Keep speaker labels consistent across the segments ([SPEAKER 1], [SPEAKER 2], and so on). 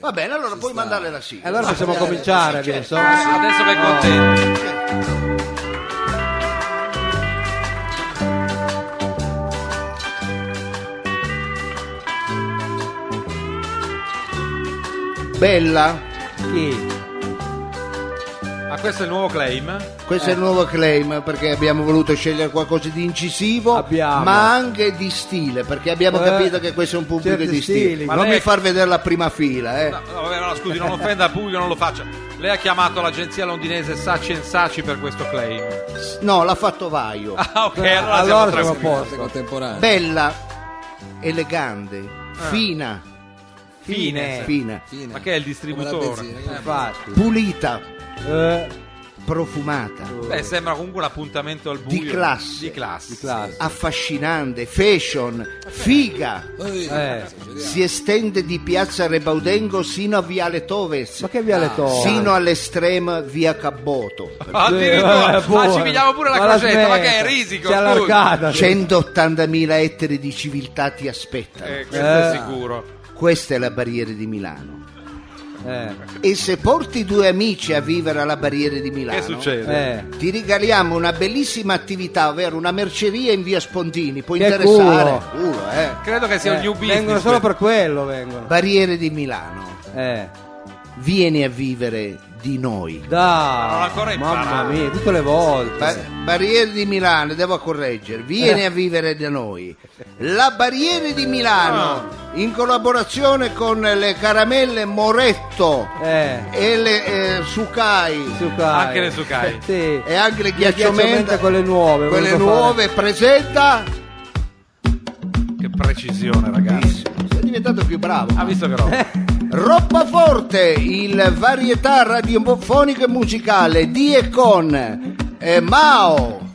[SPEAKER 1] Va bene, allora puoi mandare la sigla.
[SPEAKER 2] Allora possiamo cominciare, adesso.
[SPEAKER 3] Adesso che è contento.
[SPEAKER 1] Bella,
[SPEAKER 2] Chi?
[SPEAKER 3] Ma questo è il nuovo claim?
[SPEAKER 1] questo
[SPEAKER 2] Eh.
[SPEAKER 1] è il nuovo claim perché abbiamo voluto scegliere qualcosa di incisivo,
[SPEAKER 2] Abbiamo.
[SPEAKER 1] ma anche di stile, perché abbiamo
[SPEAKER 2] Eh,
[SPEAKER 1] capito che questo è un pubblico
[SPEAKER 2] certi
[SPEAKER 1] di stile.
[SPEAKER 2] stili.
[SPEAKER 1] Ma
[SPEAKER 3] Ma
[SPEAKER 1] non
[SPEAKER 3] lei-
[SPEAKER 1] mi far vedere la prima fila, eh.
[SPEAKER 3] No, no, vabbè, no, scusi, non offenda il pubblico, non lo faccia. Lei ha chiamato l'agenzia londinese Saci Saci per questo claim.
[SPEAKER 1] No, l'ha fatto Vaio.
[SPEAKER 3] Ah, ok, allora,
[SPEAKER 2] Allora siamo
[SPEAKER 3] siamo
[SPEAKER 2] a
[SPEAKER 3] tranquilli.
[SPEAKER 2] posto.
[SPEAKER 4] contemporanea.
[SPEAKER 1] Bella, elegante,
[SPEAKER 2] Ah.
[SPEAKER 1] fina,
[SPEAKER 3] Fine.
[SPEAKER 1] fina,
[SPEAKER 4] Fine.
[SPEAKER 3] Ma che è il
[SPEAKER 4] Come la
[SPEAKER 3] distributore?
[SPEAKER 4] benzina, eh, che-
[SPEAKER 2] Infatti.
[SPEAKER 1] pulita,
[SPEAKER 2] Eh,
[SPEAKER 1] profumata,
[SPEAKER 3] Beh, sembra comunque un appuntamento al
[SPEAKER 1] Di
[SPEAKER 3] buio.
[SPEAKER 1] classe.
[SPEAKER 3] Di classe.
[SPEAKER 2] di classe.
[SPEAKER 1] affascinante, fashion, figa.
[SPEAKER 2] Eh.
[SPEAKER 4] Ehi, ci vediamo.
[SPEAKER 1] Si estende di piazza Rebaudengo sino a Viale Toves.
[SPEAKER 2] Ma che via le toglie?
[SPEAKER 1] Sino all'estrema via Cabboto,
[SPEAKER 3] Ah, addirittura.
[SPEAKER 2] Eh, buono.
[SPEAKER 3] Ah, ci pigliamo pure la
[SPEAKER 2] Ma
[SPEAKER 3] crocetta, ma
[SPEAKER 2] smetta.
[SPEAKER 3] che è risico.
[SPEAKER 2] Si è
[SPEAKER 3] scusi.
[SPEAKER 2] allargata.
[SPEAKER 1] 180.000 ettari di civiltà ti aspettano.
[SPEAKER 3] Eh, questo è
[SPEAKER 2] Eh.
[SPEAKER 3] sicuro.
[SPEAKER 1] Questa è la barriera di Milano.
[SPEAKER 2] Eh,
[SPEAKER 1] E se porti due amici a vivere alla barriera di Milano,
[SPEAKER 3] Che succede?
[SPEAKER 2] eh.
[SPEAKER 1] ti regaliamo una bellissima attività, ovvero una merceria in via Spondini. Può
[SPEAKER 2] Che
[SPEAKER 1] interessare? Culo, eh.
[SPEAKER 3] Credo che sia
[SPEAKER 2] Eh,
[SPEAKER 3] un new business.
[SPEAKER 2] Vengono solo per quello, vengono.
[SPEAKER 1] Barriere di Milano,
[SPEAKER 2] Eh.
[SPEAKER 1] vieni a vivere di noi.
[SPEAKER 2] Dai.
[SPEAKER 3] Non ho ancora
[SPEAKER 2] mamma
[SPEAKER 3] imparato.
[SPEAKER 2] mia, tutte le volte.
[SPEAKER 1] Ba- barriere di Milano, devo correggere,
[SPEAKER 2] Eh.
[SPEAKER 1] vieni a vivere da noi. La Barriere di
[SPEAKER 2] Ah.
[SPEAKER 1] Milano, in collaborazione con le caramelle Moretto
[SPEAKER 2] Eh.
[SPEAKER 1] e le eh, Sukai
[SPEAKER 2] Sucai.
[SPEAKER 3] Anche le Sucai.
[SPEAKER 2] Eh, Sì.
[SPEAKER 1] e anche le
[SPEAKER 2] ghiacciomenta
[SPEAKER 1] ghiacciomenta,
[SPEAKER 2] quelle nuove,
[SPEAKER 1] quelle
[SPEAKER 2] volevo fare.
[SPEAKER 1] nuove, presenta...
[SPEAKER 3] Che precisione, ragazzi.
[SPEAKER 1] Sei diventato più bravo.
[SPEAKER 2] Ah,
[SPEAKER 3] Ha visto che
[SPEAKER 2] Eh,
[SPEAKER 3] roba?
[SPEAKER 1] Roppa Forte, il varietà radiofonico e musicale di e con eh, Mao.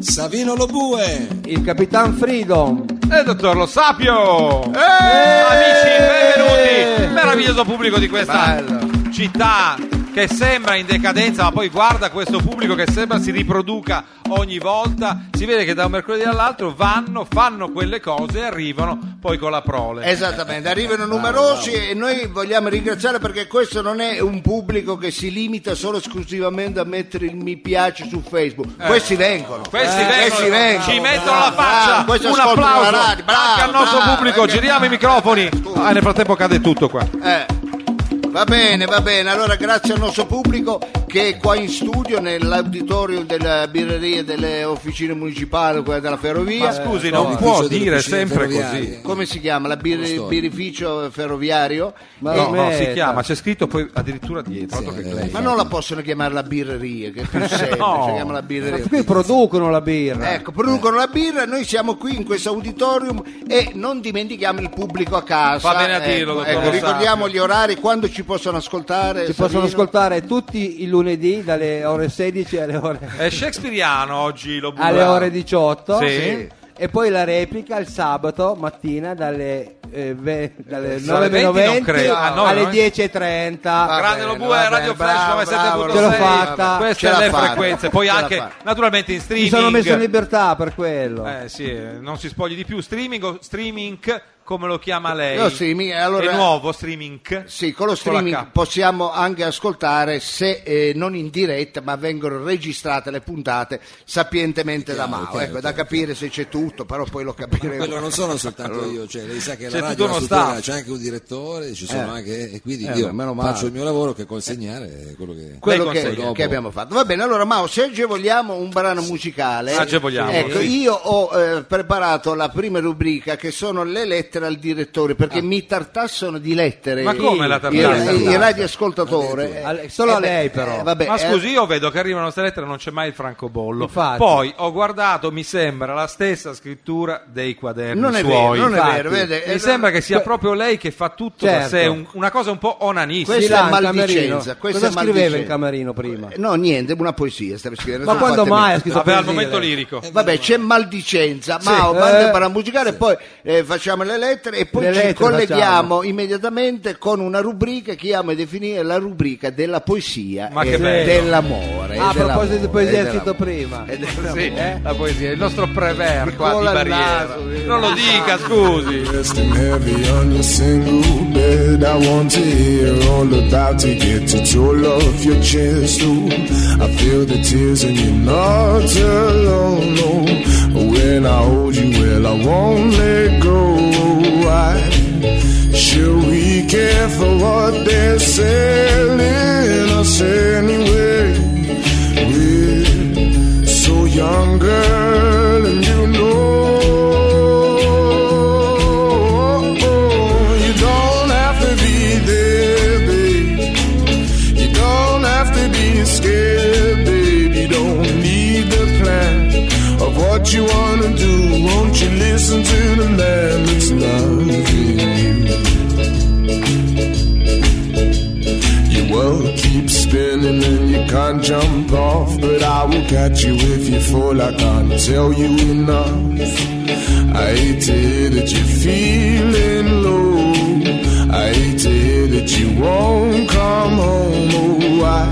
[SPEAKER 4] Savino Lobue.
[SPEAKER 2] Il Capitan Freedom.
[SPEAKER 3] E Eh, dottor Lo Sapio!
[SPEAKER 1] Eh!
[SPEAKER 3] Amici, benvenuti! Meraviglioso pubblico di questa
[SPEAKER 1] Bello.
[SPEAKER 3] città che sembra in decadenza, ma poi guarda questo pubblico che sembra si riproduca ogni volta. Si vede che da un mercoledì all'altro vanno, fanno quelle cose e arrivano poi con la prole.
[SPEAKER 1] Eh, Esattamente, arrivano numerosi e noi vogliamo ringraziare perché questo non è un pubblico che si limita solo esclusivamente a mettere il mi piace su Facebook. Questi vengono.
[SPEAKER 3] Eh. Questi,
[SPEAKER 1] Eh,
[SPEAKER 3] vengono,
[SPEAKER 1] questi vengono.
[SPEAKER 3] ci mettono
[SPEAKER 1] Bravo,
[SPEAKER 3] la faccia,
[SPEAKER 1] bravo, questi
[SPEAKER 3] un
[SPEAKER 1] ascoltano la
[SPEAKER 3] applauso
[SPEAKER 1] radio, bravo,
[SPEAKER 3] anche al nostro
[SPEAKER 1] bravo,
[SPEAKER 3] pubblico,
[SPEAKER 1] perché-
[SPEAKER 3] giriamo i microfoni.
[SPEAKER 1] Scusa.
[SPEAKER 3] Ah, nel frattempo cade tutto qua.
[SPEAKER 1] Eh, Va bene, va bene. Allora, grazie al nostro pubblico che è qua in studio nell'auditorium della birreria delle officine municipali, quella della ferrovia.
[SPEAKER 3] Ma scusi, non può
[SPEAKER 4] Ufficio delle
[SPEAKER 3] dire
[SPEAKER 4] piscine
[SPEAKER 3] sempre
[SPEAKER 4] ferroviarie.
[SPEAKER 3] così.
[SPEAKER 1] Come si chiama? La bir-
[SPEAKER 4] Storia.
[SPEAKER 1] birrificio ferroviario?
[SPEAKER 2] Ma,
[SPEAKER 3] No, no, si
[SPEAKER 2] smetta.
[SPEAKER 3] chiama, c'è scritto poi addirittura dietro. altro che
[SPEAKER 4] eh,
[SPEAKER 3] claim.
[SPEAKER 1] Ma non la possono chiamare la birreria, che è più semplice,
[SPEAKER 3] No.
[SPEAKER 1] si chiama la
[SPEAKER 2] Ma
[SPEAKER 1] birreria.
[SPEAKER 2] qui producono la
[SPEAKER 3] Eh,
[SPEAKER 2] birra.
[SPEAKER 1] Ecco, producono la birra, noi siamo qui in questo auditorium e non dimentichiamo il pubblico a casa.
[SPEAKER 3] Fa bene a dirlo,
[SPEAKER 1] Ecco,
[SPEAKER 3] dottor
[SPEAKER 1] ecco,
[SPEAKER 3] Lo
[SPEAKER 1] ricordiamo
[SPEAKER 3] Sapio.
[SPEAKER 1] gli orari, quando ci possono ascoltare.
[SPEAKER 2] Ci possono
[SPEAKER 1] Savino?
[SPEAKER 2] ascoltare tutti i lunedì dalle ore 16 alle ore,
[SPEAKER 3] È shakespeariano oggi lo bue.
[SPEAKER 2] alle ore 18.
[SPEAKER 3] Sì.
[SPEAKER 2] E poi la replica il sabato mattina dalle, eh, ve- dalle
[SPEAKER 3] Sì, alle
[SPEAKER 2] 9.20
[SPEAKER 3] 20 non credo. Ah, no,
[SPEAKER 2] alle
[SPEAKER 3] no, eh. Ah,
[SPEAKER 2] 10.30.
[SPEAKER 1] Va
[SPEAKER 3] Grande
[SPEAKER 1] bene,
[SPEAKER 3] lo
[SPEAKER 1] va
[SPEAKER 3] bue,
[SPEAKER 1] bene,
[SPEAKER 3] Radio
[SPEAKER 1] bravo, bravo,
[SPEAKER 3] Flash
[SPEAKER 2] Ce l'ho
[SPEAKER 3] 97.6.
[SPEAKER 2] fatta.
[SPEAKER 3] Queste
[SPEAKER 1] Ce l'ha
[SPEAKER 3] le
[SPEAKER 1] fatta.
[SPEAKER 3] frequenze, poi
[SPEAKER 1] Ce l'ha
[SPEAKER 3] anche
[SPEAKER 1] fatta.
[SPEAKER 3] naturalmente in
[SPEAKER 2] Mi
[SPEAKER 3] streaming.
[SPEAKER 2] sono messo in libertà per quello.
[SPEAKER 3] Eh, sì, eh, non si spogli di più. Streaming o streaming, come lo chiama lei?
[SPEAKER 1] No, streaming, allora-
[SPEAKER 3] È nuovo streaming?
[SPEAKER 1] Sì, con lo
[SPEAKER 3] la
[SPEAKER 1] streaming
[SPEAKER 3] K.
[SPEAKER 1] possiamo anche ascoltare se eh, non in diretta, ma vengono registrate le puntate sapientemente da Mao. ecco, è da capire se c'è tutto, però poi lo capiremo.
[SPEAKER 4] Quello non sono soltanto io, cioè lei sa che
[SPEAKER 3] C'è
[SPEAKER 4] la
[SPEAKER 3] tutto
[SPEAKER 4] radio è una
[SPEAKER 3] uno
[SPEAKER 4] struttura,
[SPEAKER 3] staff.
[SPEAKER 4] c'è anche un direttore, ci sono
[SPEAKER 1] Eh.
[SPEAKER 4] anche e quindi
[SPEAKER 1] Eh,
[SPEAKER 4] io
[SPEAKER 1] beh, meno male.
[SPEAKER 4] faccio il mio lavoro che consegnare è quello che
[SPEAKER 1] Ecco, quello
[SPEAKER 3] Lei
[SPEAKER 1] che,
[SPEAKER 3] consiglia.
[SPEAKER 1] che abbiamo fatto. Va bene, allora Mao, se agevoliamo un brano musicale,
[SPEAKER 3] Agevoliamo,
[SPEAKER 1] ecco,
[SPEAKER 3] sì.
[SPEAKER 1] io ho eh, preparato la prima rubrica che sono le lettere al direttore, perché mi tartassano di lettere.
[SPEAKER 3] Ah. Ma come la
[SPEAKER 1] il,
[SPEAKER 3] tartassa?
[SPEAKER 1] il- il radioascoltatore. Eh,
[SPEAKER 2] Al- solo a
[SPEAKER 1] beh,
[SPEAKER 2] lei, però.
[SPEAKER 1] vabbè,
[SPEAKER 3] Ma
[SPEAKER 1] eh,
[SPEAKER 3] scusi, io vedo che arrivano queste lettere e non c'è mai il francobollo.
[SPEAKER 2] Infatti.
[SPEAKER 3] Poi ho guardato, mi sembra, la stessa scrittura dei quaderni
[SPEAKER 1] non è
[SPEAKER 3] suoi.
[SPEAKER 1] vero, non
[SPEAKER 2] infatti.
[SPEAKER 1] è vero, vede, eh,
[SPEAKER 3] Mi sembra che sia proprio lei che fa tutto da
[SPEAKER 2] Certo.
[SPEAKER 3] sé, un- una cosa un po' onanistica.
[SPEAKER 1] Questa
[SPEAKER 2] Là,
[SPEAKER 1] è
[SPEAKER 2] in
[SPEAKER 1] maldicenza,
[SPEAKER 2] camerino.
[SPEAKER 1] questa
[SPEAKER 2] Cosa
[SPEAKER 1] è
[SPEAKER 2] scriveva in
[SPEAKER 1] maldicenza. Eh,
[SPEAKER 2] Camerino prima?
[SPEAKER 1] No, niente, una poesia stava scrivendo.
[SPEAKER 2] Ma
[SPEAKER 1] Non
[SPEAKER 2] quando
[SPEAKER 1] fatemi-
[SPEAKER 2] mai ha scritto
[SPEAKER 3] Vabbè, al
[SPEAKER 2] poesie,
[SPEAKER 3] momento
[SPEAKER 2] lei?
[SPEAKER 3] lirico.
[SPEAKER 1] Eh, Vabbè, c'è maldicenza, ma
[SPEAKER 2] eh.
[SPEAKER 1] bando per la musicale, poi eh, facciamo le lettere e poi
[SPEAKER 2] Le
[SPEAKER 1] ci
[SPEAKER 2] lettere
[SPEAKER 1] colleghiamo
[SPEAKER 2] facciamo.
[SPEAKER 1] immediatamente con una rubrica che amo definire la rubrica della poesia
[SPEAKER 3] Ma
[SPEAKER 1] e
[SPEAKER 3] che bello.
[SPEAKER 1] dell'amore. guerra. e
[SPEAKER 2] Ah, a
[SPEAKER 1] dell'amore,
[SPEAKER 2] proposito di poesia,
[SPEAKER 1] e
[SPEAKER 2] è citato
[SPEAKER 1] dell'amore.
[SPEAKER 2] prima.
[SPEAKER 1] E del-
[SPEAKER 3] Sì,
[SPEAKER 2] Eh?
[SPEAKER 3] la poesia, il nostro prever qua di
[SPEAKER 1] Nicola
[SPEAKER 3] barriera.
[SPEAKER 1] Lasso, vedi.
[SPEAKER 3] Non lo dica, scusi.
[SPEAKER 5] Resting heavy on your single bed. I want to hear all about it. Get it all off your chest. Ooh, I feel the tears and you're not alone. No. When I hold you, well, I won't let go. Why should we care for what they're selling us anyway? We're so young, girl, and you know you don't have to be there, babe. You don't have to be scared, babe. You don't need the plan of what you wanna do. Won't you listen to the man that's loving you? Your world keeps spinning and you can't jump off. But I will catch you if you fall. I can't tell you enough. I hate to hear that you're feeling low. I hate to hear that you won't come home. Oh, why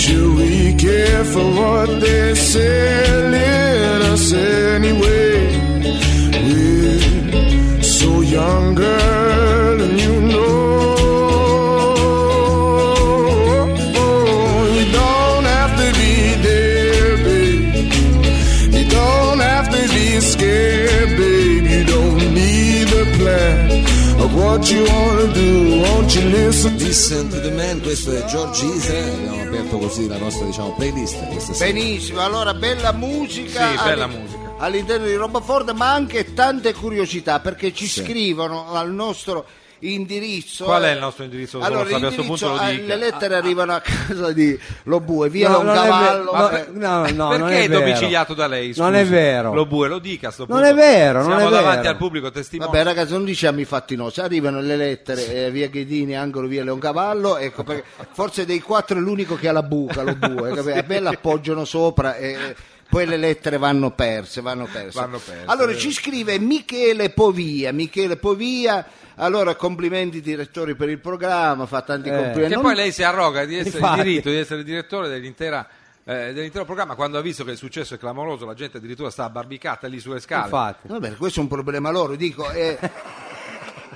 [SPEAKER 5] should we care for what they're selling us anyway? We're so young, girl, and you know you don't have to be there, babe. You don't have to be scared, babe. You don't need a plan of what you wanna do. Won't you listen?
[SPEAKER 4] Listen to the man, questo è George Israel. Abbiamo aperto così la nostra diciamo, playlist questa sera.
[SPEAKER 1] Benissimo, allora bella musica.
[SPEAKER 3] Sì, bella musica.
[SPEAKER 1] All'interno di Robaforte, ma anche tante curiosità perché ci scrivono al nostro indirizzo.
[SPEAKER 3] Qual è il nostro indirizzo? Solo
[SPEAKER 1] Allora,
[SPEAKER 3] Fabio, a questo
[SPEAKER 1] l'indirizzo,
[SPEAKER 3] punto lo
[SPEAKER 1] eh,
[SPEAKER 3] dica.
[SPEAKER 1] le lettere arrivano a casa di Lobue, via da
[SPEAKER 2] No,
[SPEAKER 1] un
[SPEAKER 2] non è ver-
[SPEAKER 1] cavallo.
[SPEAKER 2] no,
[SPEAKER 1] eh.
[SPEAKER 2] no, no,
[SPEAKER 3] Perché
[SPEAKER 2] non
[SPEAKER 3] è,
[SPEAKER 2] è vero.
[SPEAKER 3] domiciliato da lei? scusi?
[SPEAKER 2] Non è vero.
[SPEAKER 3] Lo bue, lo dica a sto
[SPEAKER 2] Non è
[SPEAKER 3] punto.
[SPEAKER 2] vero, non
[SPEAKER 3] Siamo
[SPEAKER 2] è vero.
[SPEAKER 3] davanti al pubblico testimone.
[SPEAKER 1] Vabbè ragazzi non diciamo i fatti nostri, arrivano le lettere eh, via Ghedini, Angolo, via Leoncavallo, ecco, perché forse dei quattro è l'unico che ha la buca, lo bue, capito? a me l'appoggiano sopra e e poi le lettere vanno perse, vanno perse.
[SPEAKER 3] Vanno perse,
[SPEAKER 1] allora ci scrive Michele Povia, Michele Povia, allora complimenti direttori per il programma, fa tanti
[SPEAKER 2] Eh.
[SPEAKER 1] complimenti.
[SPEAKER 3] Che
[SPEAKER 1] Non-
[SPEAKER 3] poi lei si arroga di essere
[SPEAKER 2] Infatti.
[SPEAKER 3] il diritto di essere direttore dell'intera, eh, dell'intero programma quando ha visto che il successo è clamoroso, la gente addirittura sta abbarbicata lì sulle scale.
[SPEAKER 2] Infatti.
[SPEAKER 1] Vabbè, questo è un problema loro, dico. eh,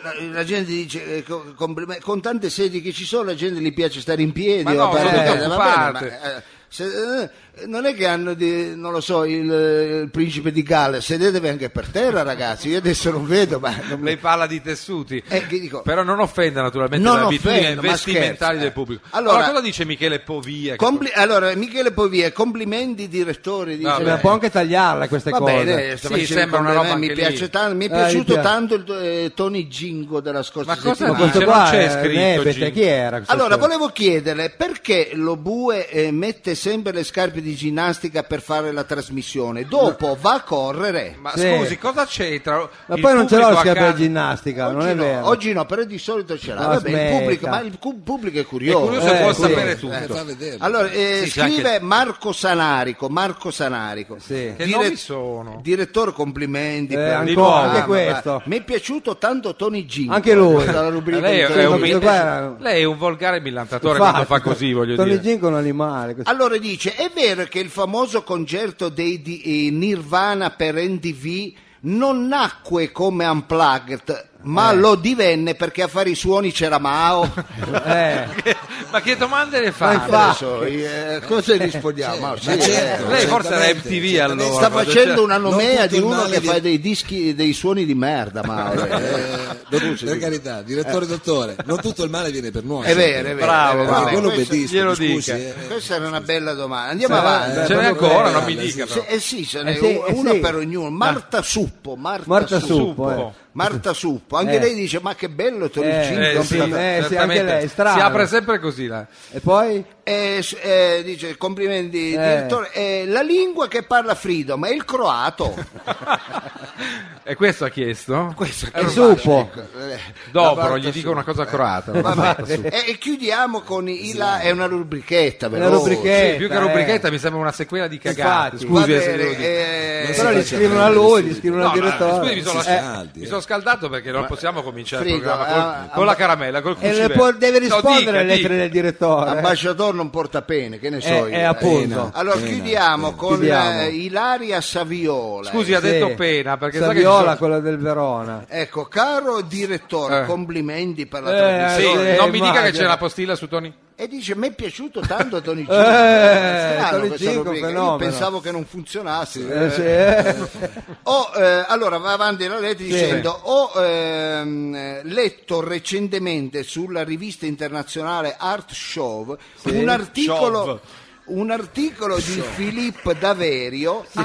[SPEAKER 1] la, la gente dice eh, co- complime- con tante sedi che ci sono, la gente gli piace stare in piedi
[SPEAKER 3] Ma no,
[SPEAKER 1] o parlare,
[SPEAKER 3] sono tutte
[SPEAKER 1] va
[SPEAKER 3] occupate.
[SPEAKER 1] bene, ma, eh, se- eh, non è che hanno, di- non lo so, il, eh, il principe di Galles, sedetevi anche per terra, ragazzi. Io adesso non vedo, ma non mi-
[SPEAKER 3] Lei parla di tessuti,
[SPEAKER 1] Eh, che dico-
[SPEAKER 3] però non offenda naturalmente
[SPEAKER 1] Non
[SPEAKER 3] le abitudini
[SPEAKER 1] offendo, ma
[SPEAKER 3] vestimentali
[SPEAKER 1] scherzo,
[SPEAKER 3] del
[SPEAKER 1] eh.
[SPEAKER 3] pubblico. Allora,
[SPEAKER 1] Allora-
[SPEAKER 3] cosa dice Michele Povia? che-
[SPEAKER 1] Compli- allora, Michele Povia, complimenti direttori di
[SPEAKER 3] No,
[SPEAKER 2] Ma
[SPEAKER 3] vabbè.
[SPEAKER 2] può anche tagliarla queste
[SPEAKER 1] Va
[SPEAKER 2] cose.
[SPEAKER 1] bene, sta
[SPEAKER 3] Sì,
[SPEAKER 1] facendo
[SPEAKER 3] sembra una
[SPEAKER 1] complimenti,
[SPEAKER 3] roba anche
[SPEAKER 1] mi, piace
[SPEAKER 3] lì.
[SPEAKER 1] tanto, mi è
[SPEAKER 2] Eh, mi
[SPEAKER 1] piaciuto
[SPEAKER 2] piace.
[SPEAKER 1] tanto il eh, Tony Gingo della scorsa
[SPEAKER 3] Ma cosa
[SPEAKER 1] settimana.
[SPEAKER 2] Ma
[SPEAKER 3] Ma
[SPEAKER 2] questo
[SPEAKER 3] c'è-
[SPEAKER 2] qua
[SPEAKER 3] Ah, non c'è
[SPEAKER 2] è
[SPEAKER 3] scritto,
[SPEAKER 2] Nebete,
[SPEAKER 3] Gino.
[SPEAKER 2] chi era? questo
[SPEAKER 1] Allora,
[SPEAKER 2] qua?
[SPEAKER 1] volevo chiederle perché lo Bue eh, mette sempre le scarpe di ginnastica per fare la trasmissione, dopo va a correre.
[SPEAKER 3] Ma
[SPEAKER 2] Sì.
[SPEAKER 3] scusi, cosa c'entra?
[SPEAKER 2] Ma
[SPEAKER 3] il
[SPEAKER 2] poi non ce l'ho
[SPEAKER 3] pubblico
[SPEAKER 2] la scarpa
[SPEAKER 3] accanto-
[SPEAKER 2] di ginnastica, non è
[SPEAKER 1] no,
[SPEAKER 2] vero.
[SPEAKER 1] oggi no, però di solito ce l'ha.
[SPEAKER 2] Ma
[SPEAKER 1] Vabbè, il
[SPEAKER 2] smetta.
[SPEAKER 1] pubblico, ma il cu- pubblico è
[SPEAKER 3] È
[SPEAKER 1] curioso.
[SPEAKER 3] curioso
[SPEAKER 2] Eh,
[SPEAKER 3] e vuol
[SPEAKER 2] sì.
[SPEAKER 3] sapere
[SPEAKER 4] Eh,
[SPEAKER 3] tutto.
[SPEAKER 4] fa vedere.
[SPEAKER 1] Allora, eh,
[SPEAKER 3] Sì, c'è
[SPEAKER 1] scrive
[SPEAKER 3] anche-
[SPEAKER 1] Marco Sanarico, Marco Sanarico.
[SPEAKER 2] Sì.
[SPEAKER 3] Che
[SPEAKER 1] Dire-
[SPEAKER 3] nomi sono?
[SPEAKER 1] Direttore, complimenti
[SPEAKER 2] Eh,
[SPEAKER 1] per il
[SPEAKER 2] ancora,
[SPEAKER 1] programma,
[SPEAKER 2] anche
[SPEAKER 1] ma
[SPEAKER 2] questo.
[SPEAKER 1] Mi è piaciuto tanto Tony Gingo.
[SPEAKER 2] Anche lui.
[SPEAKER 1] Questa è la rubrica
[SPEAKER 3] Eh, Lei
[SPEAKER 1] di
[SPEAKER 3] è,
[SPEAKER 1] Tony
[SPEAKER 3] un,
[SPEAKER 1] Gingo.
[SPEAKER 2] questo qua era-
[SPEAKER 3] lei è un volgare millantatore
[SPEAKER 2] Infatti,
[SPEAKER 3] quando fa così, voglio
[SPEAKER 2] Tony
[SPEAKER 3] dire.
[SPEAKER 2] Ginko è un animale. questo-
[SPEAKER 1] Allora dice, è vero che il famoso concerto dei di- eh, Nirvana per NDV non nacque come unplugged, ma lo divenne perché a fare i suoni c'era Mao.
[SPEAKER 3] Ah,
[SPEAKER 2] Eh,
[SPEAKER 3] Ma che domande le
[SPEAKER 2] Ma
[SPEAKER 3] fa?
[SPEAKER 2] infatti-
[SPEAKER 1] Adesso, eh, cosa rispondiamo? Mao, sì,
[SPEAKER 4] ma
[SPEAKER 1] eh.
[SPEAKER 4] certo,
[SPEAKER 3] Lei forse era
[SPEAKER 4] certamente,
[SPEAKER 3] MTV
[SPEAKER 4] certamente.
[SPEAKER 3] allora.
[SPEAKER 1] Sta
[SPEAKER 3] guarda,
[SPEAKER 1] facendo
[SPEAKER 3] cioè-
[SPEAKER 1] una
[SPEAKER 4] non
[SPEAKER 1] nomea di
[SPEAKER 4] tutto il
[SPEAKER 1] uno
[SPEAKER 4] male
[SPEAKER 1] che
[SPEAKER 4] di-
[SPEAKER 1] fa dei dischi, dei suoni di merda, Mao.
[SPEAKER 4] Eh, dott- per carità,
[SPEAKER 3] Eh.
[SPEAKER 4] direttore dottore, non tutto il male viene per noi.
[SPEAKER 1] È vero, è vero.
[SPEAKER 3] Bravo,
[SPEAKER 1] è vero.
[SPEAKER 3] bravo.
[SPEAKER 4] quello
[SPEAKER 1] Questa-
[SPEAKER 4] obbedisco,
[SPEAKER 3] glielo
[SPEAKER 4] mi scusi,
[SPEAKER 3] dica.
[SPEAKER 4] eh.
[SPEAKER 1] Questa era una bella domanda. Andiamo
[SPEAKER 2] Sarà-
[SPEAKER 1] avanti.
[SPEAKER 3] Ce n'è
[SPEAKER 2] Eh,
[SPEAKER 3] ancora,
[SPEAKER 4] bella,
[SPEAKER 3] non mi
[SPEAKER 4] sì,
[SPEAKER 3] dica
[SPEAKER 1] Se-
[SPEAKER 3] però.
[SPEAKER 1] eh sì, se ne
[SPEAKER 2] Eh sì, eh
[SPEAKER 1] una
[SPEAKER 2] sì.
[SPEAKER 1] per ognuno. Marta Suppo, Marta,
[SPEAKER 2] Marta
[SPEAKER 1] Suppo.
[SPEAKER 2] Suppo.
[SPEAKER 3] Suppo.
[SPEAKER 2] eh.
[SPEAKER 1] Marta Suppo, anche
[SPEAKER 2] Eh.
[SPEAKER 1] lei dice ma che bello Tony
[SPEAKER 2] Eh,
[SPEAKER 1] Gingo,
[SPEAKER 3] Eh,
[SPEAKER 2] non
[SPEAKER 3] sì,
[SPEAKER 2] per- eh, sì,
[SPEAKER 3] certamente.
[SPEAKER 2] anche lei, strano.
[SPEAKER 3] Si apre sempre così là.
[SPEAKER 2] E poi?
[SPEAKER 1] Eh, s- eh, dice complimenti
[SPEAKER 2] Eh.
[SPEAKER 1] direttore, Eh, la lingua che parla Frido, ma è il croato.
[SPEAKER 3] E questo ha chiesto?
[SPEAKER 1] Questo
[SPEAKER 2] Il
[SPEAKER 1] che
[SPEAKER 2] suppo.
[SPEAKER 1] Eh, la
[SPEAKER 3] Dopo
[SPEAKER 1] Marta
[SPEAKER 3] gli dico
[SPEAKER 1] Suppo.
[SPEAKER 3] una
[SPEAKER 2] Eh.
[SPEAKER 3] cosa croata. la
[SPEAKER 1] Vabbè,
[SPEAKER 3] Marta Suppo.
[SPEAKER 1] Eh, E e chiudiamo con il, la- è una rubrichetta,
[SPEAKER 2] La
[SPEAKER 1] veloce.
[SPEAKER 2] rubrichetta.
[SPEAKER 3] Sì, più che rubrichetta mi sembra una sequela di cagate.
[SPEAKER 2] Infatti.
[SPEAKER 1] Va
[SPEAKER 3] Scusi, se devo
[SPEAKER 1] bene,
[SPEAKER 3] dire.
[SPEAKER 1] eh,
[SPEAKER 4] Non si
[SPEAKER 2] Però gli
[SPEAKER 4] faccia
[SPEAKER 2] scrivono a
[SPEAKER 4] prendere
[SPEAKER 2] lui,
[SPEAKER 4] subito.
[SPEAKER 2] gli scrivono
[SPEAKER 3] No,
[SPEAKER 2] al
[SPEAKER 3] ma,
[SPEAKER 2] direttore.
[SPEAKER 3] scusi, mi sono,
[SPEAKER 4] Eh,
[SPEAKER 3] eh,
[SPEAKER 4] scaldi,
[SPEAKER 3] mi
[SPEAKER 4] eh.
[SPEAKER 3] sono scaldato perché non possiamo cominciare
[SPEAKER 1] Frigo,
[SPEAKER 3] il programma con,
[SPEAKER 1] eh,
[SPEAKER 3] con la caramella, col
[SPEAKER 2] E le
[SPEAKER 3] cucibello.
[SPEAKER 2] può- deve
[SPEAKER 3] No,
[SPEAKER 2] rispondere
[SPEAKER 3] dica, Ah,
[SPEAKER 2] alle lettere
[SPEAKER 3] dica.
[SPEAKER 2] del direttore. eh.
[SPEAKER 1] ambasciatore non porta pene, che ne so
[SPEAKER 2] Eh,
[SPEAKER 1] io.
[SPEAKER 2] eh,
[SPEAKER 1] eh.
[SPEAKER 2] appunto.
[SPEAKER 1] Allora
[SPEAKER 4] Pena,
[SPEAKER 1] chiudiamo
[SPEAKER 4] pena.
[SPEAKER 1] con
[SPEAKER 2] Chiudiamo.
[SPEAKER 1] eh, Ilaria Saviola.
[SPEAKER 3] Scusi, ha
[SPEAKER 2] Sì.
[SPEAKER 3] detto pena perché sa che ci
[SPEAKER 2] Saviola,
[SPEAKER 3] sono-
[SPEAKER 2] quella del Verona.
[SPEAKER 1] Ecco, caro direttore,
[SPEAKER 3] Eh.
[SPEAKER 1] complimenti per la
[SPEAKER 2] Eh,
[SPEAKER 3] Sì,
[SPEAKER 1] trasmissione.
[SPEAKER 2] Eh,
[SPEAKER 3] non mi dica che
[SPEAKER 2] immagino.
[SPEAKER 3] c'è la postilla su Tony.
[SPEAKER 1] E dice: Mi è piaciuto tanto Tony
[SPEAKER 3] Eh,
[SPEAKER 1] Gigo.
[SPEAKER 2] Tony
[SPEAKER 1] Strano questa
[SPEAKER 2] Gigo,
[SPEAKER 1] rubrica. Io
[SPEAKER 2] fenomeno.
[SPEAKER 1] pensavo che non funzionasse.
[SPEAKER 2] Eh, sì, eh.
[SPEAKER 1] Oh, eh, allora va avanti la lettera dicendo: Ho ehm, eh, letto recentemente sulla rivista internazionale Art Show un articolo.
[SPEAKER 3] Show.
[SPEAKER 1] Un articolo di Filippo Daverio Ah,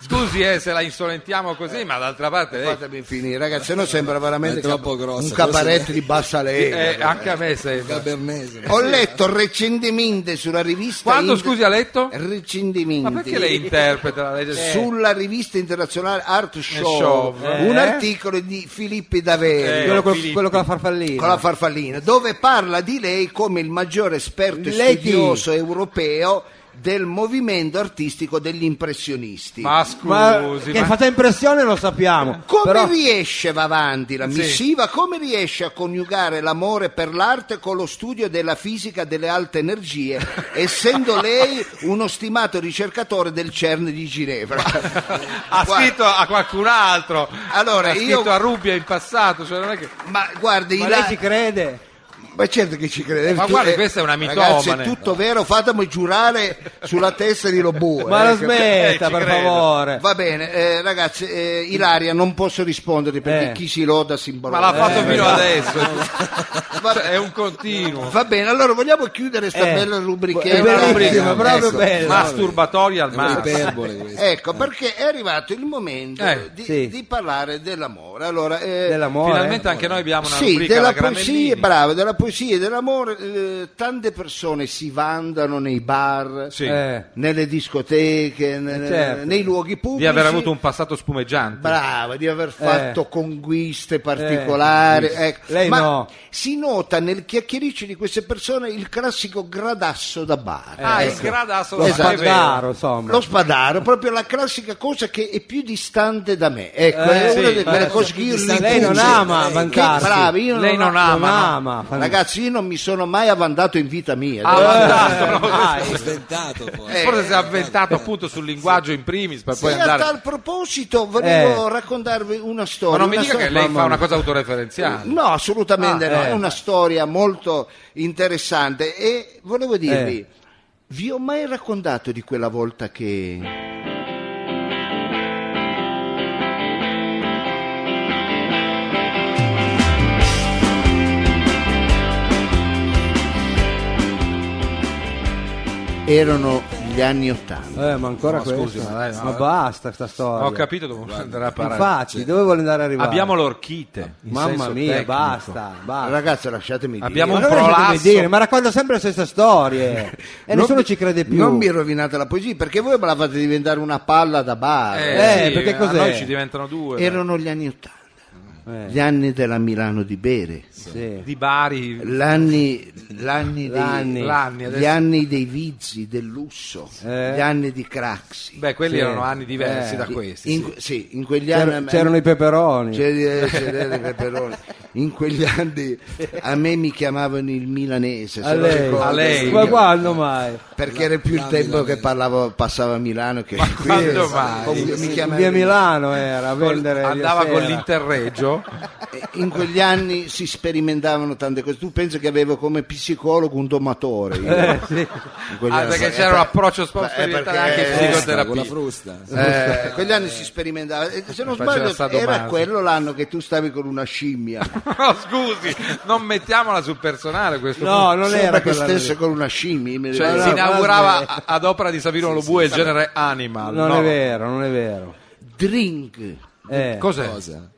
[SPEAKER 3] Scusi eh, se la insolentiamo così, ma d'altra parte lei-
[SPEAKER 1] Fatemi finire, ragazzi, se no sembra veramente
[SPEAKER 4] È troppo
[SPEAKER 1] cap-
[SPEAKER 4] grossa,
[SPEAKER 1] un cabaretto
[SPEAKER 4] forse-
[SPEAKER 1] di bassa lega.
[SPEAKER 3] eh, anche a me sembra.
[SPEAKER 4] Cabernese.
[SPEAKER 3] Oh,
[SPEAKER 1] Ho letto recentemente sulla rivista.
[SPEAKER 3] Quando,
[SPEAKER 1] inter-
[SPEAKER 3] scusi, ha letto?
[SPEAKER 2] Eh,
[SPEAKER 1] Recentemente.
[SPEAKER 3] Ma perché lei interpreta la legge?
[SPEAKER 1] Sulla rivista internazionale Art Show,
[SPEAKER 3] Eh. Show,
[SPEAKER 1] un
[SPEAKER 2] eh?
[SPEAKER 1] articolo di Filippo Daveri.
[SPEAKER 3] Eh,
[SPEAKER 2] quello, col-
[SPEAKER 3] Filippo.
[SPEAKER 2] quello con la farfallina.
[SPEAKER 1] Con la farfallina, dove parla di lei come il maggiore esperto e
[SPEAKER 2] Lei chi?
[SPEAKER 1] studioso europeo del movimento artistico degli impressionisti.
[SPEAKER 3] Ma
[SPEAKER 2] Ma
[SPEAKER 3] scusi,
[SPEAKER 2] che
[SPEAKER 3] ma-
[SPEAKER 2] fatta impressione lo sappiamo.
[SPEAKER 1] Come
[SPEAKER 2] però-
[SPEAKER 1] riesce, va avanti la
[SPEAKER 3] Sì.
[SPEAKER 1] missiva, come riesce a coniugare l'amore per l'arte con lo studio della fisica delle alte energie, essendo lei uno stimato ricercatore del CERN di Ginevra?
[SPEAKER 3] ha
[SPEAKER 1] Guarda,
[SPEAKER 3] scritto a qualcun altro.
[SPEAKER 1] Allora,
[SPEAKER 3] ha
[SPEAKER 1] io-
[SPEAKER 3] scritto a Rubbia in passato, cioè non è che-
[SPEAKER 1] Ma guardi,
[SPEAKER 2] Ma
[SPEAKER 1] Ila-
[SPEAKER 2] lei ci crede?
[SPEAKER 1] ma certo che ci crede.
[SPEAKER 3] Ma
[SPEAKER 1] Tu-
[SPEAKER 3] guarda,
[SPEAKER 1] eh,
[SPEAKER 3] questa è una
[SPEAKER 1] Ragazzi, è
[SPEAKER 3] mitomane.
[SPEAKER 1] tutto vero, fatemi giurare sulla testa di Lobue.
[SPEAKER 2] Ma la
[SPEAKER 1] eh, che-
[SPEAKER 2] smetta,
[SPEAKER 3] eh, ci
[SPEAKER 2] per
[SPEAKER 3] credo.
[SPEAKER 2] favore.
[SPEAKER 1] Va bene, eh, ragazzi, eh, Ilaria non posso risponderti perché
[SPEAKER 2] Eh.
[SPEAKER 1] chi si loda si Eh, imbrolla.
[SPEAKER 3] ma l'ha fatto fino
[SPEAKER 2] esatto.
[SPEAKER 3] adesso.
[SPEAKER 1] Va-
[SPEAKER 3] Cioè, è un continuo.
[SPEAKER 1] Va bene, allora vogliamo chiudere sta
[SPEAKER 2] Eh.
[SPEAKER 1] bella rubrichetta.
[SPEAKER 2] È bellissima,
[SPEAKER 4] Ecco.
[SPEAKER 2] proprio
[SPEAKER 4] Ecco.
[SPEAKER 2] bella.
[SPEAKER 3] Masturbatoria
[SPEAKER 1] Eh,
[SPEAKER 3] al massimo.
[SPEAKER 4] Iperbole questa.
[SPEAKER 1] Ecco, perché è arrivato il momento
[SPEAKER 3] Eh,
[SPEAKER 1] di,
[SPEAKER 2] sì.
[SPEAKER 1] di parlare dell'amore. Allora, eh,
[SPEAKER 2] Dell'amore.
[SPEAKER 3] Finalmente anche noi abbiamo una
[SPEAKER 1] sì,
[SPEAKER 3] rubrica
[SPEAKER 1] della
[SPEAKER 3] alla
[SPEAKER 1] poesia,
[SPEAKER 3] Gramellini.
[SPEAKER 1] bravo, della poesia e dell'amore, eh, tante persone si vandano nei bar,
[SPEAKER 3] Sì.
[SPEAKER 2] Eh.
[SPEAKER 1] nelle discoteche, nel-
[SPEAKER 2] certo.
[SPEAKER 1] nei luoghi pubblici.
[SPEAKER 3] Eh, Di aver avuto un Eh. passato spumeggiante.
[SPEAKER 1] Brava, di aver fatto
[SPEAKER 3] Eh,
[SPEAKER 1] conquiste particolari. ecco.
[SPEAKER 2] Lei
[SPEAKER 1] Ma
[SPEAKER 2] no.
[SPEAKER 1] si nota nel chiacchiericcio di queste persone il classico gradasso da bar.
[SPEAKER 3] ah, il
[SPEAKER 1] Ecco.
[SPEAKER 3] gradasso
[SPEAKER 2] Lo
[SPEAKER 3] è vero.
[SPEAKER 2] spandaro, insomma.
[SPEAKER 1] Lo spadaro, proprio la classica cosa che è più distante da me. Ecco,
[SPEAKER 2] Eh,
[SPEAKER 1] è una
[SPEAKER 3] sì,
[SPEAKER 1] di quelle
[SPEAKER 2] eh,
[SPEAKER 1] cose che io
[SPEAKER 4] distante.
[SPEAKER 1] rifugio.
[SPEAKER 2] Lei non ama
[SPEAKER 1] Che
[SPEAKER 2] vantarsi.
[SPEAKER 1] bravi, io
[SPEAKER 3] Lei non
[SPEAKER 1] amo.
[SPEAKER 3] ama,
[SPEAKER 2] non
[SPEAKER 3] no?
[SPEAKER 2] ama. fa-
[SPEAKER 1] Ragazzi, io non mi sono mai avvantato in vita mia.
[SPEAKER 3] Ah,
[SPEAKER 1] Eh,
[SPEAKER 3] vantato, no?
[SPEAKER 4] Ho sventato poi.
[SPEAKER 1] Eh,
[SPEAKER 3] Forse si è avventato appunto sul linguaggio in primis per
[SPEAKER 1] sì,
[SPEAKER 3] poi
[SPEAKER 1] a
[SPEAKER 3] andare...
[SPEAKER 1] tal proposito volevo
[SPEAKER 2] Eh.
[SPEAKER 1] raccontarvi una
[SPEAKER 3] Ma
[SPEAKER 1] storia.
[SPEAKER 3] non mi
[SPEAKER 1] una
[SPEAKER 3] dica che
[SPEAKER 1] storia-
[SPEAKER 3] lei fa
[SPEAKER 2] mamma
[SPEAKER 3] una
[SPEAKER 2] mia.
[SPEAKER 3] cosa autoreferenziale.
[SPEAKER 1] No, assolutamente
[SPEAKER 2] Ah,
[SPEAKER 1] no,
[SPEAKER 2] eh.
[SPEAKER 1] è una storia molto interessante e volevo dirvi,
[SPEAKER 2] Eh.
[SPEAKER 1] vi ho mai raccontato di quella volta che... Erano gli anni Ottanta.
[SPEAKER 2] Eh, ma ancora
[SPEAKER 3] No,
[SPEAKER 2] questa.
[SPEAKER 3] scusi, ma dai, no.
[SPEAKER 2] basta sta storia.
[SPEAKER 3] Ho capito dove andare a parlare.
[SPEAKER 2] Infatti, dove vuole andare a arrivare?
[SPEAKER 3] Abbiamo l'orchite. in
[SPEAKER 2] Mamma
[SPEAKER 3] senso
[SPEAKER 2] mia,
[SPEAKER 3] tecnico.
[SPEAKER 2] basta, basta.
[SPEAKER 1] Ragazzi, lasciatemi dire.
[SPEAKER 3] Ah. Abbiamo
[SPEAKER 2] ma
[SPEAKER 3] un
[SPEAKER 2] non riesco a
[SPEAKER 3] prolasso.
[SPEAKER 2] dire, ma racconta sempre le stesse storie e
[SPEAKER 1] Non
[SPEAKER 2] Eh, nessuno
[SPEAKER 1] mi-
[SPEAKER 2] ci crede più.
[SPEAKER 1] Non mi rovinate la poesia perché voi me la fate diventare una palla da bar.
[SPEAKER 2] Eh,
[SPEAKER 3] sì,
[SPEAKER 2] perché
[SPEAKER 3] a
[SPEAKER 2] cos'è?
[SPEAKER 3] noi ci diventano due.
[SPEAKER 1] Erano gli anni Ottanta,
[SPEAKER 2] Eh,
[SPEAKER 1] gli anni della Milano di Bere,
[SPEAKER 2] sì.
[SPEAKER 3] Di Bari.
[SPEAKER 1] l'anni, l'anni dei,
[SPEAKER 2] L'anni.
[SPEAKER 3] L'anni, adesso-
[SPEAKER 1] gli anni dei vizi, del lusso,
[SPEAKER 2] Eh.
[SPEAKER 1] gli anni di Craxi.
[SPEAKER 3] Beh, quelli
[SPEAKER 2] Sì.
[SPEAKER 3] erano anni diversi
[SPEAKER 2] Eh,
[SPEAKER 3] da Ah, questi.
[SPEAKER 1] in,
[SPEAKER 3] sì.
[SPEAKER 1] que- sì, in quegli
[SPEAKER 2] C'era-
[SPEAKER 1] anni
[SPEAKER 2] c'erano i peperoni.
[SPEAKER 1] C'era- c'era i eh, peperoni. in quegli anni a me mi chiamavano il milanese se
[SPEAKER 2] a
[SPEAKER 1] lo
[SPEAKER 2] lei,
[SPEAKER 1] ricordo.
[SPEAKER 3] A lei.
[SPEAKER 2] ma quando mai?
[SPEAKER 1] perché era più il
[SPEAKER 4] La
[SPEAKER 1] tempo
[SPEAKER 4] milanese.
[SPEAKER 1] che parlavo, passavo a Milano che qui.
[SPEAKER 3] quando mai?
[SPEAKER 1] Comunque mi chiamavano-
[SPEAKER 2] Via Milano era a
[SPEAKER 3] Col-
[SPEAKER 2] vendere.
[SPEAKER 3] andava
[SPEAKER 2] via
[SPEAKER 3] con
[SPEAKER 2] sera.
[SPEAKER 3] l'interreggio.
[SPEAKER 1] Eh, in quegli anni si sperimentavano tante cose. Tu pensi che avevo come psicologo un domatore? io.
[SPEAKER 2] Eh, sì.
[SPEAKER 1] In quegli
[SPEAKER 3] Ah,
[SPEAKER 1] anni-
[SPEAKER 3] perché
[SPEAKER 1] eh,
[SPEAKER 3] c'era
[SPEAKER 1] per-
[SPEAKER 3] un approccio
[SPEAKER 1] eh, perché-
[SPEAKER 3] sperimentale anche
[SPEAKER 1] eh,
[SPEAKER 4] Frusta, con la
[SPEAKER 3] psicoterapia.
[SPEAKER 4] frusta.
[SPEAKER 1] eh, in quegli anni si sperimentava. Eh, Se non
[SPEAKER 3] Faceva
[SPEAKER 1] sbaglio,
[SPEAKER 3] Sadomaso.
[SPEAKER 1] era quello l'anno che tu stavi con una scimmia.
[SPEAKER 3] No, scusi, non mettiamola sul personale questo
[SPEAKER 2] No, non
[SPEAKER 1] Sembra
[SPEAKER 2] era
[SPEAKER 1] che
[SPEAKER 2] quella lì.
[SPEAKER 1] stesso con una scimmia. mi
[SPEAKER 3] Cioè,
[SPEAKER 1] ricordo.
[SPEAKER 3] si
[SPEAKER 2] no,
[SPEAKER 3] inaugurava
[SPEAKER 2] guarda-
[SPEAKER 3] a- ad opera di Savino Lobue il genere Animal.
[SPEAKER 2] Non
[SPEAKER 3] no.
[SPEAKER 2] è vero, non è vero.
[SPEAKER 1] Drink,
[SPEAKER 2] Eh.
[SPEAKER 3] Cos'è?
[SPEAKER 4] Cosa?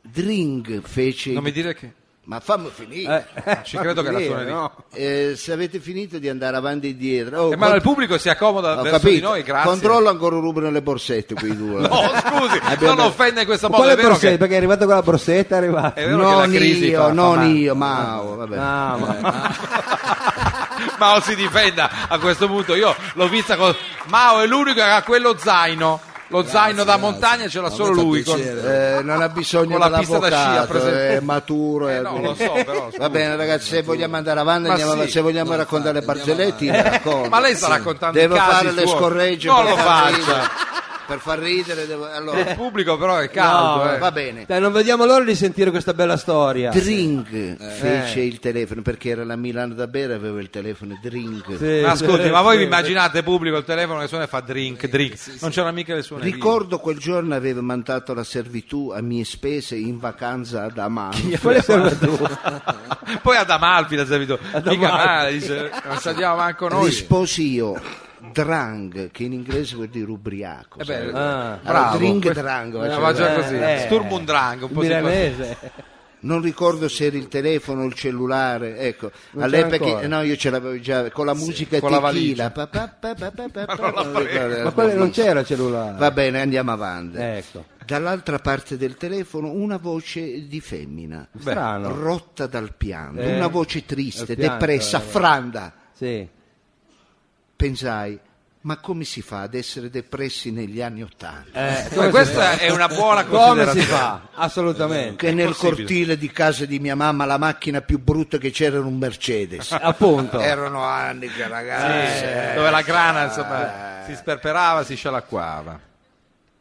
[SPEAKER 1] drink fece.
[SPEAKER 3] Non mi Eh. dire che.
[SPEAKER 1] Ma fammi finire.
[SPEAKER 3] Ci credo che la
[SPEAKER 2] Eh. Sì,
[SPEAKER 3] suonerina.
[SPEAKER 2] no.
[SPEAKER 1] Eh, se avete finito di andare avanti e indietro, oh,
[SPEAKER 3] Eh, ma il pubblico si accomoda
[SPEAKER 1] Ho
[SPEAKER 3] verso di
[SPEAKER 1] capito.
[SPEAKER 3] noi, grazie.
[SPEAKER 1] Controllo ancora rubano le borsette quei due.
[SPEAKER 3] No, scusi, non offende questa
[SPEAKER 2] Ma
[SPEAKER 3] volta.
[SPEAKER 2] Quale
[SPEAKER 3] È vero
[SPEAKER 2] borsetta?
[SPEAKER 3] che, Eh,
[SPEAKER 2] Perché è arrivata con la borsetta, è arrivata.
[SPEAKER 3] è vero che la
[SPEAKER 1] Non
[SPEAKER 3] crisi fa-
[SPEAKER 1] io,
[SPEAKER 3] fa
[SPEAKER 1] non
[SPEAKER 3] male.
[SPEAKER 1] io, ma oh, vabbè.
[SPEAKER 3] eh,
[SPEAKER 2] Ah, ma-
[SPEAKER 3] Mao si difenda a questo punto. Io l'ho vista con Mao è l'unico che ha quello zaino. Lo zaino da montagna ce l'ha solo
[SPEAKER 4] me fa
[SPEAKER 3] lui. Con...
[SPEAKER 4] piacere.
[SPEAKER 1] Eh, non ha bisogno
[SPEAKER 3] Con la pista da sci, ha
[SPEAKER 1] dell'avvocato, eh,
[SPEAKER 3] preso-
[SPEAKER 1] è maturo.
[SPEAKER 3] Eh,
[SPEAKER 1] è-
[SPEAKER 3] no, lo so, però. scusa.
[SPEAKER 1] Va bene ragazzi, se vogliamo andare avanti,
[SPEAKER 3] Ma
[SPEAKER 1] andiamo-
[SPEAKER 3] sì.
[SPEAKER 1] se vogliamo
[SPEAKER 4] No,
[SPEAKER 1] raccontare
[SPEAKER 4] infatti,
[SPEAKER 1] Barzelletti,
[SPEAKER 4] andiamo
[SPEAKER 1] la racconto.
[SPEAKER 3] Ma lei sta raccontando
[SPEAKER 1] Devo
[SPEAKER 3] i casi
[SPEAKER 1] fare le
[SPEAKER 3] suoi.
[SPEAKER 1] scorregge
[SPEAKER 3] Non
[SPEAKER 1] per,
[SPEAKER 3] lo
[SPEAKER 1] far
[SPEAKER 3] faccia.
[SPEAKER 1] ridere, per far ridere. devo-
[SPEAKER 3] Il
[SPEAKER 1] Allora,
[SPEAKER 3] pubblico però è caldo. eh.
[SPEAKER 1] va bene.
[SPEAKER 2] Dai, Cioè, non vediamo l'ora di sentire questa bella storia.
[SPEAKER 1] Drink
[SPEAKER 3] Eh.
[SPEAKER 1] fece il telefono perché era la Milano da bere, aveva il telefono Drink.
[SPEAKER 2] Sì,
[SPEAKER 3] Ma ascolti,
[SPEAKER 2] sì,
[SPEAKER 3] ma voi
[SPEAKER 2] sì.
[SPEAKER 3] vi immaginate pubblico il telefono che suona e fa drink, drink. Non c'era mica le suonerie.
[SPEAKER 1] Ricordo quel giorno aveva mandato la servitù a mie spese in vacanza ad Amano.
[SPEAKER 2] Quale servitù?
[SPEAKER 3] Poi ad Amalfi la servitù. Mica male, dice, non saliamo manco noi.
[SPEAKER 1] Risposi io, drang, che in inglese vuol dire ubriaco.
[SPEAKER 3] Eh beh,
[SPEAKER 1] sai.
[SPEAKER 2] Ah,
[SPEAKER 1] Allora,
[SPEAKER 3] bravo.
[SPEAKER 1] drink drang.
[SPEAKER 3] Eh,
[SPEAKER 1] faceva.
[SPEAKER 3] ma già
[SPEAKER 2] Eh,
[SPEAKER 3] così.
[SPEAKER 2] eh.
[SPEAKER 3] Sturm und Drang, un po' di
[SPEAKER 2] milanese.
[SPEAKER 1] Non ricordo se era il telefono o il cellulare, ecco,
[SPEAKER 2] Non c'era
[SPEAKER 1] all'epoca
[SPEAKER 2] ancora.
[SPEAKER 1] no, io ce l'avevo già con la musica
[SPEAKER 3] con la
[SPEAKER 1] tequila. Pa, pa, pa, pa, pa, pa, pa, eh, non
[SPEAKER 3] Eh,
[SPEAKER 1] ricordo,
[SPEAKER 2] Ma quello non c'era il cellulare.
[SPEAKER 1] Va bene, andiamo avanti.
[SPEAKER 2] Ecco.
[SPEAKER 1] Dall'altra parte del telefono una voce di femmina.
[SPEAKER 2] Strano.
[SPEAKER 1] rotta dal pianto,
[SPEAKER 2] Eh,
[SPEAKER 1] una voce triste,
[SPEAKER 2] dal pianto, eh.
[SPEAKER 1] depressa,
[SPEAKER 2] vabbè.
[SPEAKER 1] franda.
[SPEAKER 2] Sì.
[SPEAKER 1] Pensai, ma come si fa ad essere depressi negli anni Ottanta?
[SPEAKER 2] Eh,
[SPEAKER 3] Ma
[SPEAKER 2] come
[SPEAKER 3] questa è una buona
[SPEAKER 2] si- come
[SPEAKER 3] considerazione.
[SPEAKER 2] si fa? Assolutamente.
[SPEAKER 1] Che nel
[SPEAKER 3] possibile.
[SPEAKER 1] cortile di casa di mia mamma la macchina più brutta che c'era era un Mercedes.
[SPEAKER 2] Appunto.
[SPEAKER 1] Erano anni che ragazzi.
[SPEAKER 3] Eh,
[SPEAKER 1] eh,
[SPEAKER 3] dove la grana insomma, si sperperava, si scialacquava.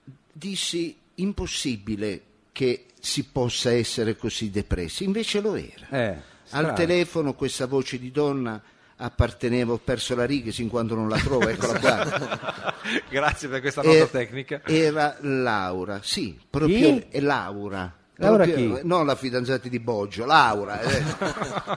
[SPEAKER 1] Dissi impossibile che si possa essere così depressi, invece lo era.
[SPEAKER 2] Eh, strano.
[SPEAKER 1] Al telefono questa voce di donna apparteneva, ho perso la riga sin quando non la trovo, eccola qua.
[SPEAKER 3] Grazie per questa
[SPEAKER 1] Eh,
[SPEAKER 3] nota tecnica.
[SPEAKER 1] Era Laura, sì, proprio
[SPEAKER 2] Chi?
[SPEAKER 1] è Laura.
[SPEAKER 2] Laura
[SPEAKER 1] Proprio-
[SPEAKER 2] chi?
[SPEAKER 1] Non la fidanzata di Boggio, Laura. eh.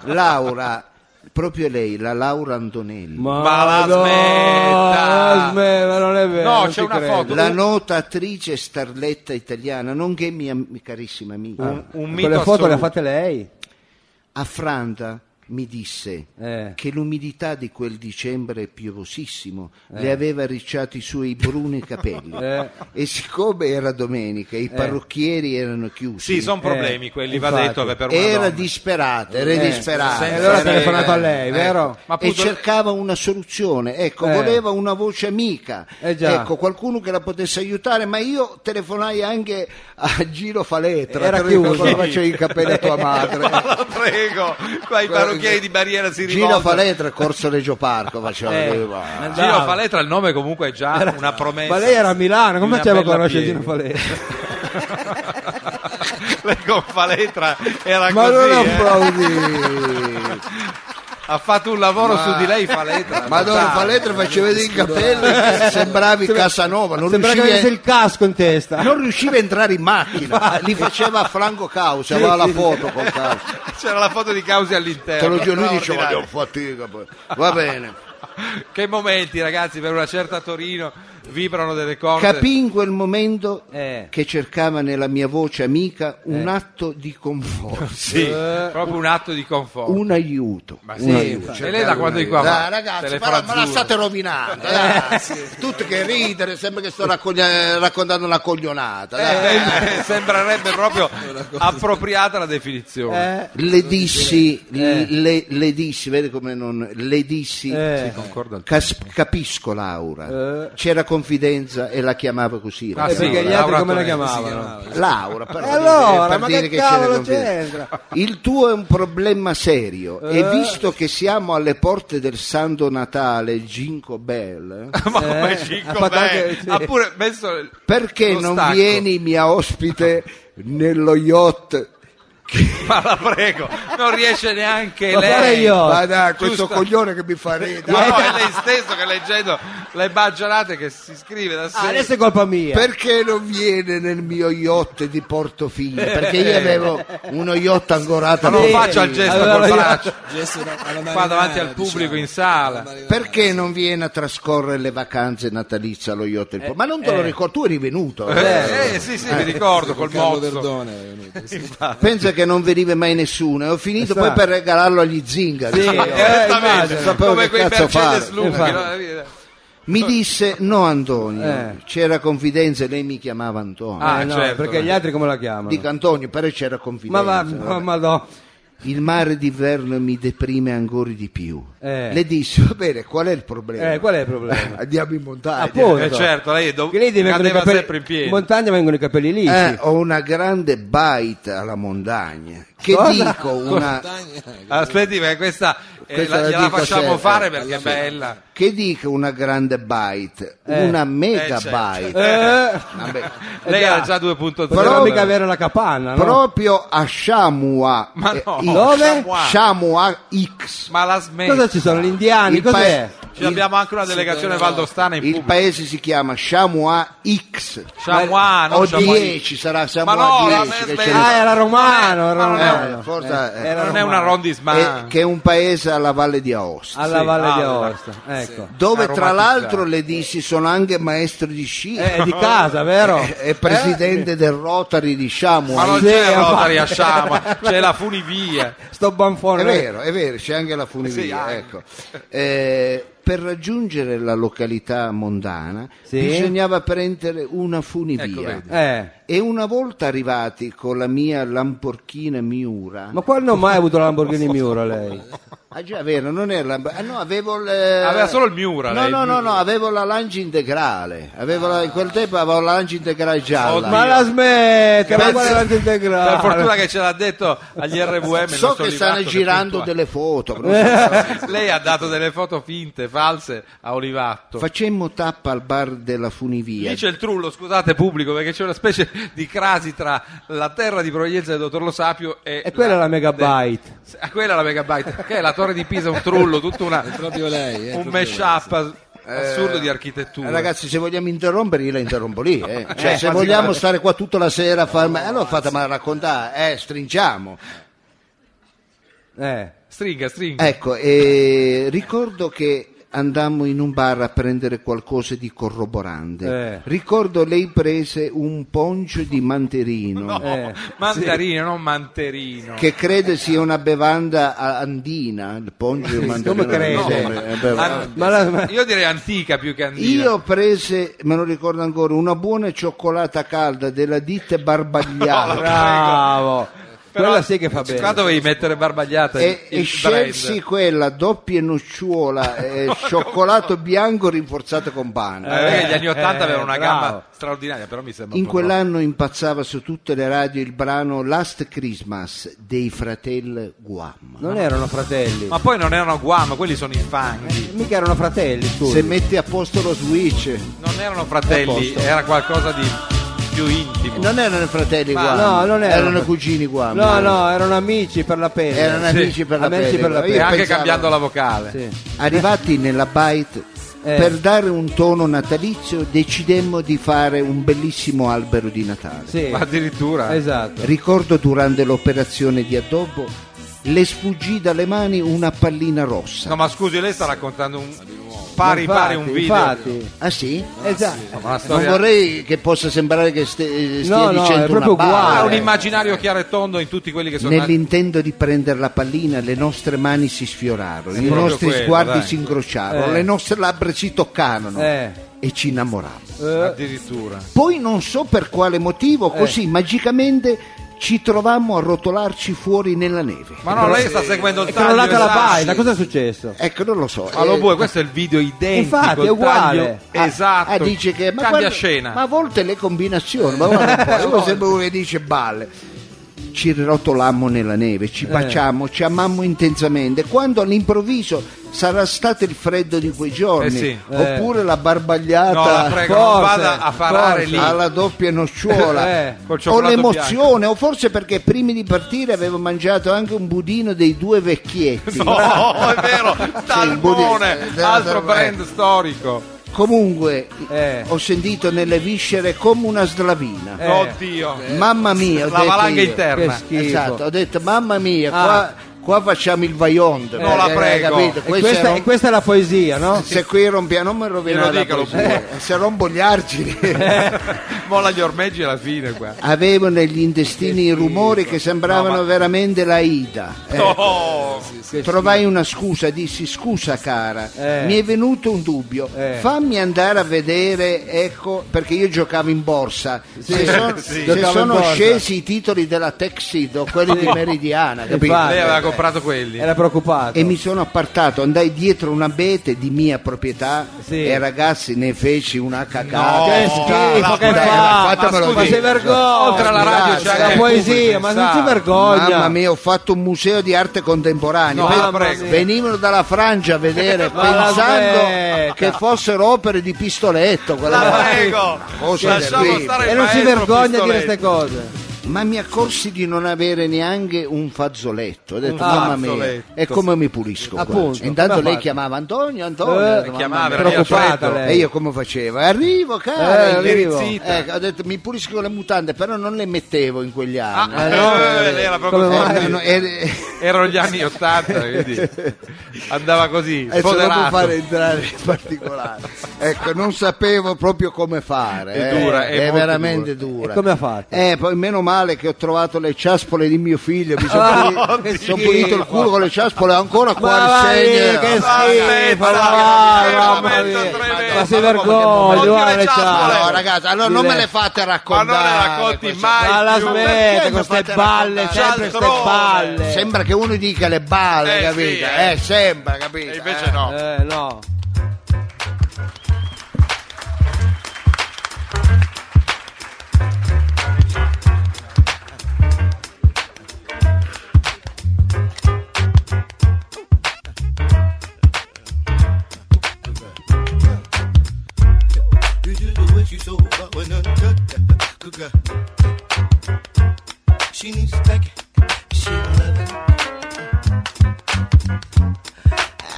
[SPEAKER 1] Laura, proprio lei, la Laura Antonelli.
[SPEAKER 3] Ma la
[SPEAKER 2] no,
[SPEAKER 3] smetta!
[SPEAKER 2] la sme- ma non è vero.
[SPEAKER 3] No,
[SPEAKER 2] non
[SPEAKER 3] c'è
[SPEAKER 2] ci
[SPEAKER 3] una
[SPEAKER 2] credo.
[SPEAKER 3] foto.
[SPEAKER 1] La nota attrice e starletta italiana, nonché mia mia carissima amica.
[SPEAKER 2] Ah.
[SPEAKER 3] Un, un mito
[SPEAKER 2] Quelle foto le ha
[SPEAKER 3] assoluto.
[SPEAKER 2] fatte lei?
[SPEAKER 1] A Franda mi disse
[SPEAKER 2] Eh.
[SPEAKER 1] che l'umidità di quel dicembre piovosissimo le aveva ricciato i suoi bruni capelli
[SPEAKER 2] Eh.
[SPEAKER 1] e siccome era domenica i parrucchieri erano chiusi
[SPEAKER 3] Sì, sono problemi quelli, va
[SPEAKER 2] infatti.
[SPEAKER 3] detto vabbè, per una
[SPEAKER 1] eh, era
[SPEAKER 3] donna.
[SPEAKER 1] disperata era
[SPEAKER 2] Eh,
[SPEAKER 1] disperata
[SPEAKER 2] sì, allora ha telefonato
[SPEAKER 1] Eh,
[SPEAKER 2] a lei, vero?
[SPEAKER 3] Ma appunto-
[SPEAKER 1] e cercava una soluzione ecco
[SPEAKER 2] Eh.
[SPEAKER 1] voleva una voce amica
[SPEAKER 2] Eh, già.
[SPEAKER 1] ecco qualcuno che la potesse aiutare ma io telefonai anche a Giro Faletra
[SPEAKER 2] Era
[SPEAKER 1] te lo ricordo,
[SPEAKER 2] chiuso.
[SPEAKER 1] quando facevi i capelli a tua madre
[SPEAKER 3] Ma la prego, qua i parrucchieri di Barriera si
[SPEAKER 1] Giro
[SPEAKER 3] rivolgono.
[SPEAKER 1] Faletra Corso Reggio Parco faceva
[SPEAKER 2] Eh.
[SPEAKER 1] va.
[SPEAKER 3] Gino Faletra, il nome comunque è già una promessa.
[SPEAKER 2] Ma lei era a Milano, come
[SPEAKER 3] Eh,
[SPEAKER 2] faceva
[SPEAKER 3] Una
[SPEAKER 2] a
[SPEAKER 3] bella
[SPEAKER 2] conoscere
[SPEAKER 3] piega.
[SPEAKER 2] Gino Faletti?
[SPEAKER 3] lei con Faletra era
[SPEAKER 2] Ma
[SPEAKER 3] così.
[SPEAKER 2] non
[SPEAKER 3] eh.
[SPEAKER 2] applaudi!
[SPEAKER 3] Ha fatto un lavoro su di lei Faletra.
[SPEAKER 1] Madonna
[SPEAKER 3] Totale.
[SPEAKER 1] Faletra faceva vedere i capelli sembravi Casanova non
[SPEAKER 2] Sembra che avesse
[SPEAKER 1] riuscivi, a,
[SPEAKER 2] il casco in testa.
[SPEAKER 3] Eh?
[SPEAKER 1] non riuscivi a entrare in macchina li faceva Franco Causa aveva la foto con Causa
[SPEAKER 3] C'era la foto di Causi
[SPEAKER 1] te
[SPEAKER 3] all'interno.
[SPEAKER 1] lo giuro lui diceva
[SPEAKER 3] Straordinario.
[SPEAKER 1] "Io ho fatica poi". va bene
[SPEAKER 3] Che momenti, ragazzi, per una certa Torino vibrano delle corde.
[SPEAKER 1] capì in quel momento
[SPEAKER 2] Eh.
[SPEAKER 1] che cercava nella mia voce amica
[SPEAKER 3] Eh.
[SPEAKER 1] un atto di conforto
[SPEAKER 3] Sì, proprio un atto di conforto.
[SPEAKER 1] un aiuto
[SPEAKER 3] Ma
[SPEAKER 1] un
[SPEAKER 3] sì,
[SPEAKER 1] aiuto.
[SPEAKER 3] e
[SPEAKER 1] Cercava
[SPEAKER 3] lei da
[SPEAKER 1] un
[SPEAKER 3] quando è
[SPEAKER 1] aiuto.
[SPEAKER 3] qua va?
[SPEAKER 1] Dai, ragazzi
[SPEAKER 3] Telefono
[SPEAKER 1] ma, ma la
[SPEAKER 3] azzurro.
[SPEAKER 1] state
[SPEAKER 3] Eh,
[SPEAKER 1] rovinando dai. tutti che ridere sembra che sto raccogli- raccontando una coglionata dai.
[SPEAKER 3] Eh, sembrerebbe proprio appropriata la definizione.
[SPEAKER 2] Eh,
[SPEAKER 1] Le dissi,
[SPEAKER 3] Eh.
[SPEAKER 1] le, le dissi, vedi come non. Le dissi,
[SPEAKER 2] eh.
[SPEAKER 3] Concordo.
[SPEAKER 1] "Cas- capisco Laura,
[SPEAKER 2] Eh.
[SPEAKER 1] c'era confidenza e la chiamava così.
[SPEAKER 3] Ah,
[SPEAKER 1] Laura.
[SPEAKER 2] E
[SPEAKER 3] sì,
[SPEAKER 2] perché gli
[SPEAKER 3] Laura
[SPEAKER 2] altri come la
[SPEAKER 3] Antonelli
[SPEAKER 2] chiamavano?
[SPEAKER 1] Laura, per
[SPEAKER 2] E allora,
[SPEAKER 1] per
[SPEAKER 2] Eh, ma
[SPEAKER 1] dire
[SPEAKER 2] che
[SPEAKER 1] c'era
[SPEAKER 2] cavolo
[SPEAKER 1] confidenza.
[SPEAKER 2] c'entra?
[SPEAKER 1] Il tuo è un problema serio
[SPEAKER 2] Eh.
[SPEAKER 1] e visto che siamo alle porte del Santo Natale, Ginko Bell,
[SPEAKER 3] Ma come
[SPEAKER 2] Eh,
[SPEAKER 3] Cinco
[SPEAKER 2] ha fatto
[SPEAKER 3] Bell?
[SPEAKER 2] anche- sì.
[SPEAKER 3] ha pure messo il-
[SPEAKER 1] perché
[SPEAKER 3] lo
[SPEAKER 1] non
[SPEAKER 3] stacco.
[SPEAKER 1] vieni mia ospite nello yacht?
[SPEAKER 3] Ma la prego, non riesce neanche
[SPEAKER 2] Ma guarda
[SPEAKER 3] lei.
[SPEAKER 2] io. Eh,
[SPEAKER 1] Ma dai, questo
[SPEAKER 3] Giusto.
[SPEAKER 1] coglione che mi fa ridere.
[SPEAKER 3] No, è lei stesso che leggendo le baggianate che si scrive da sé.
[SPEAKER 2] Ah, adesso è colpa mia.
[SPEAKER 1] Perché non viene nel mio yacht di Portofino? Perché io avevo uno yacht ancorato
[SPEAKER 3] Ma
[SPEAKER 1] a
[SPEAKER 3] non
[SPEAKER 2] Sì.
[SPEAKER 3] faccia
[SPEAKER 1] Portofino.
[SPEAKER 3] il gesto
[SPEAKER 2] Allora
[SPEAKER 3] col
[SPEAKER 2] io-
[SPEAKER 3] braccio.
[SPEAKER 4] Gesto da- alla
[SPEAKER 3] Qua
[SPEAKER 4] marinara,
[SPEAKER 3] davanti al
[SPEAKER 4] diciamo.
[SPEAKER 3] pubblico in sala.
[SPEAKER 4] Alla marinara.
[SPEAKER 1] Perché non viene a trascorrere le vacanze natalizie allo yacht del Portofino? Ma non te
[SPEAKER 2] Eh,
[SPEAKER 1] lo ricordo, tu eri venuto.
[SPEAKER 3] Eh, eh, sì, sì, mi ricordo col
[SPEAKER 4] Carlo
[SPEAKER 3] mozzo.
[SPEAKER 4] Verdone è venuto, sì.
[SPEAKER 1] Pensa che non veniva mai nessuno e ho finito
[SPEAKER 2] Esatto.
[SPEAKER 1] poi per regalarlo agli zingari.
[SPEAKER 2] Sì,
[SPEAKER 1] Io
[SPEAKER 2] eh.
[SPEAKER 3] Esattamente,
[SPEAKER 2] immagino.
[SPEAKER 1] Sapevo
[SPEAKER 3] come
[SPEAKER 1] che
[SPEAKER 3] quei
[SPEAKER 1] cazzo
[SPEAKER 3] Mercedes
[SPEAKER 1] fare.
[SPEAKER 3] lunghi. no?
[SPEAKER 1] Mi disse no Antonio,
[SPEAKER 2] Eh.
[SPEAKER 1] c'era confidenza e lei mi chiamava Antonio.
[SPEAKER 3] Ah,
[SPEAKER 2] Eh, no,
[SPEAKER 3] certo.
[SPEAKER 2] perché gli altri come la chiamano?
[SPEAKER 1] Dico Antonio, però c'era
[SPEAKER 2] Ma,
[SPEAKER 1] confidenza.
[SPEAKER 2] va,
[SPEAKER 1] vabbè.
[SPEAKER 2] ma madonna.
[SPEAKER 1] il mare d'inverno mi deprime ancora di più.
[SPEAKER 2] Eh.
[SPEAKER 1] Le dissi, va bene, qual è il problema?
[SPEAKER 2] Eh, qual è il problema?
[SPEAKER 1] Andiamo in montagna.
[SPEAKER 2] Appunto.
[SPEAKER 3] Eh, certo, lei, è dov-
[SPEAKER 2] Che lei deve avere i
[SPEAKER 3] cadeva
[SPEAKER 2] capelli-
[SPEAKER 3] sempre in piedi.
[SPEAKER 2] in montagna vengono i capelli lisci.
[SPEAKER 1] Eh, ho una grande baita alla montagna. Che
[SPEAKER 2] Cosa?
[SPEAKER 1] dico? Una,
[SPEAKER 3] Aspetti, perché questa, eh,
[SPEAKER 1] Questa
[SPEAKER 3] la,
[SPEAKER 1] la
[SPEAKER 3] gliela
[SPEAKER 1] dico
[SPEAKER 3] facciamo
[SPEAKER 1] sempre,
[SPEAKER 3] fare perché
[SPEAKER 1] alla
[SPEAKER 3] è
[SPEAKER 1] fine.
[SPEAKER 3] bella.
[SPEAKER 1] che dico una grande bite?
[SPEAKER 2] Eh.
[SPEAKER 1] Una
[SPEAKER 3] Eh, certo.
[SPEAKER 1] megabyte.
[SPEAKER 2] Eh,
[SPEAKER 1] Vabbè.
[SPEAKER 3] Lei
[SPEAKER 2] già.
[SPEAKER 3] ha già 2.0.
[SPEAKER 2] poteva
[SPEAKER 1] Però-
[SPEAKER 2] mica avere la capanna, no?
[SPEAKER 1] Proprio a Shamua
[SPEAKER 3] Ma
[SPEAKER 1] eh,
[SPEAKER 3] no,
[SPEAKER 1] X.
[SPEAKER 2] Dove?
[SPEAKER 1] Shamua X.
[SPEAKER 3] Ma la smetta.
[SPEAKER 2] Cosa ci sono? Gli
[SPEAKER 3] Ah,
[SPEAKER 2] indiani?
[SPEAKER 1] Il
[SPEAKER 2] Cos'è?
[SPEAKER 1] paese-
[SPEAKER 3] Ci abbiamo anche una delegazione valdostana in
[SPEAKER 1] eh, Il
[SPEAKER 3] pubblico.
[SPEAKER 1] paese si chiama Shamua X.
[SPEAKER 3] Chamois, non
[SPEAKER 1] o
[SPEAKER 3] Chamois.
[SPEAKER 1] 10 sarà
[SPEAKER 3] Ma
[SPEAKER 1] Shamua
[SPEAKER 3] no, la
[SPEAKER 1] 10.
[SPEAKER 3] me-
[SPEAKER 1] che
[SPEAKER 3] me-
[SPEAKER 1] ce
[SPEAKER 2] Ah,
[SPEAKER 1] n'è.
[SPEAKER 2] era romano, era
[SPEAKER 3] Ma non è-
[SPEAKER 2] romano.
[SPEAKER 1] Eh, forse, eh,
[SPEAKER 2] era
[SPEAKER 3] Non è una
[SPEAKER 2] romano.
[SPEAKER 3] rondisma.
[SPEAKER 1] Eh, che è un paese alla valle di Aosta.
[SPEAKER 2] alla
[SPEAKER 3] Sì,
[SPEAKER 2] Valle di
[SPEAKER 3] ah,
[SPEAKER 2] Aosta, ecco.
[SPEAKER 1] Dove tra
[SPEAKER 3] Aromatizzata.
[SPEAKER 1] l'altro le dissi sono anche maestro di sci.
[SPEAKER 2] Eh, È di casa, vero?
[SPEAKER 1] è presidente del Rotary di
[SPEAKER 3] Eh, Ma
[SPEAKER 1] Shamua.
[SPEAKER 3] non
[SPEAKER 2] Sì,
[SPEAKER 3] c'è
[SPEAKER 2] infatti.
[SPEAKER 3] Rotary a Sciama, c'è la funivia.
[SPEAKER 2] Sto
[SPEAKER 1] È
[SPEAKER 2] banfone.
[SPEAKER 1] vero, è vero, c'è anche la funivia.
[SPEAKER 3] Sì,
[SPEAKER 1] ecco. Eh, per raggiungere la località mondana
[SPEAKER 2] Sì.
[SPEAKER 1] bisognava prendere una
[SPEAKER 3] Ecco,
[SPEAKER 1] funivia.
[SPEAKER 3] vedi.
[SPEAKER 2] Eh.
[SPEAKER 1] e una volta arrivati con la mia Lamporchina Miura,
[SPEAKER 2] Ma quando mai ha avuto la Lamborghini Miura lei?
[SPEAKER 1] ah già vero, non era la ah, no, avevo le-
[SPEAKER 3] Aveva solo il Miura,
[SPEAKER 1] No,
[SPEAKER 3] lei,
[SPEAKER 1] no,
[SPEAKER 3] il
[SPEAKER 1] no,
[SPEAKER 3] Miura.
[SPEAKER 1] no, avevo la Lange integrale. Avevo la- in quel tempo avevo la Lange integrale gialla.
[SPEAKER 3] Oddio. eh,
[SPEAKER 2] Ma la smetta, ma
[SPEAKER 1] Penso-
[SPEAKER 2] guarda l'integrale.
[SPEAKER 3] Per fortuna che ce l'ha detto agli RVM. il
[SPEAKER 1] so
[SPEAKER 3] nostro
[SPEAKER 1] che
[SPEAKER 3] Olivato,
[SPEAKER 1] stanno girando
[SPEAKER 3] puntuale.
[SPEAKER 1] delle foto. non so se-
[SPEAKER 3] Lei ha dato delle foto finte, false a Olivatto.
[SPEAKER 1] Facemmo tappa al bar della funivia.
[SPEAKER 3] Lì c'è il trullo, scusate pubblico, perché c'è una specie di crasi tra la terra di provenienza del dottor Lo Sapio e...
[SPEAKER 2] E quella è la megabyte.
[SPEAKER 3] del- Ah, quella è la megabyte, che è la torre di Pisa, un trullo, tutto una,
[SPEAKER 4] È proprio lei, è
[SPEAKER 3] un
[SPEAKER 4] proprio
[SPEAKER 3] mesh
[SPEAKER 4] lei,
[SPEAKER 3] up assurdo di
[SPEAKER 1] Eh,
[SPEAKER 3] architettura.
[SPEAKER 1] Ragazzi, se vogliamo interrompere, io la interrompo lì. eh. Cioè,
[SPEAKER 2] Eh,
[SPEAKER 1] se
[SPEAKER 2] quasi
[SPEAKER 1] vogliamo
[SPEAKER 2] quasi.
[SPEAKER 1] stare qua tutta la sera, a farmi- allora fatemela raccontare, eh, stringiamo.
[SPEAKER 2] Eh.
[SPEAKER 3] Stringa, stringa.
[SPEAKER 1] Ecco, e ricordo che andammo in un bar a prendere qualcosa di corroborante.
[SPEAKER 2] Eh.
[SPEAKER 1] Ricordo lei prese un poncio di manterino.
[SPEAKER 3] No,
[SPEAKER 2] Eh,
[SPEAKER 3] mandarino, non manterino.
[SPEAKER 1] Che crede sia una bevanda a- andina, il poncio di manterino.
[SPEAKER 2] come crede? Ah,
[SPEAKER 1] mi sembra, è una bevanda.
[SPEAKER 3] An-
[SPEAKER 2] Ma la- ma-
[SPEAKER 3] eh, Io direi antica più che andina.
[SPEAKER 1] Io prese, me lo ricordo ancora, una buona cioccolata calda della ditta Barbagliata.
[SPEAKER 2] Bravo.
[SPEAKER 3] Però-
[SPEAKER 2] Quella sì che fa
[SPEAKER 3] Qua
[SPEAKER 2] bene.
[SPEAKER 3] dovevi mettere barbagliata
[SPEAKER 1] e,
[SPEAKER 3] il-
[SPEAKER 1] e
[SPEAKER 3] il brand.
[SPEAKER 1] scelsi quella doppia nocciola eh, cioccolato bianco rinforzato con
[SPEAKER 3] Eh,
[SPEAKER 1] pane.
[SPEAKER 3] perché gli anni 80
[SPEAKER 2] eh,
[SPEAKER 3] avevano una
[SPEAKER 2] bravo.
[SPEAKER 3] gamba straordinaria, però mi sembra
[SPEAKER 1] In
[SPEAKER 3] un po' no.
[SPEAKER 1] quell'anno impazzava su tutte le radio il brano Last Christmas dei fratelli Guam.
[SPEAKER 2] Non erano fratelli.
[SPEAKER 3] Ma poi non erano guam, quelli sono i fanghi.
[SPEAKER 2] Mica erano fratelli,
[SPEAKER 1] Se
[SPEAKER 2] scusa.
[SPEAKER 1] metti a posto lo switch,
[SPEAKER 3] Non erano fratelli,
[SPEAKER 2] posto.
[SPEAKER 3] era qualcosa di più intimo.
[SPEAKER 1] non erano i fratelli
[SPEAKER 3] Ma-
[SPEAKER 1] Guam,
[SPEAKER 2] no, non erano fratelli.
[SPEAKER 1] cugini Guam.
[SPEAKER 2] No, no, erano amici per la pelle.
[SPEAKER 1] Erano
[SPEAKER 3] Sì,
[SPEAKER 1] amici per la
[SPEAKER 2] amici
[SPEAKER 1] pelle.
[SPEAKER 2] per la
[SPEAKER 1] Io
[SPEAKER 2] pelle.
[SPEAKER 3] e anche
[SPEAKER 1] pensavo-
[SPEAKER 3] cambiando la vocale.
[SPEAKER 2] Sì.
[SPEAKER 1] Arrivati nella bite,
[SPEAKER 2] Eh.
[SPEAKER 1] per dare un tono natalizio, decidemmo di fare un bellissimo albero di Natale.
[SPEAKER 2] Sì.
[SPEAKER 3] Ma addirittura.
[SPEAKER 2] Esatto.
[SPEAKER 1] Ricordo durante l'operazione di addobbo, le sfuggì dalle mani una pallina rossa.
[SPEAKER 3] No, ma scusi, lei sta raccontando un pari
[SPEAKER 2] Infatti,
[SPEAKER 3] pari un video.
[SPEAKER 2] Infatti.
[SPEAKER 1] Ah sì?
[SPEAKER 2] Esatto.
[SPEAKER 3] No, ma una
[SPEAKER 1] Non
[SPEAKER 3] storia-
[SPEAKER 1] vorrei che possa sembrare che ste- eh, stia
[SPEAKER 2] No, no,
[SPEAKER 1] dicendo
[SPEAKER 2] è proprio
[SPEAKER 1] una
[SPEAKER 3] Ah,
[SPEAKER 1] barra.
[SPEAKER 3] è un
[SPEAKER 2] uguale.
[SPEAKER 3] immaginario chiaro e tondo in tutti quelli che sono nati-
[SPEAKER 1] Nell'intento di prendere la pallina le nostre mani si sfiorarono, i
[SPEAKER 3] proprio
[SPEAKER 1] nostri
[SPEAKER 3] quello,
[SPEAKER 1] sguardi
[SPEAKER 3] dai.
[SPEAKER 1] si incrociarono,
[SPEAKER 2] Eh.
[SPEAKER 1] le nostre labbra si toccarono
[SPEAKER 2] Eh.
[SPEAKER 1] e ci innamorammo.
[SPEAKER 2] Eh,
[SPEAKER 3] Addirittura.
[SPEAKER 1] Poi non so per quale motivo,
[SPEAKER 3] Eh.
[SPEAKER 1] così magicamente ci trovammo a rotolarci fuori nella neve.
[SPEAKER 3] Ma no, lei sta seguendo il
[SPEAKER 2] è
[SPEAKER 3] taglio.
[SPEAKER 2] crollata la
[SPEAKER 3] esatto.
[SPEAKER 2] baita, cosa è successo?
[SPEAKER 1] Ecco, non lo so.
[SPEAKER 3] Ma lo
[SPEAKER 1] eh,
[SPEAKER 3] vuoi, questo è il video identico.
[SPEAKER 2] Infatti, è
[SPEAKER 3] il
[SPEAKER 2] uguale. eh,
[SPEAKER 3] taglio esatto.
[SPEAKER 1] Ah, dice che, ma
[SPEAKER 3] Cambia
[SPEAKER 1] guarda-
[SPEAKER 3] scena.
[SPEAKER 1] Ma a volte le combinazioni, ma guarda un po', uno sembra uno che dice balle. Ci rotolammo nella neve,
[SPEAKER 3] Eh.
[SPEAKER 1] ci baciammo, ci amammo intensamente. Quando all'improvviso sarà stato il freddo di quei giorni,
[SPEAKER 3] Eh sì.
[SPEAKER 1] oppure la
[SPEAKER 3] No, la
[SPEAKER 1] barbagliata
[SPEAKER 3] prego, non
[SPEAKER 2] forse,
[SPEAKER 3] vada a farare
[SPEAKER 2] forse.
[SPEAKER 3] lì.
[SPEAKER 1] alla doppia nocciola,
[SPEAKER 2] Eh,
[SPEAKER 3] col
[SPEAKER 1] o
[SPEAKER 3] cioccolato
[SPEAKER 1] l'emozione, o forse perché prima di partire avevo mangiato anche un budino dei due vecchietti.
[SPEAKER 3] No, è vero,
[SPEAKER 1] Sì,
[SPEAKER 3] Talmone,
[SPEAKER 1] Budista,
[SPEAKER 3] altro
[SPEAKER 1] eh,
[SPEAKER 3] brand storico.
[SPEAKER 1] Comunque,
[SPEAKER 2] Eh.
[SPEAKER 1] ho sentito nelle viscere come una slavina.
[SPEAKER 2] Eh.
[SPEAKER 3] Oddio.
[SPEAKER 1] Mamma mia, ho
[SPEAKER 3] La
[SPEAKER 1] detto
[SPEAKER 3] valanga
[SPEAKER 1] io.
[SPEAKER 3] interna.
[SPEAKER 2] Che schifo.
[SPEAKER 1] Esatto, ho detto mamma mia,
[SPEAKER 2] Ah.
[SPEAKER 1] qua, Qua facciamo il Vaillant.
[SPEAKER 3] Eh, No, la prego.
[SPEAKER 1] Capito?
[SPEAKER 2] E
[SPEAKER 3] E
[SPEAKER 1] Questo
[SPEAKER 2] questa,
[SPEAKER 1] era un-
[SPEAKER 2] e questa è la poesia, no?
[SPEAKER 1] Se qui rompia, non mi rovinare
[SPEAKER 3] Glielo
[SPEAKER 1] la
[SPEAKER 3] dica, lo
[SPEAKER 1] poesia. Se rompo gli argini.
[SPEAKER 3] Molla gli ormeggi alla fine qua.
[SPEAKER 1] Avevano negli intestini i rumori che sembravano
[SPEAKER 3] No, ma-
[SPEAKER 1] veramente la Ida. Eh,
[SPEAKER 3] Oh,
[SPEAKER 1] Trovai una scusa, dissi scusa cara,
[SPEAKER 2] Eh.
[SPEAKER 1] mi è venuto un dubbio,
[SPEAKER 2] Eh.
[SPEAKER 1] fammi andare a vedere, ecco, perché io giocavo in borsa, se, son- se
[SPEAKER 3] sì.
[SPEAKER 2] Giocavo in
[SPEAKER 1] sono
[SPEAKER 2] borsa.
[SPEAKER 1] scesi i titoli della Texid o quelli di Meridiana, capito?
[SPEAKER 2] Infatti.
[SPEAKER 3] lei aveva comprato quelli.
[SPEAKER 1] Eh,
[SPEAKER 2] Era preoccupato.
[SPEAKER 1] E mi sono appartato, andai dietro un abete di mia proprietà
[SPEAKER 2] Sì.
[SPEAKER 1] e ragazzi ne feci una cagata.
[SPEAKER 3] No,
[SPEAKER 2] Che
[SPEAKER 3] dai,
[SPEAKER 2] schifo che
[SPEAKER 3] dai,
[SPEAKER 2] fa!
[SPEAKER 1] fatemelo
[SPEAKER 2] Ma
[SPEAKER 1] dire.
[SPEAKER 2] sei vergogna!
[SPEAKER 3] Oltre alla radio
[SPEAKER 1] c'è
[SPEAKER 2] la
[SPEAKER 1] anche il
[SPEAKER 2] poesia,
[SPEAKER 3] pubblico,
[SPEAKER 2] ma
[SPEAKER 3] sa.
[SPEAKER 2] non si vergogna!
[SPEAKER 1] Mamma mia, ho fatto un museo di arte contemporanea.
[SPEAKER 3] No,
[SPEAKER 1] Pe-
[SPEAKER 3] mamma mia.
[SPEAKER 1] venivano dalla Francia a vedere
[SPEAKER 2] Ma la smetta.
[SPEAKER 1] pensando che fossero opere di pistoletto. quella
[SPEAKER 3] La
[SPEAKER 1] roba.
[SPEAKER 3] prego,
[SPEAKER 1] Cosa
[SPEAKER 3] lasciamo
[SPEAKER 1] terribile.
[SPEAKER 3] stare il
[SPEAKER 2] E non si
[SPEAKER 3] maestro
[SPEAKER 2] vergogna di dire
[SPEAKER 3] Pistoletto.
[SPEAKER 2] queste cose.
[SPEAKER 1] Ma mi accorsi di non avere neanche un fazzoletto. Ho detto,
[SPEAKER 2] Un
[SPEAKER 1] mamma mia,
[SPEAKER 3] fazzoletto.
[SPEAKER 1] e come mi pulisco? qua?"
[SPEAKER 2] Appunto.
[SPEAKER 1] Intanto
[SPEAKER 2] Ma
[SPEAKER 1] lei
[SPEAKER 2] guarda.
[SPEAKER 1] chiamava Antonio, Antonio.
[SPEAKER 2] Eh,
[SPEAKER 1] Ero,
[SPEAKER 3] chiamava
[SPEAKER 1] mamma mia.
[SPEAKER 3] veramente
[SPEAKER 2] Preoccupata
[SPEAKER 3] freddo.
[SPEAKER 1] E
[SPEAKER 2] lei.
[SPEAKER 1] io come facevo? Arrivo, cara.
[SPEAKER 2] Eh,
[SPEAKER 1] io-
[SPEAKER 2] arrivo.
[SPEAKER 3] Zitta.
[SPEAKER 1] Ecco, ho detto, mi pulisco con le mutande, però non le mettevo in quegli anni.
[SPEAKER 3] Ah,
[SPEAKER 1] Eh,
[SPEAKER 3] eh, lei era proprio
[SPEAKER 2] come
[SPEAKER 3] così.
[SPEAKER 2] mai?
[SPEAKER 1] erano- er-
[SPEAKER 3] Erano gli anni 80, quindi andava così,
[SPEAKER 1] E solo per
[SPEAKER 3] sfoderato.
[SPEAKER 1] fare entrare in particolare. ecco, non sapevo proprio come fare.
[SPEAKER 3] È
[SPEAKER 1] eh.
[SPEAKER 3] dura, è
[SPEAKER 1] è,
[SPEAKER 3] molto
[SPEAKER 1] veramente dura.
[SPEAKER 2] E come ha fatto?
[SPEAKER 1] Eh, poi meno male che ho trovato le ciaspole di mio figlio, mi sono,
[SPEAKER 2] Oh,
[SPEAKER 1] puli-
[SPEAKER 2] che
[SPEAKER 1] mi sono
[SPEAKER 2] schifo.
[SPEAKER 1] pulito il culo con le ciaspole, ho ancora qua
[SPEAKER 2] Ma
[SPEAKER 1] il segno.
[SPEAKER 2] vai, che
[SPEAKER 3] Ma
[SPEAKER 2] schifo,
[SPEAKER 3] aspetta,
[SPEAKER 2] ma
[SPEAKER 3] che
[SPEAKER 2] vai,
[SPEAKER 3] momento
[SPEAKER 2] mamma mia.
[SPEAKER 3] tremendo.
[SPEAKER 2] Ma
[SPEAKER 3] Ma
[SPEAKER 2] sei
[SPEAKER 3] come-
[SPEAKER 2] vergogna,
[SPEAKER 3] Oddio,
[SPEAKER 2] guarda
[SPEAKER 3] le
[SPEAKER 2] le
[SPEAKER 3] ciaspole.
[SPEAKER 2] ciaspole.
[SPEAKER 1] Allora, ragazzi, allora non me le fate
[SPEAKER 3] Ma
[SPEAKER 1] raccontare.
[SPEAKER 3] non le racconti
[SPEAKER 1] queste-
[SPEAKER 3] mai
[SPEAKER 2] Ma la
[SPEAKER 3] più.
[SPEAKER 1] perché
[SPEAKER 2] smette
[SPEAKER 1] mi
[SPEAKER 2] con ste
[SPEAKER 1] fate
[SPEAKER 2] balle,
[SPEAKER 1] raccontare?
[SPEAKER 2] sempre ste
[SPEAKER 3] Cialtrone.
[SPEAKER 2] balle.
[SPEAKER 1] Sembra che uno dica le balle,
[SPEAKER 3] Eh,
[SPEAKER 1] capito?
[SPEAKER 3] sì, eh.
[SPEAKER 1] Eh, sembra, capito?
[SPEAKER 3] E invece
[SPEAKER 1] Eh.
[SPEAKER 3] no.
[SPEAKER 2] Eh, no.
[SPEAKER 6] You do the wish you so but when I cut cooker. She needs to take it. She love it.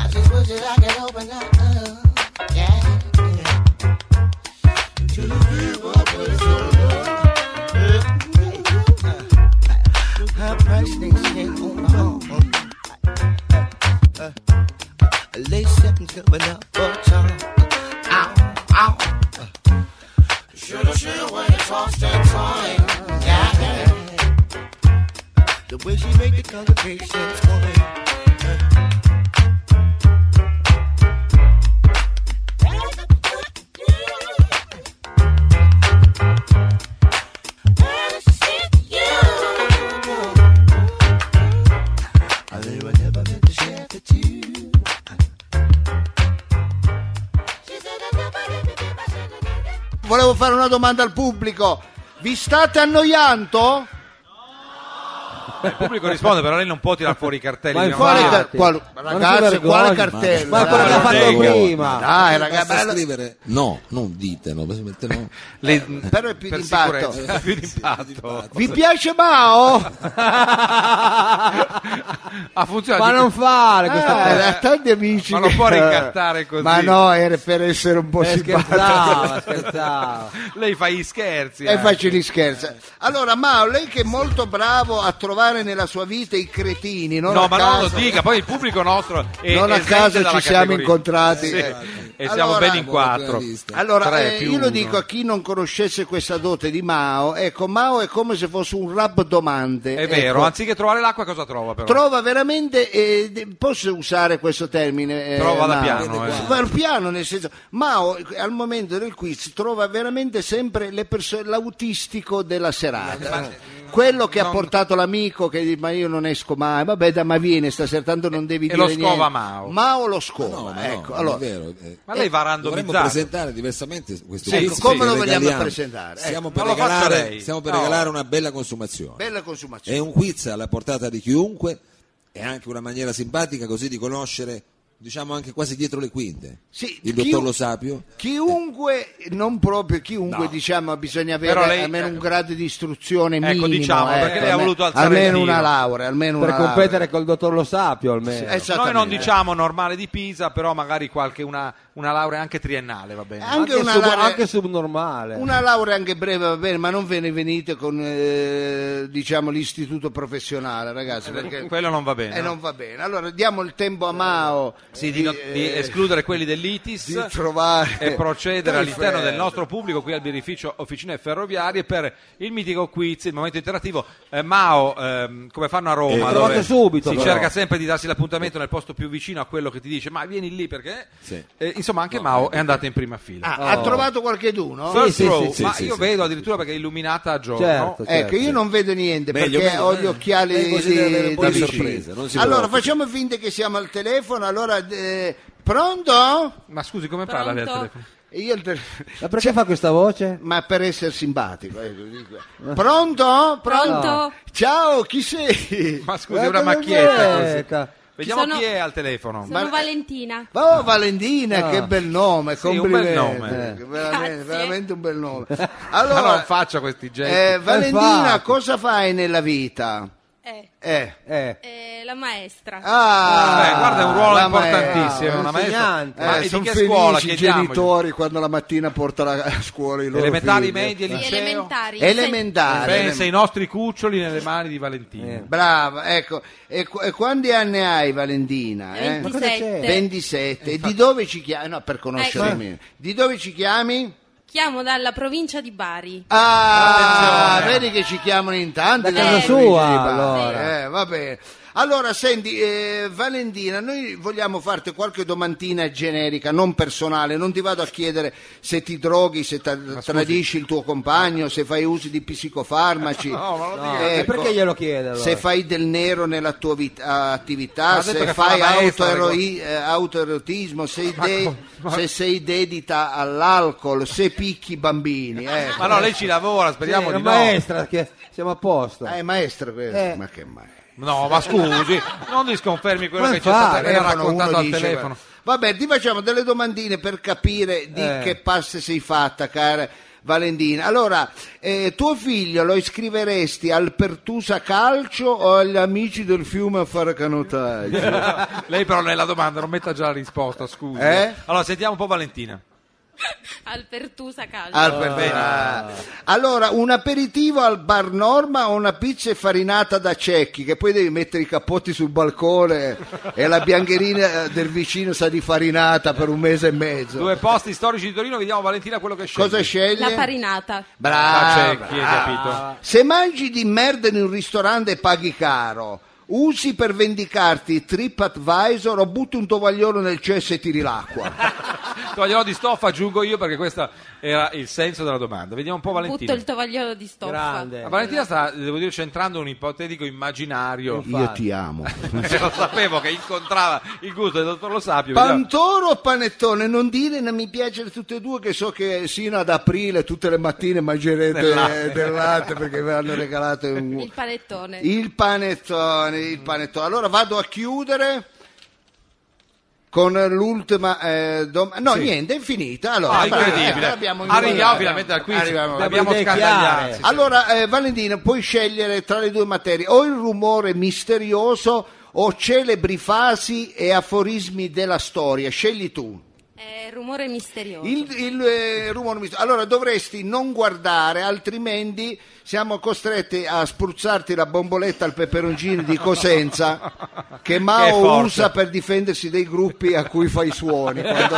[SPEAKER 6] I just wish that I could open up. uh, Yeah. To the people with so love. Her price things ain't on my own. Uh, uh, Lace up and cover up for time. Ow, ow. The way she make the congregation sway. They were never meant to share the two.
[SPEAKER 1] Eh. Volevo fare una domanda al pubblico. Vi state annoiando?
[SPEAKER 3] Il pubblico risponde, però lei non può tirare fuori i cartelli.
[SPEAKER 2] Ma
[SPEAKER 3] di
[SPEAKER 2] infatti-
[SPEAKER 1] Quale
[SPEAKER 3] Mammara.
[SPEAKER 1] car- qual-
[SPEAKER 2] Ma non
[SPEAKER 1] ragazzi,
[SPEAKER 2] si
[SPEAKER 1] quale
[SPEAKER 2] vergogni,
[SPEAKER 1] cartello?
[SPEAKER 2] Ma quello
[SPEAKER 1] Dai,
[SPEAKER 2] che ha fatto
[SPEAKER 3] Venga.
[SPEAKER 2] prima.
[SPEAKER 1] Dai,
[SPEAKER 4] Basta
[SPEAKER 1] ragazzi, ma-
[SPEAKER 4] scrivere no, non ditelo, perché no.
[SPEAKER 3] Le-
[SPEAKER 1] però è più
[SPEAKER 3] per
[SPEAKER 1] d'impatto.
[SPEAKER 3] sicurezza, più d'impatto.
[SPEAKER 1] vi piace Mao?
[SPEAKER 3] Ha funzionato.
[SPEAKER 2] Ma
[SPEAKER 3] di-
[SPEAKER 2] non fare questa cosa.
[SPEAKER 1] Ah, ha tanti amici.
[SPEAKER 3] Ma lo
[SPEAKER 1] che-
[SPEAKER 3] può ricattare così?
[SPEAKER 1] Ma no, era per essere un po'
[SPEAKER 2] Eh,
[SPEAKER 1] simpatico.
[SPEAKER 2] scherzava, scherzava.
[SPEAKER 3] Lei fa gli scherzi.
[SPEAKER 1] E
[SPEAKER 3] eh.
[SPEAKER 1] faccio gli scherzi. Allora, Mao, lei che è molto bravo a trovare nella sua vita i cretini, non
[SPEAKER 3] No,
[SPEAKER 1] a
[SPEAKER 3] ma
[SPEAKER 1] caso,
[SPEAKER 3] non lo dica, poi il pubblico nostro è
[SPEAKER 1] non a
[SPEAKER 3] esente
[SPEAKER 1] caso ci
[SPEAKER 3] dalla
[SPEAKER 1] siamo
[SPEAKER 3] categoria.
[SPEAKER 1] incontrati.
[SPEAKER 3] Sì,
[SPEAKER 1] Eh.
[SPEAKER 3] E siamo
[SPEAKER 1] Allora-
[SPEAKER 3] ben in quattro.
[SPEAKER 1] Allora,
[SPEAKER 3] Tre
[SPEAKER 1] eh,
[SPEAKER 3] più
[SPEAKER 1] io lo
[SPEAKER 3] uno.
[SPEAKER 1] dico a chi non conoscesse questa dote di Mao, ecco, Mao è come se fosse un rabdomante.
[SPEAKER 3] È vero,
[SPEAKER 1] Ecco,
[SPEAKER 3] anziché trovare l'acqua cosa trova però?
[SPEAKER 1] Trova veramente, eh, de- posso usare questo termine? eh,
[SPEAKER 3] Trova da
[SPEAKER 1] Mao?
[SPEAKER 3] piano, eh.
[SPEAKER 1] Ma piano nel senso, Mao al momento del quiz trova veramente sempre le perso- l'autistico della serata. Quello che ha portato l'amico che dice ma io non esco mai, vabbè da ma viene stasera tanto non devi
[SPEAKER 3] E
[SPEAKER 1] dire
[SPEAKER 3] lo scova
[SPEAKER 1] niente.
[SPEAKER 3] Mao.
[SPEAKER 1] Mao lo scova,
[SPEAKER 4] No, ma no,
[SPEAKER 1] ecco,
[SPEAKER 4] non
[SPEAKER 1] allora,
[SPEAKER 4] è vero. eh.
[SPEAKER 3] Ma lei va
[SPEAKER 4] Dovremmo
[SPEAKER 3] randomizzato.
[SPEAKER 4] presentare diversamente questo
[SPEAKER 3] Sì,
[SPEAKER 4] quiz,
[SPEAKER 3] sì.
[SPEAKER 4] perché
[SPEAKER 1] Come lo vogliamo
[SPEAKER 4] regaliamo.
[SPEAKER 1] presentare?
[SPEAKER 4] Stiamo
[SPEAKER 1] Ecco,
[SPEAKER 4] per,
[SPEAKER 3] ma lo faccia
[SPEAKER 4] regalare,
[SPEAKER 3] lei.
[SPEAKER 4] stiamo per
[SPEAKER 3] No.
[SPEAKER 4] regalare una bella consumazione.
[SPEAKER 1] bella consumazione.
[SPEAKER 4] È un quiz alla portata di chiunque, è anche una maniera simpatica così di conoscere diciamo anche quasi dietro le quinte.
[SPEAKER 1] Sì,
[SPEAKER 4] il
[SPEAKER 1] chi-
[SPEAKER 4] dottor Lo Sapio.
[SPEAKER 1] Chiunque, non proprio chiunque,
[SPEAKER 4] No.
[SPEAKER 1] diciamo, bisogna
[SPEAKER 3] Però
[SPEAKER 1] avere
[SPEAKER 3] lei-
[SPEAKER 1] almeno un grado di istruzione minimo.
[SPEAKER 3] diciamo, perché lei ha
[SPEAKER 1] almeno-
[SPEAKER 3] voluto alzare il
[SPEAKER 1] Almeno
[SPEAKER 3] tiro.
[SPEAKER 1] una laurea, almeno
[SPEAKER 2] per
[SPEAKER 1] una laurea.
[SPEAKER 2] competere col dottor Lo Sapio almeno.
[SPEAKER 1] Esattamente.
[SPEAKER 3] Noi non diciamo normale di Pisa, però magari qualche una, una laurea anche triennale, va bene.
[SPEAKER 1] anche una
[SPEAKER 2] sub-
[SPEAKER 1] laurea-
[SPEAKER 2] anche subnormale.
[SPEAKER 1] Una laurea anche breve va bene, ma non ve ne venite con eh, diciamo, l'istituto professionale, ragazzi, perché
[SPEAKER 3] Eh, Quello non va bene.
[SPEAKER 1] eh,
[SPEAKER 3] no?
[SPEAKER 1] non va bene. Allora diamo il tempo a Mao
[SPEAKER 3] Sì, di, no- di
[SPEAKER 1] eh,
[SPEAKER 3] escludere quelli dell'ITIS
[SPEAKER 1] di trovare
[SPEAKER 3] e procedere
[SPEAKER 1] Dai,
[SPEAKER 3] all'interno
[SPEAKER 1] Fred.
[SPEAKER 3] del nostro pubblico qui al birrificio Officine Ferroviarie per il mitico quiz, il momento interattivo. Eh, Mao, ehm, come fanno a Roma,
[SPEAKER 2] Eh,
[SPEAKER 3] dove
[SPEAKER 2] trovate subito,
[SPEAKER 3] si
[SPEAKER 2] però.
[SPEAKER 3] cerca sempre di darsi l'appuntamento nel posto più vicino a quello che ti dice, ma vieni lì perché...
[SPEAKER 4] Sì.
[SPEAKER 3] Eh, insomma, anche Mao è andato in prima fila.
[SPEAKER 1] Ah, ha trovato qualcheduno?
[SPEAKER 3] First
[SPEAKER 2] sì, sì,
[SPEAKER 3] row,
[SPEAKER 4] sì,
[SPEAKER 3] ma
[SPEAKER 4] sì,
[SPEAKER 3] io
[SPEAKER 4] sì,
[SPEAKER 3] vedo addirittura perché è illuminata a giorno.
[SPEAKER 2] Certo,
[SPEAKER 1] Ecco, io non vedo niente
[SPEAKER 4] Meglio,
[SPEAKER 1] perché
[SPEAKER 4] meglio,
[SPEAKER 1] ho gli
[SPEAKER 3] eh.
[SPEAKER 4] meglio.
[SPEAKER 1] occhiali
[SPEAKER 4] Lei
[SPEAKER 1] di,
[SPEAKER 4] considera di avere poi
[SPEAKER 1] da vicino.
[SPEAKER 4] sorprese, non si
[SPEAKER 1] allora,
[SPEAKER 4] preoccupi.
[SPEAKER 1] facciamo finta che siamo al telefono. Allora, eh, pronto?
[SPEAKER 3] Ma scusi, come parla lei al
[SPEAKER 7] Pronto?
[SPEAKER 3] telefono?
[SPEAKER 1] E Io il telefono.
[SPEAKER 2] Ma perché fa questa voce?
[SPEAKER 1] Ma per essere simpatico, ecco, dico. pronto?
[SPEAKER 7] Pronto?
[SPEAKER 1] Ciao, chi sei?
[SPEAKER 3] Ma scusi,
[SPEAKER 2] Guarda
[SPEAKER 3] una
[SPEAKER 2] che
[SPEAKER 3] macchietta così.
[SPEAKER 2] macchietta.
[SPEAKER 3] Vediamo
[SPEAKER 7] Sono-
[SPEAKER 3] chi è al telefono.
[SPEAKER 7] Sono
[SPEAKER 1] Ma-
[SPEAKER 7] Valentina.
[SPEAKER 1] Oh, Valentina, che bel nome,
[SPEAKER 3] un bel
[SPEAKER 1] complimenti.
[SPEAKER 3] nome.
[SPEAKER 1] Eh, Veramente,
[SPEAKER 7] Grazie.
[SPEAKER 1] veramente un bel nome.
[SPEAKER 3] Ma
[SPEAKER 1] Allora,
[SPEAKER 3] non faccia questi gesti.
[SPEAKER 1] eh, Valentina,
[SPEAKER 2] Infatti.
[SPEAKER 1] cosa fai nella vita?
[SPEAKER 7] Eh,
[SPEAKER 1] Eh.
[SPEAKER 2] Eh.
[SPEAKER 7] eh, la maestra.
[SPEAKER 1] Ah,
[SPEAKER 3] Beh, Eh, guarda, è un ruolo
[SPEAKER 1] la
[SPEAKER 3] importantissimo.
[SPEAKER 2] maestra,
[SPEAKER 3] una
[SPEAKER 2] l'insegnante.
[SPEAKER 3] maestra.
[SPEAKER 1] Eh,
[SPEAKER 3] Ma di
[SPEAKER 1] sono
[SPEAKER 3] che
[SPEAKER 1] felici
[SPEAKER 3] scuola
[SPEAKER 1] i
[SPEAKER 3] chiediamogli?
[SPEAKER 1] genitori quando la mattina portano a a scuola i loro
[SPEAKER 3] Elementari,
[SPEAKER 1] figli. Ah,
[SPEAKER 3] medie,
[SPEAKER 7] Sì,
[SPEAKER 3] liceo.
[SPEAKER 7] elementari.
[SPEAKER 1] Elementari.
[SPEAKER 3] Pensa ai nostri cuccioli nelle mani di Valentino.
[SPEAKER 1] Eh. Brava, ecco. E, qu- e quanti anni hai Valentina?
[SPEAKER 7] Sei-
[SPEAKER 1] eh?
[SPEAKER 7] 27.
[SPEAKER 1] 27. E di dove ci chiami? No, per conoscere
[SPEAKER 7] Ecco.
[SPEAKER 1] meglio. Di dove ci chiami?
[SPEAKER 7] Chiamo dalla provincia di Bari.
[SPEAKER 1] Ah,
[SPEAKER 3] Attenzione.
[SPEAKER 1] vedi che ci chiamano in tanti.
[SPEAKER 7] Da casa
[SPEAKER 1] dalla provincia
[SPEAKER 2] sua,
[SPEAKER 1] di Bari.
[SPEAKER 2] allora.
[SPEAKER 1] Eh, va bene. Allora, senti, eh, Valentina, noi vogliamo farti qualche domandina generica, non personale. Non ti vado a chiedere se ti droghi, se tra- tradisci il tuo compagno, se fai usi di psicofarmaci.
[SPEAKER 3] No, ma lo
[SPEAKER 2] No,
[SPEAKER 3] dico.
[SPEAKER 1] Eh,
[SPEAKER 2] e
[SPEAKER 1] ecco.
[SPEAKER 2] perché glielo chiede allora?
[SPEAKER 1] se fai del nero nella tua vit- attività,
[SPEAKER 3] Ma ha detto
[SPEAKER 1] se
[SPEAKER 3] che fa
[SPEAKER 1] fai
[SPEAKER 3] la maestra, ecco.
[SPEAKER 1] autoeroi- eh, autoerotismo, se, de- se sei dedita all'alcol, se picchi i bambini. Eh.
[SPEAKER 3] Ma no, lei ci lavora, speriamo
[SPEAKER 2] Sì,
[SPEAKER 3] di
[SPEAKER 2] la
[SPEAKER 3] no.
[SPEAKER 2] maestra, che siamo a posto.
[SPEAKER 1] Ah, è maestro questo.
[SPEAKER 2] Certo. Eh.
[SPEAKER 1] Ma che maestro.
[SPEAKER 3] No, ma scusi, non disconfermi quello
[SPEAKER 2] Ma
[SPEAKER 3] che ci è
[SPEAKER 2] infatti,
[SPEAKER 3] stato appena
[SPEAKER 1] Telefono,
[SPEAKER 3] Ah, raccontato
[SPEAKER 1] uno
[SPEAKER 3] al
[SPEAKER 1] eh, dice,
[SPEAKER 3] telefono.
[SPEAKER 1] Vabbè, ti facciamo delle domandine per capire di
[SPEAKER 2] Eh.
[SPEAKER 1] che passe sei fatta, cara Valentina. Allora, eh, tuo figlio lo iscriveresti al Pertusa Calcio o agli amici del fiume a fare canottaggio?
[SPEAKER 3] Ah, lei però nella domanda non metta già la risposta, scusi.
[SPEAKER 1] Eh?
[SPEAKER 3] Allora, sentiamo un po' Valentina.
[SPEAKER 7] Al Pertusa Calcio.
[SPEAKER 1] Al perfetto. Ah, Allora, un aperitivo al bar Norma o una pizza e farinata da cecchi, che poi devi mettere i cappotti sul balcone e la biancherina eh, del vicino sa di farinata per un mese e mezzo.
[SPEAKER 3] Due posti storici di Torino, vediamo Valentina quello che sceglie.
[SPEAKER 1] Cosa scegli?
[SPEAKER 7] La farinata.
[SPEAKER 3] Ah,
[SPEAKER 1] Brava.
[SPEAKER 3] c'è chi hai capito.
[SPEAKER 1] Se mangi di merda in un ristorante e paghi caro, usi per vendicarti TripAdvisor o butti un tovagliolo nel cesso e tiri l'acqua.
[SPEAKER 3] Toglierò di stoffa, aggiungo io perché questo era il senso della domanda. Vediamo
[SPEAKER 1] Oh,
[SPEAKER 3] un po' Valentina.
[SPEAKER 7] Butto il tovagliolo di stoffa.
[SPEAKER 2] Grande.
[SPEAKER 3] Ma Valentina sta, devo dire, centrando un ipotetico immaginario.
[SPEAKER 1] Io ti amo.
[SPEAKER 3] Eh, lo sapevo che incontrava il gusto del dottor Lo Sapio. vediamo.
[SPEAKER 1] Pantoro o panettone? Non dire non mi piacciono tutte e due che so che sino ad aprile tutte le mattine mangerete
[SPEAKER 3] Del
[SPEAKER 1] del
[SPEAKER 3] latte.
[SPEAKER 1] latte, perché ve l'hanno regalato un-
[SPEAKER 7] Il panettone.
[SPEAKER 1] il panettone, il panettone. Allora vado a chiudere con l'ultima eh, domanda. No, niente, è finita. Allora,
[SPEAKER 3] Ah,
[SPEAKER 1] bravo,
[SPEAKER 3] incredibile.
[SPEAKER 1] eh, l'abbiamo
[SPEAKER 3] Arriviamo
[SPEAKER 1] inquadrata.
[SPEAKER 3] finalmente al quiz.
[SPEAKER 1] Arriviamo.
[SPEAKER 3] Dobbiamo
[SPEAKER 2] Abbiamo idee
[SPEAKER 3] scandagliarci.
[SPEAKER 2] chiare.
[SPEAKER 3] Sì, sì.
[SPEAKER 1] Allora, eh, Valentina, puoi scegliere tra le due materie o il rumore misterioso o celebri fasi e aforismi della storia. Scegli tu.
[SPEAKER 7] Eh, rumore misterioso.
[SPEAKER 1] Il, il, eh, rumore misto. Allora dovresti non guardare, altrimenti siamo costretti a spruzzarti la bomboletta al peperoncino di Cosenza che
[SPEAKER 3] Che è
[SPEAKER 1] Mao
[SPEAKER 3] forte.
[SPEAKER 1] usa per difendersi dei gruppi a cui fa i suoni quando,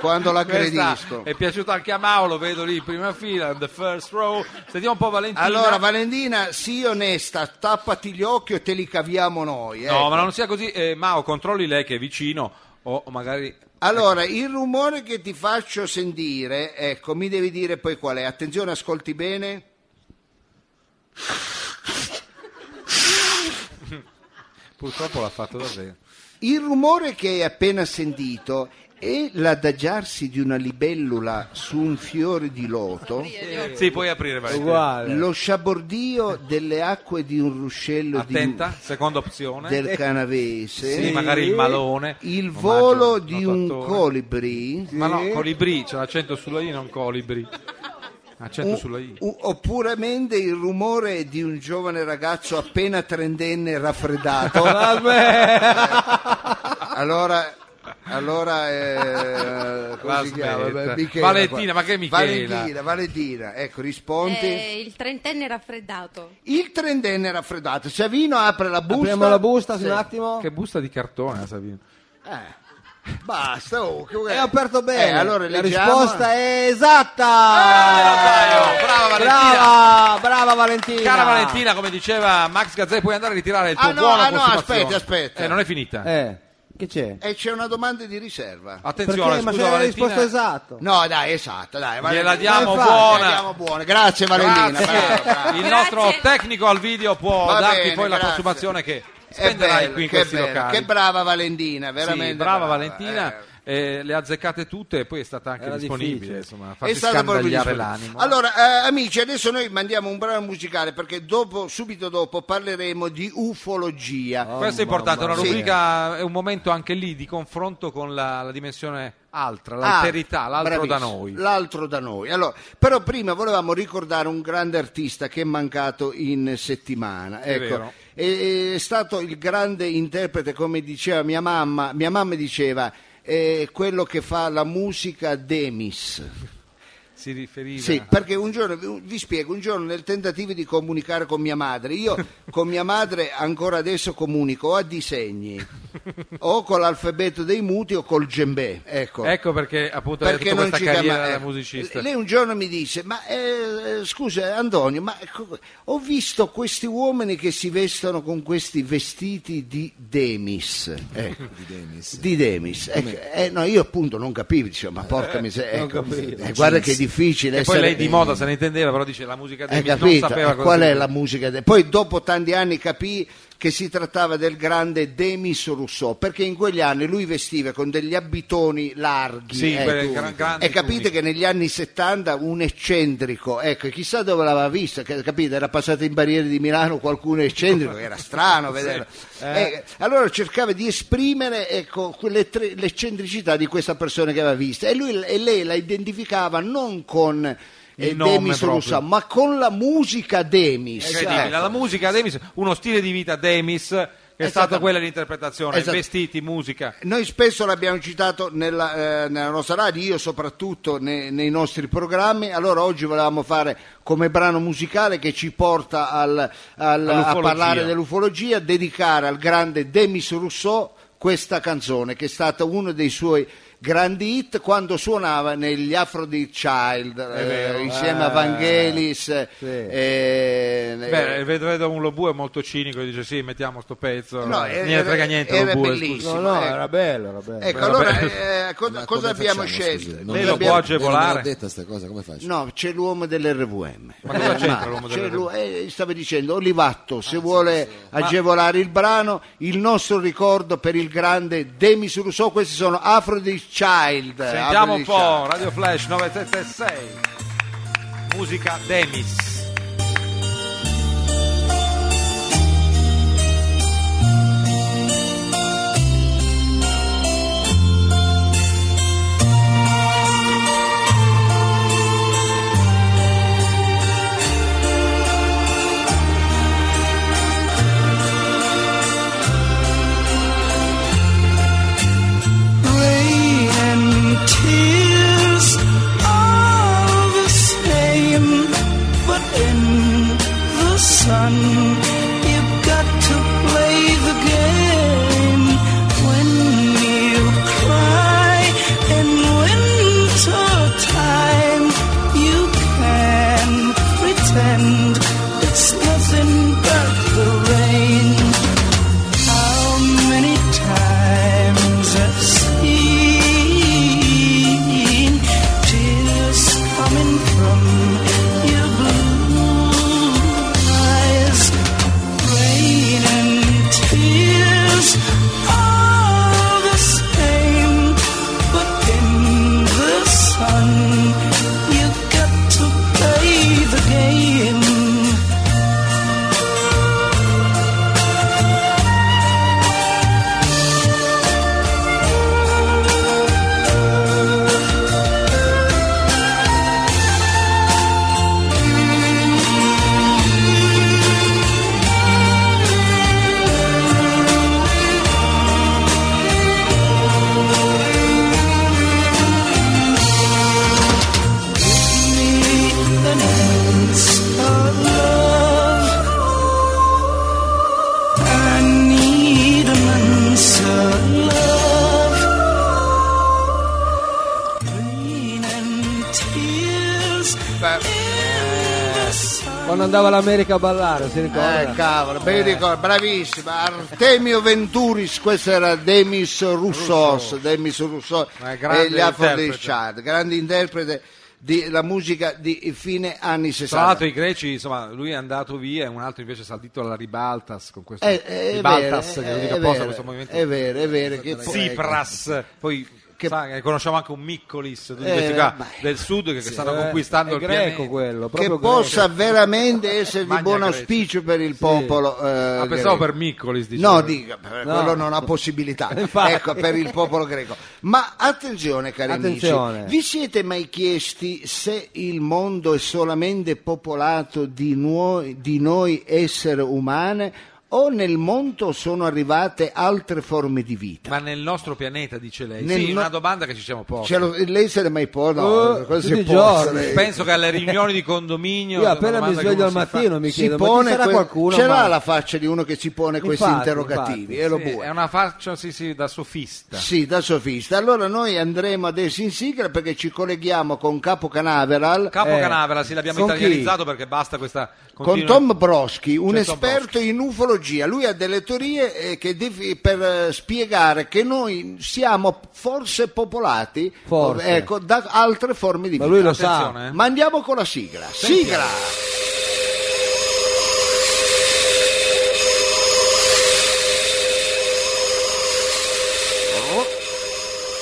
[SPEAKER 1] quando
[SPEAKER 3] Questa
[SPEAKER 1] l'aggrediscono.
[SPEAKER 3] è piaciuta anche a Mao, lo vedo lì in prima fila, in the first row. Sentiamo un po' Valentina.
[SPEAKER 1] Allora Valentina, sii onesta, tappati gli occhi o te li caviamo noi. eh.
[SPEAKER 2] ecco.
[SPEAKER 3] No, ma non sia così. Eh, Mao, controlli lei che è vicino o o magari...
[SPEAKER 1] Allora, il rumore che ti faccio sentire, ecco, mi devi dire poi qual è. Attenzione, ascolti bene.
[SPEAKER 3] Purtroppo l'ha fatto davvero.
[SPEAKER 1] Il rumore che hai appena sentito è l'adagiarsi di una libellula su un fiore di loto,
[SPEAKER 3] Sì, puoi aprire, vai.
[SPEAKER 2] uguale.
[SPEAKER 1] lo sciabordio delle acque di un ruscello di-
[SPEAKER 3] Attenta, seconda opzione.
[SPEAKER 1] del
[SPEAKER 3] Sì,
[SPEAKER 1] canavese,
[SPEAKER 3] magari il malone.
[SPEAKER 1] il
[SPEAKER 3] omaggio
[SPEAKER 1] volo
[SPEAKER 3] al
[SPEAKER 1] di un
[SPEAKER 3] notatore.
[SPEAKER 1] colibri,
[SPEAKER 3] Ma no, colibrì, c'è l'accento sulla I, non colibri. Accento sulla I.
[SPEAKER 1] u- oppure mende il rumore di un giovane ragazzo appena trentenne raffreddato. allora allora eh, come
[SPEAKER 3] La
[SPEAKER 1] si chiama?
[SPEAKER 3] smetta.
[SPEAKER 1] Michela,
[SPEAKER 3] Valentina, ma che Michela?
[SPEAKER 1] Valentina Valentina ecco rispondi
[SPEAKER 7] Eh, il trentenne raffreddato.
[SPEAKER 1] il trentenne raffreddato Savino apre la busta
[SPEAKER 2] Apriamo la busta
[SPEAKER 1] Sì.
[SPEAKER 2] un attimo.
[SPEAKER 3] Che busta di cartone, la Savino.
[SPEAKER 1] Eh, basta oh, che-
[SPEAKER 2] È aperto bene.
[SPEAKER 1] Eh, allora
[SPEAKER 2] la
[SPEAKER 1] leggiamo.
[SPEAKER 2] risposta è esatta.
[SPEAKER 3] Eh, brava Valentina.
[SPEAKER 2] Brava, brava Valentina.
[SPEAKER 3] Cara Valentina, come diceva Max Gazzè, puoi andare a ritirare il tuo
[SPEAKER 1] Ah, no,
[SPEAKER 3] buono
[SPEAKER 1] ah, no,
[SPEAKER 3] consumazione.
[SPEAKER 1] aspetta, aspetta.
[SPEAKER 3] Eh, non è finita.
[SPEAKER 2] Eh, che c'è?
[SPEAKER 1] e c'è una domanda di riserva
[SPEAKER 3] Attenzione,
[SPEAKER 2] Perché? Ma
[SPEAKER 3] scusa
[SPEAKER 2] c'è la
[SPEAKER 3] Valentina.
[SPEAKER 2] risposta esatta.
[SPEAKER 1] no dai esatto dai Valentina.
[SPEAKER 3] Gliela
[SPEAKER 1] Dai,
[SPEAKER 3] diamo
[SPEAKER 1] infatti,
[SPEAKER 3] buona.
[SPEAKER 1] gliela diamo buona grazie Valentina brava, brava.
[SPEAKER 3] Grazie. Eh, Il nostro
[SPEAKER 7] Grazie.
[SPEAKER 3] tecnico al video può
[SPEAKER 1] Va
[SPEAKER 3] darti
[SPEAKER 1] bene,
[SPEAKER 3] poi la
[SPEAKER 1] grazie.
[SPEAKER 3] consumazione che
[SPEAKER 1] È
[SPEAKER 3] spenderai
[SPEAKER 1] bello,
[SPEAKER 3] qui in
[SPEAKER 1] che
[SPEAKER 3] questi
[SPEAKER 1] bello,
[SPEAKER 3] locali.
[SPEAKER 1] che brava Valentina
[SPEAKER 3] Sì,
[SPEAKER 1] veramente
[SPEAKER 3] brava Valentina,
[SPEAKER 1] eh.
[SPEAKER 3] eh, le ha azzeccate tutte e poi è stata anche
[SPEAKER 2] Era
[SPEAKER 3] disponibile,
[SPEAKER 2] difficile.
[SPEAKER 3] insomma, a
[SPEAKER 1] È
[SPEAKER 3] farsi
[SPEAKER 1] stata proprio
[SPEAKER 3] scandagliare
[SPEAKER 1] disponibile.
[SPEAKER 3] l'animo.
[SPEAKER 1] Allora, eh, amici, adesso noi mandiamo un brano musicale perché dopo, subito dopo parleremo di ufologia.
[SPEAKER 3] Questo è importante, una
[SPEAKER 1] mia.
[SPEAKER 3] rubrica è un momento anche lì di confronto con la, la dimensione altra,
[SPEAKER 1] Ah,
[SPEAKER 3] l'alterità, l'altro da
[SPEAKER 1] bravissimo,
[SPEAKER 3] noi.
[SPEAKER 1] L'altro da noi. Allora, però prima volevamo ricordare un grande artista che è mancato in settimana.
[SPEAKER 3] È
[SPEAKER 1] Ecco,
[SPEAKER 3] vero.
[SPEAKER 1] È, è stato il grande interprete, come diceva mia mamma. Mia mamma diceva, è quello che fa la musica Demis.
[SPEAKER 3] Si riferiva
[SPEAKER 1] Sì, ecco. perché un giorno, vi- vi spiego, un giorno nel tentativo di comunicare con mia madre, io con mia madre ancora adesso comunico o a disegni, o con l'alfabeto dei muti o col djembè, ecco.
[SPEAKER 3] Ecco perché appunto ha
[SPEAKER 1] Perché
[SPEAKER 3] tutta
[SPEAKER 1] non
[SPEAKER 3] questa
[SPEAKER 1] ci
[SPEAKER 3] carriera
[SPEAKER 1] chiama-
[SPEAKER 3] da
[SPEAKER 1] ecco.
[SPEAKER 3] musicista.
[SPEAKER 1] Lei un giorno mi dice: Ma eh, eh, scusa, Antonio, ma co- ho visto questi uomini che si vestono con questi vestiti di Demis. Ecco.
[SPEAKER 4] di Demis.
[SPEAKER 1] Di Demis, ecco, eh, no, io appunto non capivo, dicevo, ma porca miseria, ecco,
[SPEAKER 2] capivo.
[SPEAKER 1] eh, guarda che è difficile
[SPEAKER 3] E poi
[SPEAKER 1] essere
[SPEAKER 3] lei di moda se ne intendeva, però dice la musica
[SPEAKER 1] hai
[SPEAKER 3] di non
[SPEAKER 1] capito?
[SPEAKER 3] sapeva
[SPEAKER 1] E
[SPEAKER 3] cosa
[SPEAKER 1] qual è
[SPEAKER 3] significa.
[SPEAKER 1] la musica? de- Poi dopo tanti anni capì che si trattava del grande Demis Rousseau, perché in quegli anni lui vestiva con degli abitoni larghi.
[SPEAKER 3] Sì,
[SPEAKER 1] ecco.
[SPEAKER 3] quelle gran- grandi
[SPEAKER 1] e capite
[SPEAKER 3] tuniche.
[SPEAKER 1] che negli anni 70 un eccentrico, ecco, chissà dove l'aveva visto, che- capite? Era passato in barriere di Milano qualcuno eccentrico, era strano vederlo. Eh, allora cercava di esprimere ecco, quelle tre- l'eccentricità di questa persona che aveva vista e, lui, e lei la identificava non con...
[SPEAKER 3] Il
[SPEAKER 1] eh,
[SPEAKER 3] nome
[SPEAKER 1] Demis
[SPEAKER 3] proprio.
[SPEAKER 1] Rousseau, ma con la musica Demis.
[SPEAKER 3] Incredibile.
[SPEAKER 1] Ecco.
[SPEAKER 3] La musica Demis, uno stile di vita Demis che è
[SPEAKER 1] Esatto.
[SPEAKER 3] stato quello dell'interpretazione,
[SPEAKER 1] Esatto.
[SPEAKER 3] vestiti, musica.
[SPEAKER 1] Noi spesso l'abbiamo citato nella, eh, nella nostra radio, io soprattutto ne- nei nostri programmi, allora oggi volevamo fare come brano musicale che ci porta al- al- a
[SPEAKER 3] All'ufologia.
[SPEAKER 1] parlare dell'ufologia, dedicare al grande Demis Rousseau questa canzone che è stata uno dei suoi grandi hit quando suonava negli Aphrodite Child eh, insieme a Vangelis. eh,
[SPEAKER 3] Beh, vedo, vedo un Lobu è molto cinico e dice sì, mettiamo sto pezzo.
[SPEAKER 1] No,
[SPEAKER 3] eh,
[SPEAKER 1] era-
[SPEAKER 3] niente frega niente
[SPEAKER 1] era
[SPEAKER 3] Lobu.
[SPEAKER 1] bellissimo.
[SPEAKER 3] scusa.
[SPEAKER 2] No, no,
[SPEAKER 1] ecco.
[SPEAKER 2] era bello, era bello.
[SPEAKER 1] Ecco,
[SPEAKER 3] Vabbè.
[SPEAKER 1] allora eh, cosa, cosa
[SPEAKER 4] Ma come
[SPEAKER 1] abbiamo
[SPEAKER 4] facciamo,
[SPEAKER 1] scelto? Cosa
[SPEAKER 4] scusi?
[SPEAKER 3] lo
[SPEAKER 1] abbiamo-
[SPEAKER 3] può agevolare?
[SPEAKER 4] Non l'ho detta sta cosa, come faccio?
[SPEAKER 1] No, c'è l'uomo dell'RVM.
[SPEAKER 3] Ma cosa c'entra l'uomo
[SPEAKER 1] c'è
[SPEAKER 3] dell'RVM?
[SPEAKER 1] l'u- eh, stavo dicendo, Olivatto, se vuole agevolare il brano, il nostro ricordo per il grande Demis Rousseau, questi sono Aphrodite Child.
[SPEAKER 3] Sentiamo un
[SPEAKER 1] Aphrodite
[SPEAKER 3] po', Radio Flash 9766. Musica Demis.
[SPEAKER 8] Rain and tears are the same, but
[SPEAKER 2] quando andava all'America a ballare, si ricorda?
[SPEAKER 1] Eh, cavolo, ben ricordo, bravissima. Artemio Venturis, questo era Demis Roussos, Demis Roussos
[SPEAKER 3] Ma è grande
[SPEAKER 1] e gli Afro
[SPEAKER 3] interprete.
[SPEAKER 1] Chad, grande interprete della musica di fine anni
[SPEAKER 3] Tra
[SPEAKER 1] 60.
[SPEAKER 3] l'altro i greci, insomma, lui è andato via e un altro invece è salito alla ribaltas con questo
[SPEAKER 1] Eh, eh, è
[SPEAKER 3] ribaltas,
[SPEAKER 1] vero,
[SPEAKER 3] che è
[SPEAKER 1] eh,
[SPEAKER 3] l'unica
[SPEAKER 1] è
[SPEAKER 3] cosa,
[SPEAKER 1] vero,
[SPEAKER 3] questo movimento.
[SPEAKER 1] È vero, è vero. Che ecco, poi-
[SPEAKER 3] Tsipras, poi
[SPEAKER 1] Che-
[SPEAKER 3] sa, eh, conosciamo anche un Miccolis, tutti
[SPEAKER 1] Eh,
[SPEAKER 3] questi qua
[SPEAKER 1] ma-
[SPEAKER 3] del sud che stanno
[SPEAKER 2] Eh,
[SPEAKER 3] conquistando
[SPEAKER 2] è
[SPEAKER 3] il
[SPEAKER 2] greco
[SPEAKER 3] pianeta.
[SPEAKER 2] quello,
[SPEAKER 1] che
[SPEAKER 2] proprio
[SPEAKER 1] possa veramente essere di
[SPEAKER 3] Magna
[SPEAKER 1] buon
[SPEAKER 3] Grecia.
[SPEAKER 1] auspicio per il popolo. eh,
[SPEAKER 3] Ah,
[SPEAKER 1] greco.
[SPEAKER 3] pensavo per Miccolis, dicevo.
[SPEAKER 1] No, dica, per-
[SPEAKER 2] No.
[SPEAKER 1] quello non ha possibilità.
[SPEAKER 2] Infatti.
[SPEAKER 1] ecco, per il popolo greco. Ma attenzione, cari
[SPEAKER 2] Attenzione.
[SPEAKER 1] amici, vi siete mai chiesti se il mondo è solamente popolato di, nuo- di noi esseri umane o nel mondo sono arrivate altre forme di vita?
[SPEAKER 3] Ma nel nostro pianeta, dice lei.
[SPEAKER 1] Nel
[SPEAKER 3] Sì,
[SPEAKER 1] no-
[SPEAKER 3] una domanda che ci siamo posti.
[SPEAKER 1] Ce Cioè, lo- lei se ne è mai posta? No,
[SPEAKER 2] Eh,
[SPEAKER 1] questo
[SPEAKER 2] tutti
[SPEAKER 1] si
[SPEAKER 2] i
[SPEAKER 1] posta,
[SPEAKER 2] giorni.
[SPEAKER 1] lei.
[SPEAKER 3] Penso che alle riunioni di condominio...
[SPEAKER 2] Io
[SPEAKER 3] la
[SPEAKER 2] appena mi
[SPEAKER 3] domanda che
[SPEAKER 2] sveglio al
[SPEAKER 3] uno si fa-
[SPEAKER 2] mattino mi
[SPEAKER 1] Si
[SPEAKER 2] chiedo, ma ci
[SPEAKER 1] pone
[SPEAKER 2] sarà
[SPEAKER 1] que-
[SPEAKER 2] qualcuno?
[SPEAKER 1] ce
[SPEAKER 2] ma-
[SPEAKER 1] l'ha la faccia di uno che si pone questi
[SPEAKER 2] Infatti,
[SPEAKER 1] interrogativi
[SPEAKER 2] infatti.
[SPEAKER 1] e lo
[SPEAKER 3] Sì,
[SPEAKER 1] buona.
[SPEAKER 3] è una faccia, sì, sì, da sofista.
[SPEAKER 1] Sì, da sofista. Allora noi andremo adesso in sigla perché ci colleghiamo con Capo Canaveral,
[SPEAKER 3] Capo
[SPEAKER 2] Eh,
[SPEAKER 3] Canavera, sì, l'abbiamo
[SPEAKER 2] con chi?
[SPEAKER 3] italianizzato perché basta questa...
[SPEAKER 1] con
[SPEAKER 3] continua-
[SPEAKER 1] Tom Broschi, un
[SPEAKER 2] Cioè,
[SPEAKER 3] Tom
[SPEAKER 1] esperto in ufologia. Lui ha delle teorie eh, che defi- per eh, spiegare che noi siamo forse popolati
[SPEAKER 2] Forse.
[SPEAKER 1] eh, ecco, da altre forme di
[SPEAKER 2] Ma
[SPEAKER 1] vita.
[SPEAKER 2] lui lo
[SPEAKER 3] Attenzione,
[SPEAKER 2] sa.
[SPEAKER 3] eh.
[SPEAKER 1] Ma andiamo con la sigla. Sigla!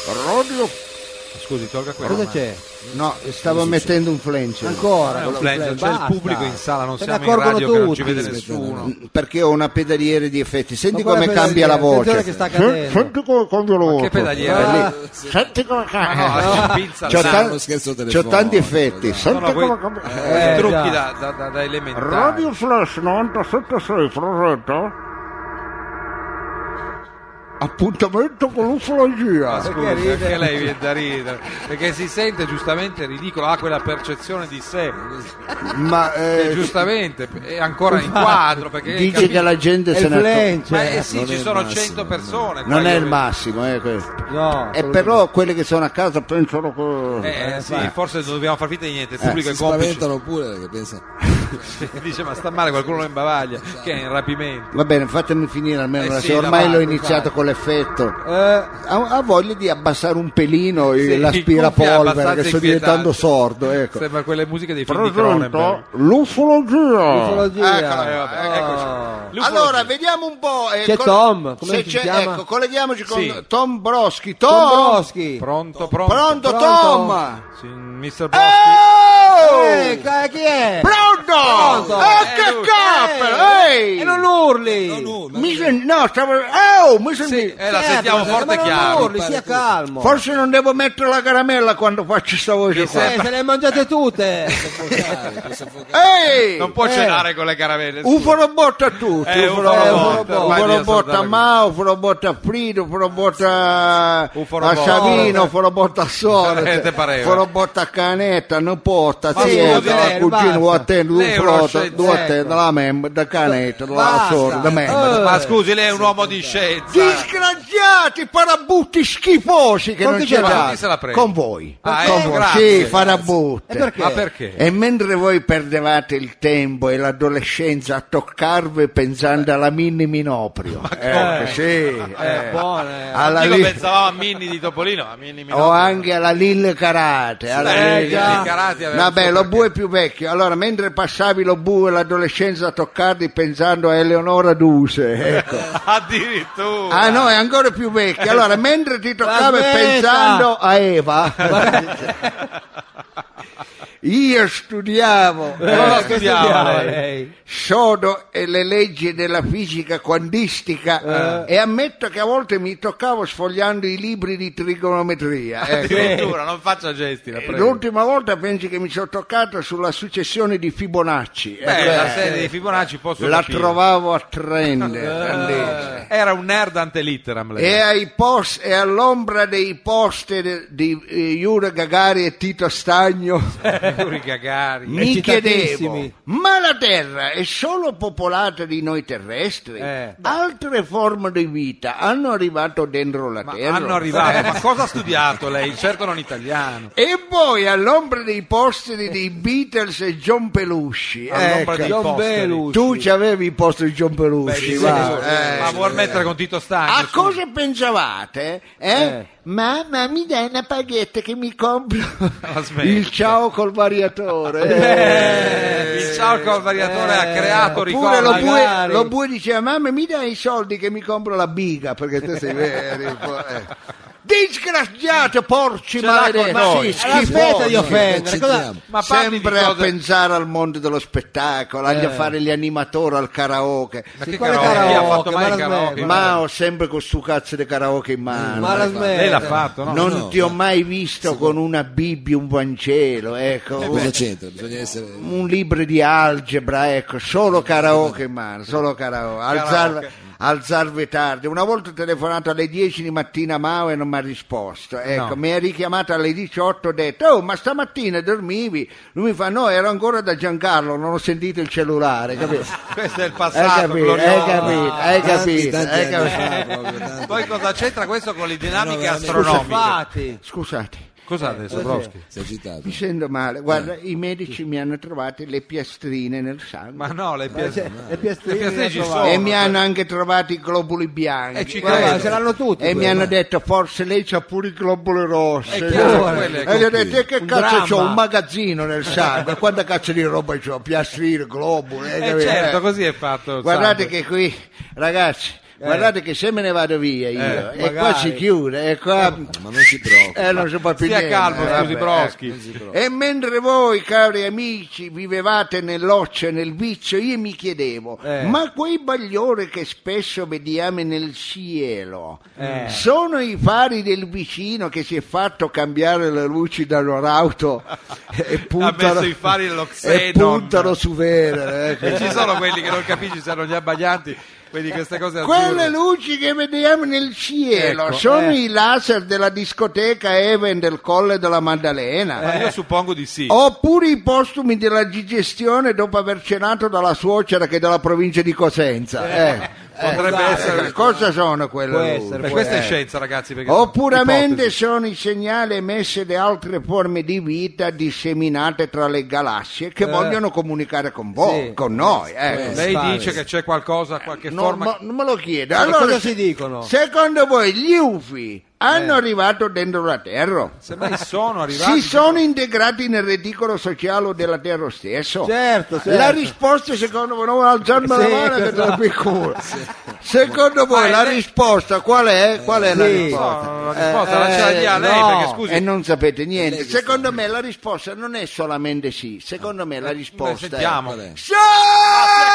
[SPEAKER 1] Radio
[SPEAKER 3] Scusi, tolga quello.
[SPEAKER 2] Cosa
[SPEAKER 3] ma-
[SPEAKER 2] c'è?
[SPEAKER 1] No, stavo mettendo un flange.
[SPEAKER 2] Ancora?
[SPEAKER 3] Eh,
[SPEAKER 2] con il
[SPEAKER 3] un flash,
[SPEAKER 2] flash,
[SPEAKER 3] c'è il
[SPEAKER 2] basta.
[SPEAKER 3] pubblico in sala, non
[SPEAKER 2] Se ne
[SPEAKER 3] siamo in
[SPEAKER 2] accorgono
[SPEAKER 3] radio che non ci
[SPEAKER 2] tutti.
[SPEAKER 3] vede nessuno.
[SPEAKER 1] Mm, Perché ho una pedaliere di effetti. Senti
[SPEAKER 2] Ma quella
[SPEAKER 1] come cambia la
[SPEAKER 2] pedaliera,
[SPEAKER 1] voce.
[SPEAKER 2] attenzione che sta cadendo.
[SPEAKER 1] come cambia la
[SPEAKER 3] Ma che pedaliera?
[SPEAKER 1] Eh, lì.
[SPEAKER 2] Ah.
[SPEAKER 1] Senti come
[SPEAKER 3] Ah,
[SPEAKER 1] cambia.
[SPEAKER 3] no, si pinza
[SPEAKER 1] C'ho,
[SPEAKER 3] il
[SPEAKER 1] tan-
[SPEAKER 4] uno scherzo
[SPEAKER 1] c'ho
[SPEAKER 4] telefonico,
[SPEAKER 1] tanti effetti.
[SPEAKER 4] dai.
[SPEAKER 1] Senti
[SPEAKER 3] No, no, quei-
[SPEAKER 1] come cambia.
[SPEAKER 3] eh,
[SPEAKER 2] Eh,
[SPEAKER 3] trucchi
[SPEAKER 2] già.
[SPEAKER 3] da, da, da, da elementari.
[SPEAKER 9] Radio Flash 976 presenta
[SPEAKER 1] Appuntamento con
[SPEAKER 3] Ma
[SPEAKER 1] l'ufologia.
[SPEAKER 3] scusi,
[SPEAKER 2] Perché ride?
[SPEAKER 3] anche lei viene da ridere perché si sente giustamente ridicolo, ha quella percezione di sé,
[SPEAKER 1] Ma
[SPEAKER 3] che
[SPEAKER 1] eh,
[SPEAKER 3] giustamente è ancora in quadro. Perché
[SPEAKER 1] dice
[SPEAKER 3] capi-
[SPEAKER 1] che la gente
[SPEAKER 2] È
[SPEAKER 1] se
[SPEAKER 2] il
[SPEAKER 1] ne accorge.
[SPEAKER 2] flange.
[SPEAKER 3] Ma eh sì,
[SPEAKER 4] non è
[SPEAKER 3] ci
[SPEAKER 4] il
[SPEAKER 3] sono
[SPEAKER 4] massimo,
[SPEAKER 3] 100
[SPEAKER 4] no.
[SPEAKER 3] persone. qua
[SPEAKER 1] Non è
[SPEAKER 3] che-
[SPEAKER 1] il massimo, eh, questo.
[SPEAKER 2] No.
[SPEAKER 1] E però quelli che sono a casa pensano che...
[SPEAKER 3] Eh, sì, forse non dobbiamo far finta di niente. Il
[SPEAKER 4] Eh,
[SPEAKER 3] pubblico
[SPEAKER 4] si
[SPEAKER 3] è complice.
[SPEAKER 4] spaventano pure perché pensano
[SPEAKER 3] Dice, ma sta male, qualcuno lo imbavaglia. Che è in rapimento.
[SPEAKER 1] Va bene, fatemi finire almeno
[SPEAKER 3] Eh
[SPEAKER 1] una
[SPEAKER 3] sì,
[SPEAKER 1] se- ormai
[SPEAKER 3] la
[SPEAKER 1] l'ho
[SPEAKER 3] parte,
[SPEAKER 1] iniziato con l'effetto.
[SPEAKER 2] Eh,
[SPEAKER 1] ha, ha voglia di abbassare un pelino il-
[SPEAKER 3] Sì, il cuffia è
[SPEAKER 1] l'aspirapolvere che
[SPEAKER 3] abbastanza
[SPEAKER 1] sto diventando
[SPEAKER 3] inquietante.
[SPEAKER 1] sordo ecco.
[SPEAKER 3] Sembra quelle musiche dei film di Cronenberg.
[SPEAKER 9] presenta l'ufologia.
[SPEAKER 2] ufologia.
[SPEAKER 1] Eccola,
[SPEAKER 3] vabbè, eccoci.
[SPEAKER 2] Oh.
[SPEAKER 3] L'ufologia.
[SPEAKER 1] allora vediamo un po' eh,
[SPEAKER 2] C'è Tom, come
[SPEAKER 1] se
[SPEAKER 2] si
[SPEAKER 1] c'è-
[SPEAKER 2] chiama?
[SPEAKER 1] ecco, colleghiamoci con
[SPEAKER 3] Sì.
[SPEAKER 1] Tom Broschi Tom,
[SPEAKER 2] Tom Broschi.
[SPEAKER 3] Pronto, pronto.
[SPEAKER 1] pronto,
[SPEAKER 2] Pronto.
[SPEAKER 1] Tom
[SPEAKER 3] Sì, Mr. Boschi.
[SPEAKER 1] Oh!
[SPEAKER 2] Eh, ca- chi è?
[SPEAKER 1] pronto,
[SPEAKER 2] Pronto.
[SPEAKER 1] Eh,
[SPEAKER 3] Eh,
[SPEAKER 1] che
[SPEAKER 3] lui.
[SPEAKER 1] capo ehi
[SPEAKER 2] eh, E
[SPEAKER 3] eh,
[SPEAKER 2] non urli.
[SPEAKER 1] mi sen- no stavo oh, mi sen-
[SPEAKER 3] Sì, eh, la
[SPEAKER 2] Eh,
[SPEAKER 3] sentiamo
[SPEAKER 2] ma-
[SPEAKER 3] forte e
[SPEAKER 2] ma
[SPEAKER 3] chiaro.
[SPEAKER 2] Non urli, sia calmo.
[SPEAKER 1] forse non devo mettere la caramella quando faccio sta voce
[SPEAKER 3] Mi
[SPEAKER 1] qua
[SPEAKER 2] Eh, se le hai mangiate tutte.
[SPEAKER 1] ehi
[SPEAKER 3] Non può
[SPEAKER 2] Eh.
[SPEAKER 3] cenare con le caramelle. scusa.
[SPEAKER 1] Ufolobot a tutti,
[SPEAKER 3] Eh,
[SPEAKER 1] ufolobot,
[SPEAKER 3] ufolobot,
[SPEAKER 1] ufolobot,
[SPEAKER 3] vai lì a
[SPEAKER 1] ufolobot a
[SPEAKER 3] salutare.
[SPEAKER 1] Mao, ufolobot a Frido, ufolobot a, a
[SPEAKER 3] Ufolobot.
[SPEAKER 1] Savino, ufolobot a
[SPEAKER 3] Eh,
[SPEAKER 1] Sorete,
[SPEAKER 3] te pareva.
[SPEAKER 1] ufolobot a Canetta, Nipotta,
[SPEAKER 2] Ma
[SPEAKER 1] Sieta,
[SPEAKER 3] scusi,
[SPEAKER 1] la
[SPEAKER 2] eh,
[SPEAKER 1] cugina,
[SPEAKER 2] basta.
[SPEAKER 1] Guattendo,
[SPEAKER 3] Lei è uno
[SPEAKER 1] Ufrota,
[SPEAKER 3] scienziato.
[SPEAKER 1] Duattendo, la Memba, da Canetta, la
[SPEAKER 2] Basta.
[SPEAKER 1] Sorete, da Memba.
[SPEAKER 2] Eh.
[SPEAKER 3] Ma scusi, lei è un uomo di scienza.
[SPEAKER 1] Disgraziati, farabutti schifosi che
[SPEAKER 2] Con
[SPEAKER 1] non
[SPEAKER 2] chi
[SPEAKER 1] c'è
[SPEAKER 2] ce l'ha?
[SPEAKER 3] Con chi se la prende?
[SPEAKER 1] Con voi,
[SPEAKER 3] Ah,
[SPEAKER 1] con
[SPEAKER 3] eh,
[SPEAKER 1] voi,
[SPEAKER 3] grazie.
[SPEAKER 1] sì, farabutti.
[SPEAKER 2] E perché?
[SPEAKER 3] Ma perché?
[SPEAKER 1] E mentre voi perdevate il tempo e l'adolescenza a toccarvi pensando alla Mini Minoprio, eh, sì, eh,
[SPEAKER 2] Eh, buone.
[SPEAKER 1] alla
[SPEAKER 3] Io
[SPEAKER 1] Lil-
[SPEAKER 3] pensavamo a Minni di Topolino, a Minni
[SPEAKER 1] o
[SPEAKER 3] Minotto.
[SPEAKER 1] anche alla Lille Karate. alla
[SPEAKER 3] eh,
[SPEAKER 1] Lille-
[SPEAKER 3] già. Lille Karate aveva
[SPEAKER 1] Vabbè,
[SPEAKER 3] il suo
[SPEAKER 1] lo
[SPEAKER 3] perché.
[SPEAKER 1] bue è più vecchio. Allora, mentre passavi lo bue e l'adolescenza a toccarvi pensando a Eleonora Duse, ecco.
[SPEAKER 3] Addirittura.
[SPEAKER 1] Ah no, è ancora più vecchio. Allora, mentre ti toccavi
[SPEAKER 2] smetta.
[SPEAKER 1] pensando a Eva, io studiavo.
[SPEAKER 3] Cosa
[SPEAKER 2] Eh, che
[SPEAKER 3] studiava
[SPEAKER 2] studiava
[SPEAKER 3] lei?
[SPEAKER 2] lei?
[SPEAKER 1] sono eh, le leggi della fisica quantistica e ammetto che a volte mi toccavo sfogliando i libri di trigonometria. ecco.
[SPEAKER 3] Addirittura, non faccia gesti, la
[SPEAKER 1] E
[SPEAKER 3] prego.
[SPEAKER 1] L'ultima volta pensi che mi sono toccato sulla successione di Fibonacci.
[SPEAKER 3] Beh,
[SPEAKER 1] Eh,
[SPEAKER 3] la serie di Fibonacci posso
[SPEAKER 1] la
[SPEAKER 3] capire. Eh.
[SPEAKER 1] trovavo a trende. grandezza.
[SPEAKER 3] Era un nerd ante litteram lei.
[SPEAKER 1] E, ai post- e all'ombra dei poster di eh, Yuri Gagari e Tito Stagno
[SPEAKER 3] Yuri Gagari.
[SPEAKER 1] mi chiedevo,
[SPEAKER 2] Eccitatissimi.
[SPEAKER 1] ma la Terra è solo popolata di noi terrestri.
[SPEAKER 2] Eh.
[SPEAKER 1] Altre forme di vita hanno arrivato dentro la
[SPEAKER 3] Ma
[SPEAKER 1] Terra.
[SPEAKER 3] Eh, hanno arrivato, ma cosa ha studiato lei? Certo non italiano.
[SPEAKER 1] E poi all'ombra dei posteri
[SPEAKER 3] Eh.
[SPEAKER 1] dei Beatles e John Pelusci.
[SPEAKER 3] All'ombra
[SPEAKER 1] Ecco,
[SPEAKER 3] dei
[SPEAKER 2] Eh, John
[SPEAKER 3] posteri.
[SPEAKER 2] Belushi.
[SPEAKER 1] tu ci avevi i posteri di John
[SPEAKER 3] Beh,
[SPEAKER 1] Pelusci.
[SPEAKER 3] sì,
[SPEAKER 1] va,
[SPEAKER 3] sì,
[SPEAKER 1] eh. Ah,
[SPEAKER 3] ma vuol mettere con Tito Stagno?
[SPEAKER 1] A
[SPEAKER 3] scusi.
[SPEAKER 1] cosa pensavate? eh?
[SPEAKER 2] Eh.
[SPEAKER 1] Mamma, mi dai una paghetta che mi compro
[SPEAKER 3] Ma smetti.
[SPEAKER 1] il ciao col variatore.
[SPEAKER 3] Eh, il ciao col variatore ha creato
[SPEAKER 1] Eh. Oppure lo
[SPEAKER 3] ricordi.
[SPEAKER 1] bue,
[SPEAKER 2] magari.
[SPEAKER 1] lo bue diceva mamma mi dai i soldi che mi compro la biga perché te sei vero un po', eh. disgraziato porci
[SPEAKER 3] Ce l'ha con
[SPEAKER 1] maledetti
[SPEAKER 3] noi. Eh,
[SPEAKER 1] Sì,
[SPEAKER 2] Allora, aspetta
[SPEAKER 1] schifosi.
[SPEAKER 2] di offendere. Cosa...
[SPEAKER 4] Accettiamo.
[SPEAKER 3] Ma parli di
[SPEAKER 1] sempre a
[SPEAKER 3] cose- Eh.
[SPEAKER 1] pensare al mondo dello spettacolo agli a fare gli animatori al karaoke
[SPEAKER 3] Ma
[SPEAKER 2] Sì,
[SPEAKER 3] che
[SPEAKER 2] quale
[SPEAKER 3] karaoke? Chi ha
[SPEAKER 2] karaoke?
[SPEAKER 3] fatto mai
[SPEAKER 2] Ma
[SPEAKER 3] il
[SPEAKER 2] la
[SPEAKER 3] karaoke?
[SPEAKER 2] smetti.
[SPEAKER 1] ma ho sempre con stu cazzo di karaoke in mano
[SPEAKER 2] Ma la
[SPEAKER 1] eh,
[SPEAKER 2] smetta.
[SPEAKER 3] Lei l'ha fatto, no?
[SPEAKER 1] non
[SPEAKER 4] no,
[SPEAKER 1] ti ho mai visto con una bibbia un Vangelo ecco
[SPEAKER 3] Eh,
[SPEAKER 4] Cosa c'entra? Bisogna essere.
[SPEAKER 1] un libro di algebra, ecco, solo karaoke, man, solo karaoke. Alzar, alzarvi tardi. Una volta ho telefonato alle 10 di mattina a Mao e non mi ha risposto. Ecco, mi ha richiamato alle 18 ho detto, oh, ma stamattina dormivi? Lui mi fa, no, ero ancora da Giancarlo, non ho sentito il cellulare, capito?
[SPEAKER 3] Questo è il
[SPEAKER 1] Hai
[SPEAKER 3] passato
[SPEAKER 1] capito, hai
[SPEAKER 3] glorioso.
[SPEAKER 1] capito, hai
[SPEAKER 4] Esatto, Tanti,
[SPEAKER 1] capito,
[SPEAKER 4] tanti
[SPEAKER 1] hai
[SPEAKER 4] anni
[SPEAKER 1] capito.
[SPEAKER 4] fa, proprio, tanti.
[SPEAKER 3] Poi cosa c'entra questo con le dinamiche
[SPEAKER 4] No, veramente.
[SPEAKER 3] astronomiche?
[SPEAKER 2] Infatti.
[SPEAKER 1] Scusate.
[SPEAKER 3] Cos'ha
[SPEAKER 1] Eh,
[SPEAKER 3] adesso, Broschi?
[SPEAKER 4] Si è agitato.
[SPEAKER 1] Mi sento male, guarda,
[SPEAKER 4] Eh.
[SPEAKER 1] i medici mi hanno trovato le piastrine nel sangue.
[SPEAKER 3] Ma no, le piace. Eh,
[SPEAKER 2] Cioè, le piastrine
[SPEAKER 3] Le piastrine ci
[SPEAKER 2] le
[SPEAKER 3] sono.
[SPEAKER 2] trovate.
[SPEAKER 1] e mi hanno anche trovato i globuli bianchi.
[SPEAKER 3] Eh, ci
[SPEAKER 1] Guarda,
[SPEAKER 3] credo.
[SPEAKER 2] ce l'hanno tutti
[SPEAKER 1] E mi
[SPEAKER 2] quelli.
[SPEAKER 1] hanno detto, forse lei c'ha pure i globuli rossi.
[SPEAKER 3] È chiaro,
[SPEAKER 1] Eh,
[SPEAKER 3] quello è
[SPEAKER 1] e gli ho detto, e che
[SPEAKER 2] Un
[SPEAKER 1] cazzo c'ho?
[SPEAKER 2] dramma.
[SPEAKER 1] Un magazzino nel sangue. Quanta cazzo di roba c'ho? Piastrino, globuli. eh,
[SPEAKER 3] Eh,
[SPEAKER 1] capito?
[SPEAKER 3] certo,
[SPEAKER 1] Eh.
[SPEAKER 3] così è fatto.
[SPEAKER 1] Guardate
[SPEAKER 3] Sandro.
[SPEAKER 1] che qui, ragazzi, guardate che se me ne vado via io,
[SPEAKER 2] Eh,
[SPEAKER 1] e qua
[SPEAKER 2] magari.
[SPEAKER 1] si chiude, e qua...
[SPEAKER 4] Ma non si preoccupa.
[SPEAKER 1] Eh, non si può più
[SPEAKER 3] Stia
[SPEAKER 1] niente,
[SPEAKER 3] calmo,
[SPEAKER 1] eh,
[SPEAKER 3] scusi,
[SPEAKER 1] vabbè,
[SPEAKER 3] Broschi.
[SPEAKER 1] eh.
[SPEAKER 3] Non si
[SPEAKER 1] E mentre voi, cari amici, vivevate nell'occhio e nel vizio, io mi chiedevo,
[SPEAKER 2] Eh.
[SPEAKER 1] ma quei bagliori che spesso vediamo nel cielo,
[SPEAKER 2] Eh.
[SPEAKER 1] sono i fari del vicino che si è fatto cambiare le luci dall'orauto e puntano,
[SPEAKER 3] messo i fari dello
[SPEAKER 1] e
[SPEAKER 3] Xenon.
[SPEAKER 1] puntano su Venere? ecco.
[SPEAKER 3] E ci sono quelli che non capisci, saranno gli abbaglianti, quindi queste cose
[SPEAKER 1] Quelle
[SPEAKER 3] azzurre.
[SPEAKER 1] luci che vediamo nel cielo
[SPEAKER 3] Ecco,
[SPEAKER 1] sono
[SPEAKER 2] eh.
[SPEAKER 1] i laser della discoteca Even del Colle della Maddalena.
[SPEAKER 3] Ma io suppongo di
[SPEAKER 1] Oh,
[SPEAKER 3] sì.
[SPEAKER 1] Oppure i postumi della digestione dopo aver cenato dalla suocera che è della provincia di Cosenza. Eh.
[SPEAKER 3] Potrebbe
[SPEAKER 1] Eh,
[SPEAKER 3] essere.
[SPEAKER 1] cosa sono quelle?
[SPEAKER 2] Può
[SPEAKER 1] luci?
[SPEAKER 2] essere,
[SPEAKER 3] Beh,
[SPEAKER 2] può
[SPEAKER 3] questa è
[SPEAKER 2] essere.
[SPEAKER 3] scienza, ragazzi. perché sono
[SPEAKER 1] eh. Oppuramente
[SPEAKER 3] ipotesi.
[SPEAKER 1] sono i segnali emessi da altre forme di vita disseminate tra le galassie che vogliono comunicare con voi,
[SPEAKER 2] Eh. Sì.
[SPEAKER 1] con noi. ecco.
[SPEAKER 2] Eh,
[SPEAKER 3] Lei
[SPEAKER 2] Spare.
[SPEAKER 3] dice che c'è qualcosa, qualche
[SPEAKER 1] No,
[SPEAKER 3] forma.
[SPEAKER 1] ma- non me lo chiedo.
[SPEAKER 2] Ma
[SPEAKER 1] Allora,
[SPEAKER 2] cosa
[SPEAKER 1] se-
[SPEAKER 2] si dicono? Eh.
[SPEAKER 1] Secondo voi gli UFI hanno arrivato dentro la Terra?
[SPEAKER 3] Semmai sono arrivati.
[SPEAKER 1] Si sono integrati nel reticolo sociale della Terra stesso?
[SPEAKER 2] Certo, certo.
[SPEAKER 1] La risposta secondo voi, non alzarmi la
[SPEAKER 2] Sì,
[SPEAKER 1] mano che te la
[SPEAKER 2] esatto.
[SPEAKER 1] piccolo. Secondo voi
[SPEAKER 3] Ah,
[SPEAKER 1] la
[SPEAKER 3] e lei-
[SPEAKER 1] risposta qual è? Qual è la
[SPEAKER 2] sì.
[SPEAKER 1] risposta?
[SPEAKER 3] No, la risposta
[SPEAKER 1] Eh,
[SPEAKER 3] la ce la dia
[SPEAKER 1] eh,
[SPEAKER 3] lei,
[SPEAKER 2] no.
[SPEAKER 3] perché scusi.
[SPEAKER 1] E non sapete niente.
[SPEAKER 4] Lei che
[SPEAKER 1] Secondo me la risposta non è solamente sì, secondo me la
[SPEAKER 3] Beh,
[SPEAKER 1] risposta è
[SPEAKER 3] Eh, sentiamo. Ah,
[SPEAKER 4] Vabbè.
[SPEAKER 1] sì!
[SPEAKER 3] eh,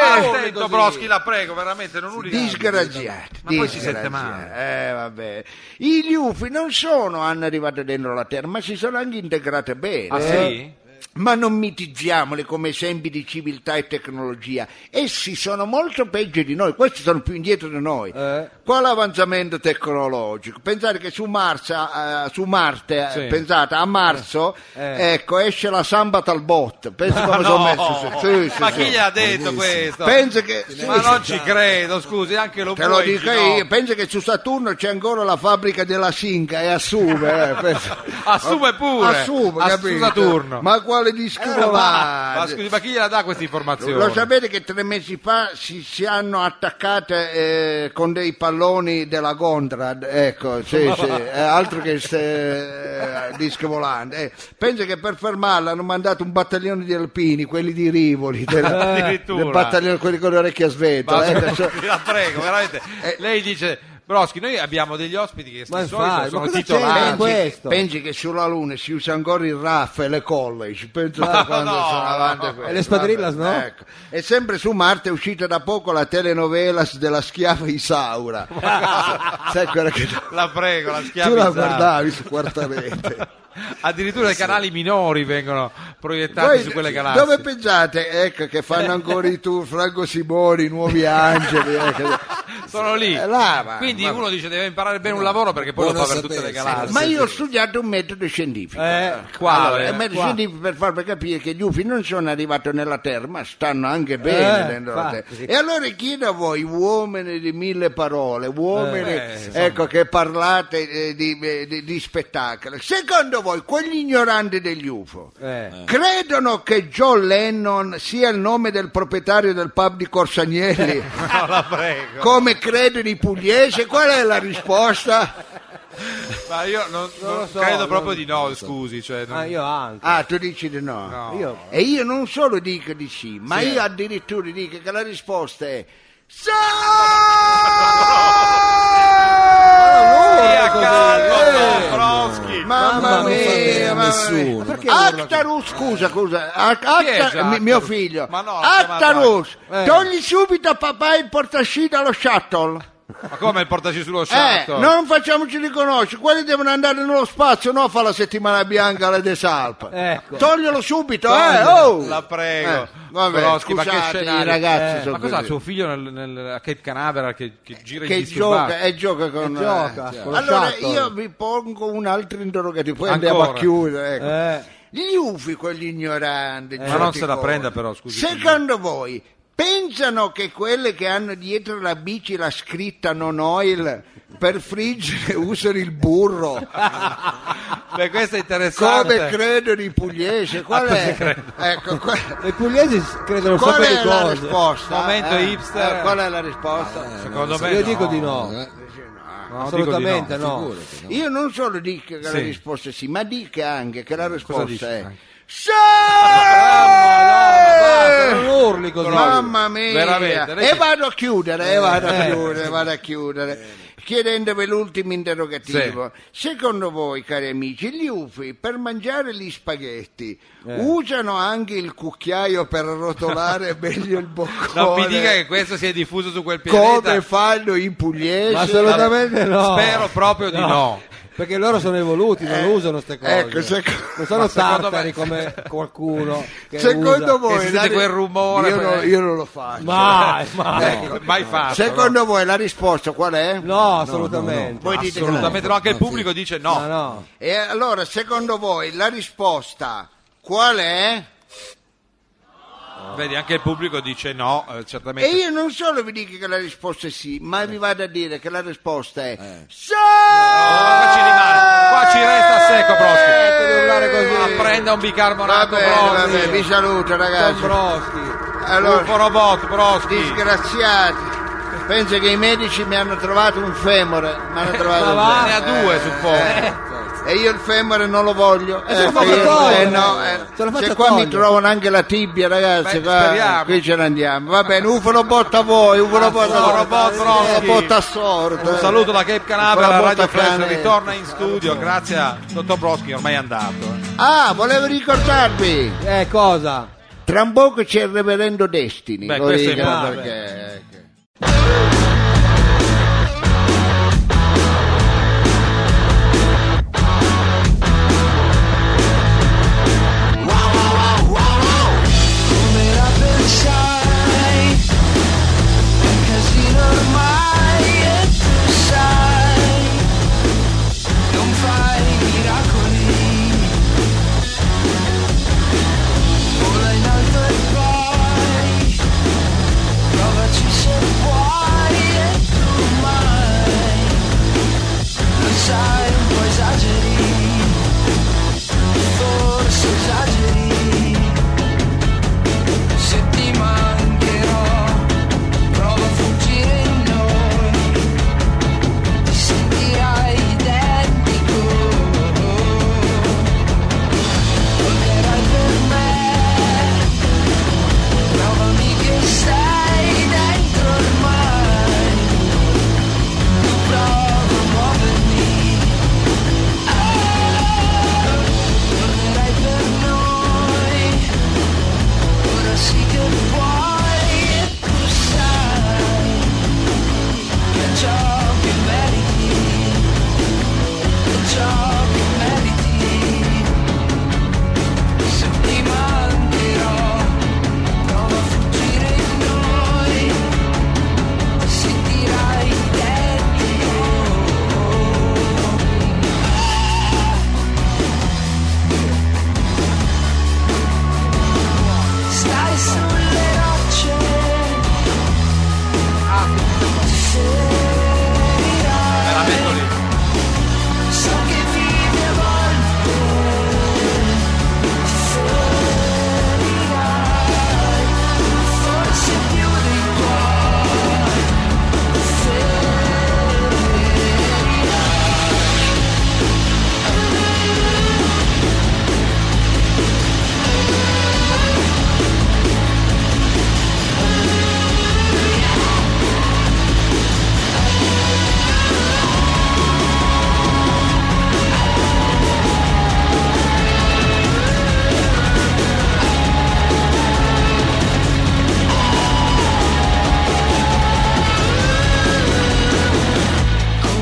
[SPEAKER 1] Eh,
[SPEAKER 3] Attento, Broschi, la prego, veramente, non urli.
[SPEAKER 1] Disgraziati.
[SPEAKER 3] Ma poi si sente male.
[SPEAKER 1] disgraziati. Eh, vabbè. I liufi non sono hanno arrivato dentro la terra, ma si sono anche integrate bene.
[SPEAKER 3] Ah, sì?
[SPEAKER 1] Ma non mitizziamoli come esempi di civiltà e tecnologia. Essi sono molto peggio di noi, questi sono più indietro di noi.
[SPEAKER 2] Eh.
[SPEAKER 1] Qua l'avanzamento tecnologico. Pensate che su, Marsa- eh, su Marte, eh,
[SPEAKER 3] Sì.
[SPEAKER 1] pensate, a marzo,
[SPEAKER 2] Eh.
[SPEAKER 1] ecco, esce la samba Talbot. Pensa come
[SPEAKER 3] Ma
[SPEAKER 1] sono
[SPEAKER 3] no.
[SPEAKER 1] messo su. Sì, sì,
[SPEAKER 3] ma
[SPEAKER 1] sì.
[SPEAKER 3] chi gli ha detto questo?
[SPEAKER 1] Pensa che...
[SPEAKER 3] Ma non ci credo, scusi, anche lo
[SPEAKER 1] Te lo
[SPEAKER 3] vuoi,
[SPEAKER 1] dico
[SPEAKER 3] no.
[SPEAKER 1] io, penso che su Saturno c'è ancora la fabbrica della Sinca e assume. eh, penso.
[SPEAKER 3] Assume pure.
[SPEAKER 1] Assume,
[SPEAKER 3] Assu-
[SPEAKER 1] capito?
[SPEAKER 3] Saturno. Eh,
[SPEAKER 1] Ma quale discuto
[SPEAKER 3] ma,
[SPEAKER 1] va?
[SPEAKER 3] ma scusi, ma chi gliela dà questa informazione?
[SPEAKER 1] Lo sapete che tre mesi fa si, si hanno attaccate eh, con dei palloni della Gondrad, ecco, sì, sì, eh, altro che se, eh, disco volante. eh. Penso che per fermarla hanno mandato un battaglione di alpini, quelli di Rivoli, della-
[SPEAKER 3] Addirittura.
[SPEAKER 1] del battaglione, quelli con le orecchie a
[SPEAKER 3] Ma
[SPEAKER 1] sventola. eh, adesso-
[SPEAKER 3] scusi, la prego, veramente.
[SPEAKER 1] Eh.
[SPEAKER 3] Lei dice, Broschi, noi abbiamo degli ospiti che
[SPEAKER 2] Ma
[SPEAKER 3] di
[SPEAKER 2] infatti,
[SPEAKER 3] solito
[SPEAKER 2] ma
[SPEAKER 3] sono
[SPEAKER 2] cosa
[SPEAKER 3] titolari.
[SPEAKER 2] c'entra?
[SPEAKER 1] Pensi,
[SPEAKER 2] questo.
[SPEAKER 1] pensi che sulla Luna si usa ancora il RAF e le college, penso
[SPEAKER 3] Ma
[SPEAKER 1] a quando
[SPEAKER 3] no,
[SPEAKER 1] sono avanti
[SPEAKER 3] no.
[SPEAKER 1] questo.
[SPEAKER 2] E le spadrillas,
[SPEAKER 1] Vabbè,
[SPEAKER 2] no?
[SPEAKER 1] ecco. E sempre su Marte è uscita da poco la telenovelas della schiava Isaura. Sai quella che tu
[SPEAKER 3] La prego, la
[SPEAKER 1] tu la
[SPEAKER 3] schiavizzata.
[SPEAKER 1] guardavi su quartamente.
[SPEAKER 3] Addirittura i canali minori vengono proiettati
[SPEAKER 1] Voi
[SPEAKER 3] su quelle galassie.
[SPEAKER 1] dove pensate ecco, che fanno ancora i tour Franco Simoni, i Nuovi Angeli? ecco.
[SPEAKER 3] sono lì.
[SPEAKER 1] Eh, là, ma-
[SPEAKER 3] Quindi
[SPEAKER 1] ma-
[SPEAKER 3] uno dice deve imparare bene un lavoro perché poi
[SPEAKER 4] Buono
[SPEAKER 3] lo fa per tutte le
[SPEAKER 4] sapersi.
[SPEAKER 3] galassie.
[SPEAKER 1] Ma io ho studiato un metodo scientifico.
[SPEAKER 3] Eh, quale?
[SPEAKER 1] Allora, il metodo
[SPEAKER 3] Qua-
[SPEAKER 1] scientifico per farvi capire che gli UFI non sono arrivati nella Terra, ma stanno anche bene
[SPEAKER 2] Eh,
[SPEAKER 1] dentro la
[SPEAKER 2] infatti.
[SPEAKER 1] Terra. E allora chiedo a voi, uomini di mille parole, uomini
[SPEAKER 3] Eh, beh,
[SPEAKER 1] ecco, che parlate eh, di, eh, di- di spettacolo, secondo voi quegli ignoranti degli UFO
[SPEAKER 2] Eh.
[SPEAKER 1] credono che John Lennon sia il nome del proprietario del pub di Corsagnelli?
[SPEAKER 3] No, la prego.
[SPEAKER 1] Come credono i pugliesi? Qual è la risposta?
[SPEAKER 3] Ma io non,
[SPEAKER 2] Non
[SPEAKER 3] non
[SPEAKER 2] lo so,
[SPEAKER 3] credo
[SPEAKER 2] non-
[SPEAKER 3] proprio di no, scusi. Cioè, non-
[SPEAKER 2] Ah, io anche.
[SPEAKER 1] Ah, tu dici di no?
[SPEAKER 3] No.
[SPEAKER 2] Io-
[SPEAKER 1] E io non solo dico di sì, ma io addirittura dico che la risposta è sì!
[SPEAKER 3] Sia calmo,
[SPEAKER 1] Eh.
[SPEAKER 3] Dombrowski.
[SPEAKER 1] Mamma
[SPEAKER 4] non fa bene
[SPEAKER 1] mia,
[SPEAKER 4] a
[SPEAKER 1] mamma
[SPEAKER 4] nessuno.
[SPEAKER 1] mia.
[SPEAKER 4] Ma perché
[SPEAKER 1] Actarus, scusa, scusa, Ac- Acta-
[SPEAKER 3] Giacca?
[SPEAKER 1] mi- mio figlio.
[SPEAKER 3] Ma no, l'ha chiamato
[SPEAKER 1] Actarus,
[SPEAKER 2] Acta. Eh.
[SPEAKER 1] togli subito a papà il portascida allo shuttle.
[SPEAKER 3] Ma come il portaci sullo
[SPEAKER 1] Eh,
[SPEAKER 3] shuttle?
[SPEAKER 1] non facciamoci riconoscere, quelli devono andare nello spazio, no fa la settimana bianca alle Desalp.
[SPEAKER 2] Ecco.
[SPEAKER 1] Toglielo subito, eh, oh!
[SPEAKER 3] La prego.
[SPEAKER 1] Eh, vabbè,
[SPEAKER 3] Broschi, ma che
[SPEAKER 1] scusate, i
[SPEAKER 3] scenario.
[SPEAKER 1] ragazzi
[SPEAKER 2] Eh,
[SPEAKER 1] sono
[SPEAKER 3] Ma cos'ha
[SPEAKER 1] così.
[SPEAKER 3] suo figlio nel, nel- a Cape Canaveral che, che gira in
[SPEAKER 1] che gioca, e gioca con... eh,
[SPEAKER 2] Che gioca, con lo
[SPEAKER 1] Allora,
[SPEAKER 2] shuttle.
[SPEAKER 1] io vi pongo un altro interrogativo, poi
[SPEAKER 3] Ancora?
[SPEAKER 1] andiamo a chiudere. ecco.
[SPEAKER 2] Eh,
[SPEAKER 1] Gli ufi, quegli ignoranti.
[SPEAKER 3] Eh. Ma non se la prenda però, scusi.
[SPEAKER 1] Secondo voi, pensano che quelle che hanno dietro la bici la scritta non oil per friggere usano il burro?
[SPEAKER 3] Beh, questo è interessante.
[SPEAKER 1] Come credono i pugliesi? Qual
[SPEAKER 3] Ah, cosa
[SPEAKER 1] è?
[SPEAKER 3] credono?
[SPEAKER 1] Ecco, qual-
[SPEAKER 2] I pugliesi s- credono
[SPEAKER 1] qual
[SPEAKER 2] sempre
[SPEAKER 1] è
[SPEAKER 2] di
[SPEAKER 1] la
[SPEAKER 2] cose.
[SPEAKER 1] risposta?
[SPEAKER 3] Momento
[SPEAKER 1] Eh,
[SPEAKER 3] hipster.
[SPEAKER 1] eh, Qual è la risposta?
[SPEAKER 3] Secondo me
[SPEAKER 2] Io
[SPEAKER 3] no.
[SPEAKER 2] dico di no.
[SPEAKER 4] Eh,
[SPEAKER 3] No,
[SPEAKER 2] Assolutamente
[SPEAKER 3] dico di
[SPEAKER 2] no.
[SPEAKER 4] figurati, no.
[SPEAKER 1] Io non solo dico che la
[SPEAKER 3] Sì.
[SPEAKER 1] risposta è sì, ma dica anche che la
[SPEAKER 3] dici?
[SPEAKER 1] risposta è
[SPEAKER 3] Anche.
[SPEAKER 1] sì!
[SPEAKER 2] Basta, non urli così.
[SPEAKER 1] Mamma mia!
[SPEAKER 3] Veramente, lei Eh,
[SPEAKER 1] E
[SPEAKER 3] che-
[SPEAKER 1] vado a chiudere, e vado a chiudere, vado a chiudere. Chiedendovi l'ultimo interrogativo. Secondo voi, cari amici, gli ufi per mangiare gli spaghetti
[SPEAKER 3] Eh.
[SPEAKER 1] usano anche il cucchiaio per rotolare meglio il boccone?
[SPEAKER 3] Non mi dica che questo si è diffuso su quel pianeta.
[SPEAKER 1] Come fanno i pugliesi?
[SPEAKER 2] Ma assolutamente no.
[SPEAKER 3] Spero proprio di no.
[SPEAKER 2] Perché loro sono evoluti, non usano queste cose.
[SPEAKER 1] Eh. ecco, seco-
[SPEAKER 2] Non sono
[SPEAKER 3] secondo
[SPEAKER 2] tartari
[SPEAKER 3] me-
[SPEAKER 2] come qualcuno. Che usa-
[SPEAKER 1] Secondo voi
[SPEAKER 3] che si sente
[SPEAKER 1] la-
[SPEAKER 3] quel rumore, eh.
[SPEAKER 1] Io,
[SPEAKER 3] poi-
[SPEAKER 1] non- io non lo faccio.
[SPEAKER 2] Mai, mai.
[SPEAKER 3] Ecco, mai fatto.
[SPEAKER 1] Secondo voi la risposta qual è?
[SPEAKER 2] No, assolutamente.
[SPEAKER 1] Voi dite che
[SPEAKER 3] no?
[SPEAKER 1] no.
[SPEAKER 3] Assolutamente no, anche il pubblico dice no.
[SPEAKER 2] No, no.
[SPEAKER 1] E allora, secondo voi la risposta qual è?
[SPEAKER 3] Vedi, anche il pubblico dice no, eh,
[SPEAKER 1] E
[SPEAKER 3] certamente.
[SPEAKER 1] io non solo vi dico che la risposta è sì, ma vi vado a dire che la risposta è sì!
[SPEAKER 3] Ah, Eh. qua ci rimane, qua ci resta secco
[SPEAKER 1] Eh, devi urlare
[SPEAKER 3] Broschi.
[SPEAKER 1] così.
[SPEAKER 3] Ma prenda un
[SPEAKER 1] Va
[SPEAKER 3] bicarbonato
[SPEAKER 1] bene, va bene,
[SPEAKER 3] Broschi.
[SPEAKER 1] vi saluto ragazzi.
[SPEAKER 2] Dombrowski.
[SPEAKER 1] Allora,
[SPEAKER 3] Ufo robot Broschi.
[SPEAKER 1] disgraziati. Penso che i medici mi hanno trovato un femore, mi hanno trovato
[SPEAKER 2] ma
[SPEAKER 1] un
[SPEAKER 2] va,
[SPEAKER 1] femore.
[SPEAKER 3] Ah, ne ha due,
[SPEAKER 1] Eh,
[SPEAKER 3] suppongo.
[SPEAKER 1] E io il femore non lo voglio.
[SPEAKER 2] se lo
[SPEAKER 1] Ecco,
[SPEAKER 2] faccio
[SPEAKER 1] io-
[SPEAKER 2] togliere.
[SPEAKER 1] eh, no, eh,
[SPEAKER 2] Se lo faccio
[SPEAKER 1] se qua mi
[SPEAKER 2] togliere.
[SPEAKER 1] trovano anche la tibia, ragazzi,
[SPEAKER 3] Beh,
[SPEAKER 1] qua-
[SPEAKER 3] speriamo. Ah,
[SPEAKER 1] qui ce ne andiamo. Va bene, ufolo botta a voi, ufolo botta a
[SPEAKER 3] robot Roschi.
[SPEAKER 1] botta a sorte.
[SPEAKER 3] Un saluto da Cape Canaveral,
[SPEAKER 1] Ufolo
[SPEAKER 3] la
[SPEAKER 1] botta
[SPEAKER 3] Radio Flash
[SPEAKER 1] cane.
[SPEAKER 3] ritorna in studio, grazie a dottor Broschi, ormai è andato. eh.
[SPEAKER 1] Ah, volevo ricordarvi,
[SPEAKER 2] Eh, cosa?
[SPEAKER 1] tra un poco c'è il reverendo Destini.
[SPEAKER 3] Beh,
[SPEAKER 1] lo
[SPEAKER 3] questo è
[SPEAKER 1] dicono
[SPEAKER 3] importante.
[SPEAKER 1] perché- ecco.
[SPEAKER 8] Se vuoi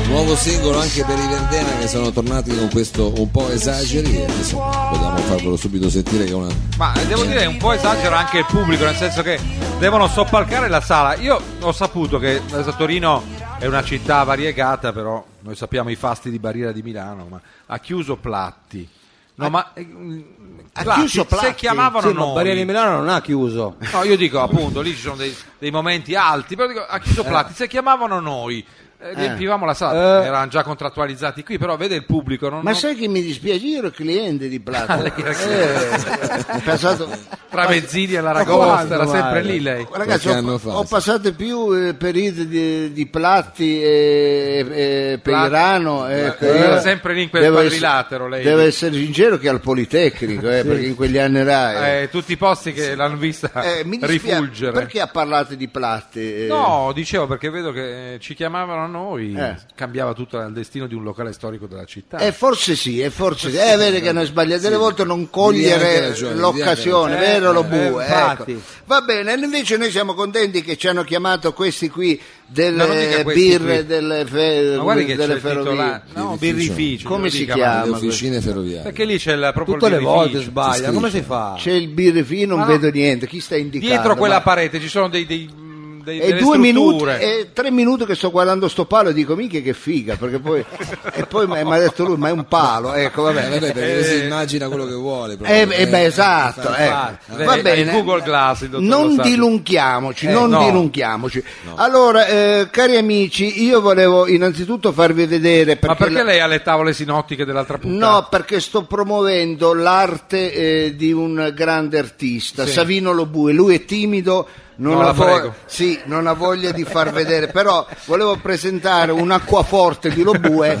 [SPEAKER 4] nuovo singolo anche per i Verdena che sono tornati con questo un po' esageri. Adesso vogliamo farvelo subito sentire che è una.
[SPEAKER 3] Ma eh, devo dire, un po' esagera anche il pubblico, nel senso che devono soppalcare la sala. Io ho saputo che adesso Torino è una città variegata, però noi sappiamo i fasti di Barriera di Milano, ma ha chiuso Platti. No, ma eh, mm,
[SPEAKER 1] Ha chiuso Platti?
[SPEAKER 3] se chiamavano
[SPEAKER 2] Sì, ma
[SPEAKER 3] noi- Eh,
[SPEAKER 2] Barriere di Milano non ha chiuso.
[SPEAKER 3] No, io dico appunto, lì ci sono dei, dei momenti alti, però dico, ha
[SPEAKER 1] Eh.
[SPEAKER 3] chiuso Platti, se chiamavano noi, eh, riempivamo la sala,
[SPEAKER 2] Eh.
[SPEAKER 3] erano già contrattualizzati qui, però vede il pubblico, non,
[SPEAKER 1] Ma
[SPEAKER 3] non-
[SPEAKER 1] sai che mi dispiace? Io ero cliente di Platano.
[SPEAKER 3] lei era
[SPEAKER 1] Eh, passato-
[SPEAKER 3] tra Mezzini e l'Aragosta,
[SPEAKER 2] quanto
[SPEAKER 3] era
[SPEAKER 2] male.
[SPEAKER 3] sempre lì lei.
[SPEAKER 1] Ragazzi,
[SPEAKER 4] Eh, Qualche anno
[SPEAKER 1] ho,
[SPEAKER 4] fa,
[SPEAKER 1] ho
[SPEAKER 4] sì.
[SPEAKER 1] passato più eh, periodi di, di Platti e, e Peirano. ecco,
[SPEAKER 3] era
[SPEAKER 1] io
[SPEAKER 3] sempre lì in quel
[SPEAKER 1] devo ess-
[SPEAKER 3] quadrilatero, lei.
[SPEAKER 1] Devo essere sincero che al Politecnico, eh, perché in quegli anni là... eh.
[SPEAKER 3] Eh, tutti i posti che l'hanno vista
[SPEAKER 1] Eh, mi dispiace,
[SPEAKER 3] rifulgere.
[SPEAKER 1] Perché ha parlato di Platti? eh?
[SPEAKER 3] No, dicevo perché vedo che eh, ci chiamavano a noi,
[SPEAKER 1] Eh.
[SPEAKER 3] cambiava tutto il destino di un locale storico della città.
[SPEAKER 1] Eh, forse sì, eh, forse sì. Eh, vedi che non sbagliate delle volte non
[SPEAKER 4] anche
[SPEAKER 1] cogliere
[SPEAKER 4] ragione,
[SPEAKER 1] l'occasione,
[SPEAKER 2] mi dia anche
[SPEAKER 1] vero lo
[SPEAKER 2] ragione.
[SPEAKER 1] bue?
[SPEAKER 2] Eh, infatti.
[SPEAKER 1] ecco. Va bene, invece noi siamo contenti che ci hanno chiamato questi qui
[SPEAKER 3] Ma non
[SPEAKER 1] delle
[SPEAKER 3] dica questi
[SPEAKER 1] birre,
[SPEAKER 3] qui.
[SPEAKER 1] delle, fe-
[SPEAKER 3] Ma guardi che c'è
[SPEAKER 1] delle
[SPEAKER 3] il
[SPEAKER 1] ferrovie.
[SPEAKER 3] titolare, no,
[SPEAKER 4] Birrificio.
[SPEAKER 3] birrificio.
[SPEAKER 1] certo. Come
[SPEAKER 3] lo
[SPEAKER 1] si
[SPEAKER 3] dica,
[SPEAKER 1] chiama?
[SPEAKER 3] Ah, ma-
[SPEAKER 4] le officine ferroviarie.
[SPEAKER 3] Perché lì c'è la proprio il
[SPEAKER 2] Tutte le volte
[SPEAKER 3] birrificio.
[SPEAKER 2] sbaglia,
[SPEAKER 4] si
[SPEAKER 2] come si
[SPEAKER 4] scrive.
[SPEAKER 2] fa?
[SPEAKER 1] C'è il birrifino, non
[SPEAKER 3] Ma no.
[SPEAKER 1] vedo niente, chi sta indicando?
[SPEAKER 3] Dietro quella
[SPEAKER 1] Ma-
[SPEAKER 3] parete ci sono dei, dei, mh, dei-
[SPEAKER 1] È
[SPEAKER 3] delle
[SPEAKER 1] due minuti,
[SPEAKER 3] strutture.
[SPEAKER 1] è tre minuti che sto guardando sto palo e dico minchia che figa, perché poi, e poi mi mi ha detto lui, ma è un palo, ecco, va
[SPEAKER 4] Eh,
[SPEAKER 1] bene.
[SPEAKER 4] vabbè, perché si immagina quello che vuole. proprio.
[SPEAKER 1] Eh, eh, beh,
[SPEAKER 4] Eh,
[SPEAKER 1] esatto, ecco.
[SPEAKER 3] Lei-
[SPEAKER 1] va
[SPEAKER 3] lei-
[SPEAKER 1] bene.
[SPEAKER 3] Google Glass, il dottor
[SPEAKER 1] non
[SPEAKER 3] Losati.
[SPEAKER 1] dilunghiamoci,
[SPEAKER 3] Eh,
[SPEAKER 1] non
[SPEAKER 3] no.
[SPEAKER 1] dilunghiamoci. Allora, eh, cari amici, io volevo innanzitutto farvi vedere perché
[SPEAKER 3] Ma perché lei ha le tavole sinottiche dell'altra punta?
[SPEAKER 1] No, perché sto promuovendo l'arte eh, di un grande artista, Savino Lobue. Lui è timido, non,
[SPEAKER 3] No,
[SPEAKER 1] ha
[SPEAKER 3] la
[SPEAKER 1] vo-
[SPEAKER 3] prego.
[SPEAKER 1] sì, non ha voglia di far vedere, però volevo presentare un acquaforte di Lobue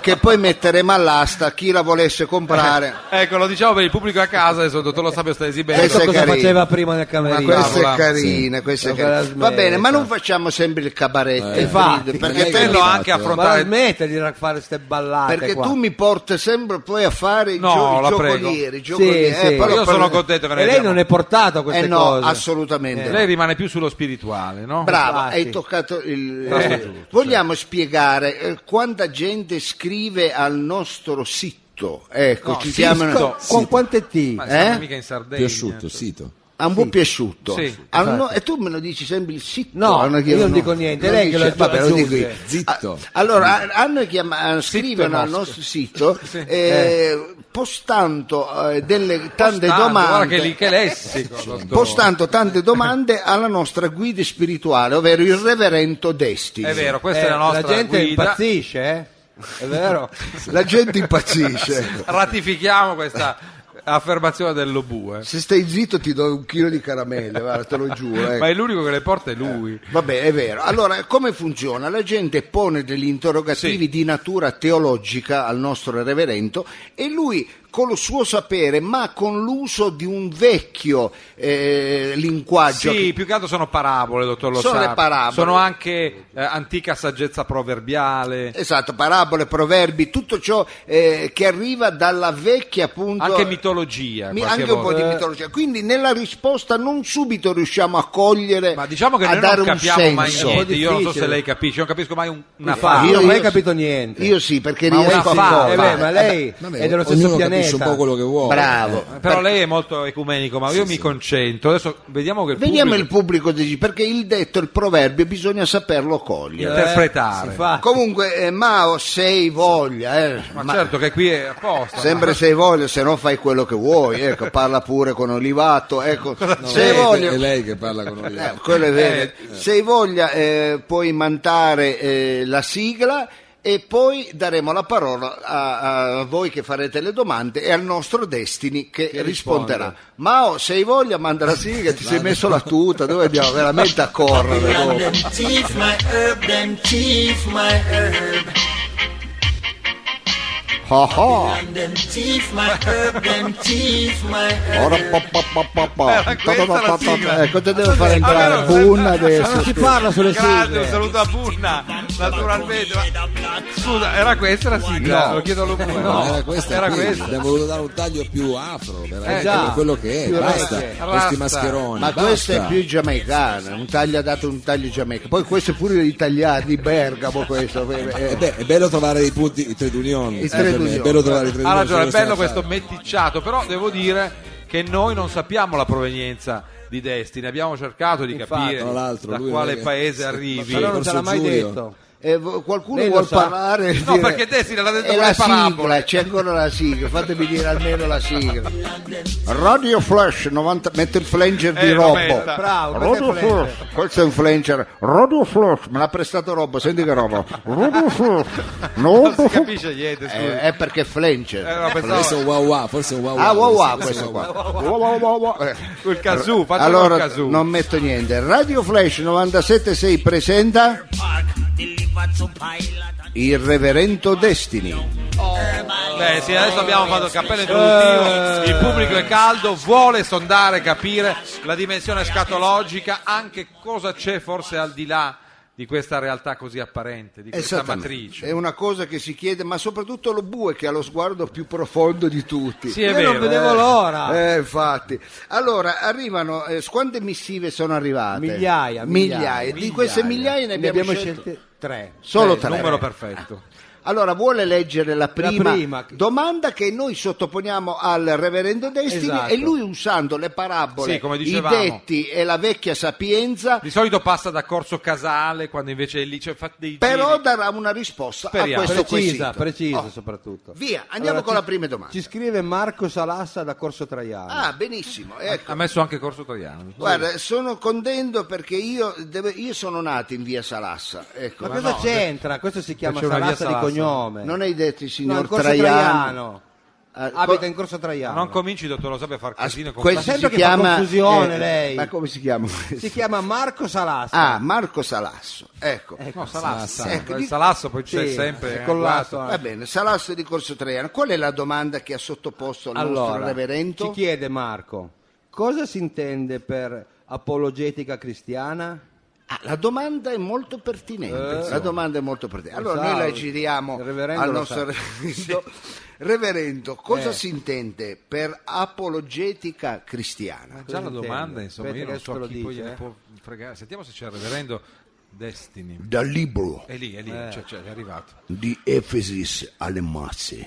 [SPEAKER 1] che poi metteremo all'asta a chi la volesse comprare.
[SPEAKER 3] Ecco, lo diciamo per il pubblico a casa, adesso il dottor Lo Sapio sta esibendo.
[SPEAKER 1] Questo
[SPEAKER 2] Ecco
[SPEAKER 1] è
[SPEAKER 2] cosa
[SPEAKER 1] carino.
[SPEAKER 2] faceva prima nel
[SPEAKER 1] Ma
[SPEAKER 2] camerino.
[SPEAKER 1] questa
[SPEAKER 3] Tavola.
[SPEAKER 1] è carina, questa è
[SPEAKER 2] Tavola
[SPEAKER 1] carina. Va
[SPEAKER 2] smetta.
[SPEAKER 1] bene, ma non facciamo sempre il cabaretto, Frido,
[SPEAKER 4] Eh,
[SPEAKER 2] infatti,
[SPEAKER 1] perché,
[SPEAKER 4] non
[SPEAKER 1] te-
[SPEAKER 4] è che-
[SPEAKER 3] Bello anche
[SPEAKER 4] esatto.
[SPEAKER 2] Ma la
[SPEAKER 3] affrontare
[SPEAKER 2] smetta di fare queste ballate
[SPEAKER 1] perché
[SPEAKER 2] qua.
[SPEAKER 1] tu mi porti sempre poi a fare i,
[SPEAKER 3] No,
[SPEAKER 1] gio- i
[SPEAKER 3] la prego.
[SPEAKER 1] giocolieri. i
[SPEAKER 2] Sì,
[SPEAKER 1] giocolieri.
[SPEAKER 2] sì.
[SPEAKER 1] Eh, però
[SPEAKER 3] Io
[SPEAKER 1] per-
[SPEAKER 3] sono contento che
[SPEAKER 2] E lei non è portato a
[SPEAKER 1] Eh
[SPEAKER 2] queste
[SPEAKER 1] no,
[SPEAKER 2] cose.
[SPEAKER 1] assolutamente. no.
[SPEAKER 3] Eh, Lei rimane più sullo spirituale, no?
[SPEAKER 1] Brava,
[SPEAKER 2] infatti.
[SPEAKER 1] hai toccato il...
[SPEAKER 3] Tasto
[SPEAKER 1] eh,
[SPEAKER 3] giusto,
[SPEAKER 1] vogliamo spiegare eh, quanta gente scrive al nostro sito? Ecco,
[SPEAKER 3] No,
[SPEAKER 1] ci
[SPEAKER 3] sito.
[SPEAKER 1] chiamano...
[SPEAKER 2] Co- con quante T?
[SPEAKER 3] Ma
[SPEAKER 1] Eh?
[SPEAKER 3] siamo mica in Sardegna.
[SPEAKER 4] Piasciuto, sito.
[SPEAKER 1] Ha un po' piaciuto.
[SPEAKER 3] Sì,
[SPEAKER 1] Ah, no, e tu me lo dici sempre il sito?
[SPEAKER 2] No,
[SPEAKER 1] Ah,
[SPEAKER 2] io non dico niente,
[SPEAKER 1] Non
[SPEAKER 2] lei che lo
[SPEAKER 1] vabbè, lo dico io.
[SPEAKER 2] aggiunge.
[SPEAKER 4] Zitto.
[SPEAKER 1] Ah, Allora, a- hanno chiamato,
[SPEAKER 3] Zitto
[SPEAKER 1] scrivono
[SPEAKER 3] e
[SPEAKER 1] al
[SPEAKER 3] mosche.
[SPEAKER 1] nostro sito eh, postando eh, delle tante
[SPEAKER 3] Postando, Guarda
[SPEAKER 1] domande.
[SPEAKER 3] che, lì, che lessico. dottor.
[SPEAKER 1] Postando tante domande alla nostra guida spirituale, ovvero il reverendo Desti.
[SPEAKER 3] È vero, questa
[SPEAKER 2] Eh,
[SPEAKER 3] è la nostra
[SPEAKER 2] gente
[SPEAKER 3] guida.
[SPEAKER 2] impazzisce, eh? È vero?
[SPEAKER 1] La gente impazzisce. ecco.
[SPEAKER 3] Ratifichiamo questa affermazione eh. dell'Obue.
[SPEAKER 1] Se stai zitto ti do un chilo di caramelle, guarda, te lo giuro. ecco.
[SPEAKER 3] Ma è l'unico che le porta è lui.
[SPEAKER 1] Vabbè, è vero. Allora, come funziona? La gente pone degli interrogativi
[SPEAKER 3] Sì.
[SPEAKER 1] di natura teologica al nostro reverendo e lui con lo suo sapere, ma con l'uso di un vecchio eh, linguaggio.
[SPEAKER 3] Sì, più che altro sono parabole, dottor Lo
[SPEAKER 1] Sono
[SPEAKER 3] Sapio.
[SPEAKER 1] le parabole.
[SPEAKER 3] Sono anche eh, antica saggezza proverbiale.
[SPEAKER 1] Esatto, parabole, proverbi, tutto ciò eh, che arriva dalla vecchia appunto
[SPEAKER 3] Anche mitologia,
[SPEAKER 1] Mi-
[SPEAKER 3] qualche
[SPEAKER 1] anche un po'
[SPEAKER 3] volta. Eh.
[SPEAKER 1] di mitologia. Quindi nella risposta non subito riusciamo a cogliere
[SPEAKER 3] Ma diciamo che
[SPEAKER 1] a
[SPEAKER 3] noi
[SPEAKER 1] dare
[SPEAKER 3] non
[SPEAKER 1] un
[SPEAKER 3] capiamo
[SPEAKER 1] senso.
[SPEAKER 3] mai niente. Io non so se
[SPEAKER 2] difficile.
[SPEAKER 3] lei capisce, non capisco mai un- una
[SPEAKER 2] Fa-
[SPEAKER 3] fase.
[SPEAKER 1] io-
[SPEAKER 2] io non ho mai
[SPEAKER 1] io-
[SPEAKER 2] capito niente.
[SPEAKER 1] Io sì, perché
[SPEAKER 3] Ma una
[SPEAKER 1] riesco a
[SPEAKER 3] fa-
[SPEAKER 1] farlo.
[SPEAKER 2] Eh beh, ma lei
[SPEAKER 4] Vabbè,
[SPEAKER 2] è dello stesso
[SPEAKER 4] ognuno capisce
[SPEAKER 2] pianeta.
[SPEAKER 4] un po' quello che vuole.
[SPEAKER 1] Bravo.
[SPEAKER 3] eh, Però lei è molto ecumenico, ma io mi concentro. Adesso vediamo che il
[SPEAKER 1] Veniamo al
[SPEAKER 3] pubblico
[SPEAKER 1] pubblico di perché il detto, il proverbio, bisogna saperlo cogliere.
[SPEAKER 3] interpretare.
[SPEAKER 2] Si fa.
[SPEAKER 1] Comunque, eh, Mao, sei voglia, eh,
[SPEAKER 3] Ma,
[SPEAKER 1] ma
[SPEAKER 3] certo che qui è apposta.
[SPEAKER 1] sempre sei voglia, se no fai quello che vuoi, ecco, parla pure con Olivato, ecco, sei
[SPEAKER 4] Lei-
[SPEAKER 1] voglia...
[SPEAKER 4] È lei che parla con lui.
[SPEAKER 1] Eh, quello è vero. Se hai voglia eh, puoi mandare eh, la sigla e poi daremo la parola a, a voi che farete le domande e al nostro Destiny che, risponderà. Mao, se hai voglia manda la sigla, ti sei messo la tuta, dove andiamo veramente a correre. dopo.
[SPEAKER 6] Chief, my herb, them chief, my herb.
[SPEAKER 1] Ah, ah.
[SPEAKER 8] them teeth, my herb, them teeth, my
[SPEAKER 1] Ora, pa, pa, pa, pa, pa.
[SPEAKER 3] Era Eh, questa la
[SPEAKER 1] Ta, ta, ta, ta,
[SPEAKER 3] sigla.
[SPEAKER 1] ta. Ecco, te devo fare entrare
[SPEAKER 3] Allora,
[SPEAKER 1] Bunna
[SPEAKER 2] non si
[SPEAKER 1] adesso.
[SPEAKER 2] parla sulle
[SPEAKER 3] Grande, un
[SPEAKER 2] sigle.
[SPEAKER 3] saluto a Bunna, naturalmente. ma- Scusa, era questa la sigla?
[SPEAKER 4] No.
[SPEAKER 3] Lo chiedo a lui.
[SPEAKER 4] No,
[SPEAKER 3] No,
[SPEAKER 4] era questa,
[SPEAKER 3] era
[SPEAKER 4] qui.
[SPEAKER 3] questa.
[SPEAKER 4] abbiamo voluto dare un taglio più afro veramente,
[SPEAKER 3] Eh, già.
[SPEAKER 4] per quello che è
[SPEAKER 1] Più
[SPEAKER 4] basta
[SPEAKER 1] rasta.
[SPEAKER 4] questi
[SPEAKER 3] Rasta.
[SPEAKER 4] mascheroni
[SPEAKER 1] Ma
[SPEAKER 4] basta.
[SPEAKER 1] questo è più giamaicano, un taglio ha dato un taglio giamaica. Poi questo è pure italiano, di Bergamo questo. eh, eh.
[SPEAKER 4] Eh beh, è bello trovare i punti i tre d'unione
[SPEAKER 1] I tre
[SPEAKER 4] eh, per me,
[SPEAKER 1] d'unione.
[SPEAKER 4] è bello trovare i tre
[SPEAKER 3] Ha
[SPEAKER 4] d'unione
[SPEAKER 3] Ah, ragione, è
[SPEAKER 4] su questa
[SPEAKER 3] bello questo
[SPEAKER 4] affare.
[SPEAKER 3] meticciato, però devo dire che noi non sappiamo la provenienza di Destiny, abbiamo cercato di
[SPEAKER 2] Infatti,
[SPEAKER 3] capire
[SPEAKER 4] tra l'altro,
[SPEAKER 3] da
[SPEAKER 4] lui
[SPEAKER 3] quale
[SPEAKER 4] non è-
[SPEAKER 3] paese
[SPEAKER 4] Ma
[SPEAKER 3] arrivi.
[SPEAKER 2] Però non ce l'ha mai
[SPEAKER 4] Giulio.
[SPEAKER 2] detto.
[SPEAKER 1] Eh, vo- qualcuno
[SPEAKER 2] Lei lo
[SPEAKER 1] vuol
[SPEAKER 2] sa.
[SPEAKER 1] parlare?
[SPEAKER 3] No, perché Destiny l'ha detto
[SPEAKER 1] è
[SPEAKER 3] con
[SPEAKER 1] la
[SPEAKER 3] le parabole.
[SPEAKER 1] sigla, c'è ancora la sigla, fatemi dire almeno la sigla. Radio Flash 90, metto il flanger di
[SPEAKER 3] Eh, lo
[SPEAKER 1] Robbo.
[SPEAKER 3] metta.
[SPEAKER 2] Bravo, questo
[SPEAKER 9] Radio
[SPEAKER 2] è Flash.
[SPEAKER 9] Flash,
[SPEAKER 1] Questo è un flanger,
[SPEAKER 9] Radio Flash,
[SPEAKER 1] me l'ha prestato Robbo, senti che roba.
[SPEAKER 9] Radio Flash,
[SPEAKER 3] Non si
[SPEAKER 9] no,
[SPEAKER 3] capisce niente, scusa.
[SPEAKER 1] Eh, è perché è flanger.
[SPEAKER 3] Eh, no, pensavo-
[SPEAKER 4] Forse è un wow wow, forse è un wow wow.
[SPEAKER 1] Ah, wow wow
[SPEAKER 4] questo
[SPEAKER 1] questo
[SPEAKER 4] è un
[SPEAKER 1] qua.
[SPEAKER 4] wow wow.
[SPEAKER 1] Wow, wow, wow, wow. Eh.
[SPEAKER 3] Col casù, facciamo
[SPEAKER 1] allora
[SPEAKER 3] il casù.
[SPEAKER 1] non metto niente. Radio Flash 976 presenta
[SPEAKER 8] park, delivered to pilot.
[SPEAKER 1] il reverendo Destiny.
[SPEAKER 3] Beh, Eh, sì, Eh. adesso abbiamo fatto il cappello introduttivo, il pubblico è caldo, vuole sondare, capire la dimensione scatologica, anche cosa c'è forse al di là di questa realtà così apparente, di questa
[SPEAKER 1] Esattamente. È
[SPEAKER 2] Eh,
[SPEAKER 3] matrice.
[SPEAKER 1] una cosa che si chiede, ma soprattutto lo bue che ha lo sguardo più profondo di tutti.
[SPEAKER 3] Sì, è
[SPEAKER 2] Io non
[SPEAKER 3] vero.
[SPEAKER 2] vedevo l'ora.
[SPEAKER 1] Eh, infatti. Allora, arrivano, eh, quante missive sono arrivate?
[SPEAKER 2] Migliaia, migliaia,
[SPEAKER 1] Di queste migliaia ne abbiamo, scelte
[SPEAKER 2] scelte tre.
[SPEAKER 1] solo
[SPEAKER 3] Il
[SPEAKER 1] tre.
[SPEAKER 3] Eh, numero perfetto.
[SPEAKER 1] Allora, vuole leggere la prima,
[SPEAKER 2] prima.
[SPEAKER 1] domanda che noi sottoponiamo al reverendo Destini
[SPEAKER 2] Esatto.
[SPEAKER 1] e lui usando le parabole,
[SPEAKER 3] Sì, come
[SPEAKER 1] i
[SPEAKER 3] dicevamo.
[SPEAKER 1] detti e la vecchia sapienza,
[SPEAKER 3] Di solito passa da Corso Casale, quando invece è lì, cioè fa dei
[SPEAKER 1] però
[SPEAKER 3] giri.
[SPEAKER 1] darà una risposta
[SPEAKER 3] Speriamo.
[SPEAKER 1] a questo
[SPEAKER 2] Precisa,
[SPEAKER 1] quesito.
[SPEAKER 2] precisa
[SPEAKER 1] Oh,
[SPEAKER 2] soprattutto.
[SPEAKER 1] Via, andiamo
[SPEAKER 2] Allora,
[SPEAKER 1] con
[SPEAKER 2] ci-
[SPEAKER 1] la prima domanda.
[SPEAKER 2] Ci scrive Marco Salassa da Corso Traiano.
[SPEAKER 1] Ah, benissimo, ecco.
[SPEAKER 3] Ha messo anche Corso Troiano.
[SPEAKER 1] Guarda, sono contento perché io, devo- io sono nato in via Salassa, ecco.
[SPEAKER 2] Ma cosa c'entra? Questo si chiama
[SPEAKER 3] c'è una via
[SPEAKER 2] Salassa di
[SPEAKER 3] Salassa.
[SPEAKER 2] cognome.
[SPEAKER 1] Non hai detto il
[SPEAKER 2] No,
[SPEAKER 1] signor
[SPEAKER 2] in Corso
[SPEAKER 1] Traiano?
[SPEAKER 2] Traiano.
[SPEAKER 1] Ah, co-
[SPEAKER 2] Abita in Corso Traiano.
[SPEAKER 3] Non cominci, dottor Lo Sapio, a far
[SPEAKER 1] Ah,
[SPEAKER 3] casino con
[SPEAKER 1] questo
[SPEAKER 2] Ma sempre
[SPEAKER 1] si
[SPEAKER 2] che fa
[SPEAKER 1] chiama- eh,
[SPEAKER 2] confusione, lei.
[SPEAKER 1] Ma come si chiama questo?
[SPEAKER 2] Si chiama Marco Salassa.
[SPEAKER 1] Ah, Marco Salasso, ecco.
[SPEAKER 3] No, Salassa.
[SPEAKER 1] Ecco,
[SPEAKER 3] Il
[SPEAKER 1] di-
[SPEAKER 3] Salasso poi c'è
[SPEAKER 2] Sì,
[SPEAKER 3] sempre. eh,
[SPEAKER 2] è collato. eh.
[SPEAKER 1] Va bene, Salasso di Corso Traiano, qual è la domanda che ha sottoposto al nostro
[SPEAKER 2] allora,
[SPEAKER 1] reverendo?
[SPEAKER 2] ci chiede Marco, cosa si intende per apologetica cristiana?
[SPEAKER 1] Ah, la domanda è molto pertinente. la domanda è molto pertinente.
[SPEAKER 2] Lo
[SPEAKER 1] Eh, Allora
[SPEAKER 2] sa,
[SPEAKER 1] noi la giriamo
[SPEAKER 2] il reverendo
[SPEAKER 1] al
[SPEAKER 2] lo
[SPEAKER 1] nostro
[SPEAKER 2] sa.
[SPEAKER 1] reverendo. Reverendo, cosa
[SPEAKER 2] Eh.
[SPEAKER 1] si intende per apologetica cristiana?
[SPEAKER 3] Già la
[SPEAKER 2] Cosa
[SPEAKER 3] domanda,
[SPEAKER 2] intende?
[SPEAKER 3] insomma,
[SPEAKER 2] Aspetta
[SPEAKER 3] io non
[SPEAKER 2] che
[SPEAKER 3] so
[SPEAKER 2] adesso lo
[SPEAKER 3] a chi
[SPEAKER 2] dice,
[SPEAKER 3] poi gliene
[SPEAKER 2] eh.
[SPEAKER 3] può fregare. Sentiamo se c'è il reverendo Destiny.
[SPEAKER 1] Dal libro
[SPEAKER 3] È lì, è lì,
[SPEAKER 1] Eh.
[SPEAKER 3] cioè, cioè, è arrivato.
[SPEAKER 1] di Efesis alle masse.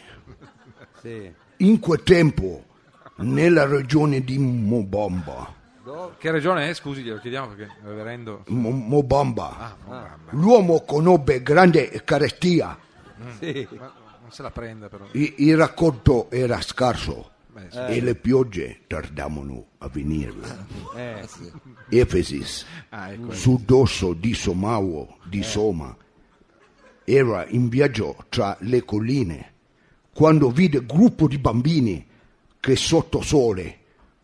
[SPEAKER 2] Sì.
[SPEAKER 1] In quel tempo, nella regione di Mobamba,
[SPEAKER 3] Che regione è? Scusi, glielo chiediamo perché il reverendo... Ah,
[SPEAKER 1] Mo- Mobamba, l'uomo conobbe grande carestia.
[SPEAKER 2] Sì.
[SPEAKER 3] Ma non se la prenda però.
[SPEAKER 1] I- il raccolto era scarso
[SPEAKER 3] Beh, sì.
[SPEAKER 1] e le piogge tardavano a venire.
[SPEAKER 2] Eh,
[SPEAKER 1] Efesis,
[SPEAKER 3] Ah, ecco.
[SPEAKER 1] suddosso di Somao di
[SPEAKER 3] Eh.
[SPEAKER 1] Soma, era in viaggio tra le colline quando vide gruppo di bambini che sotto sole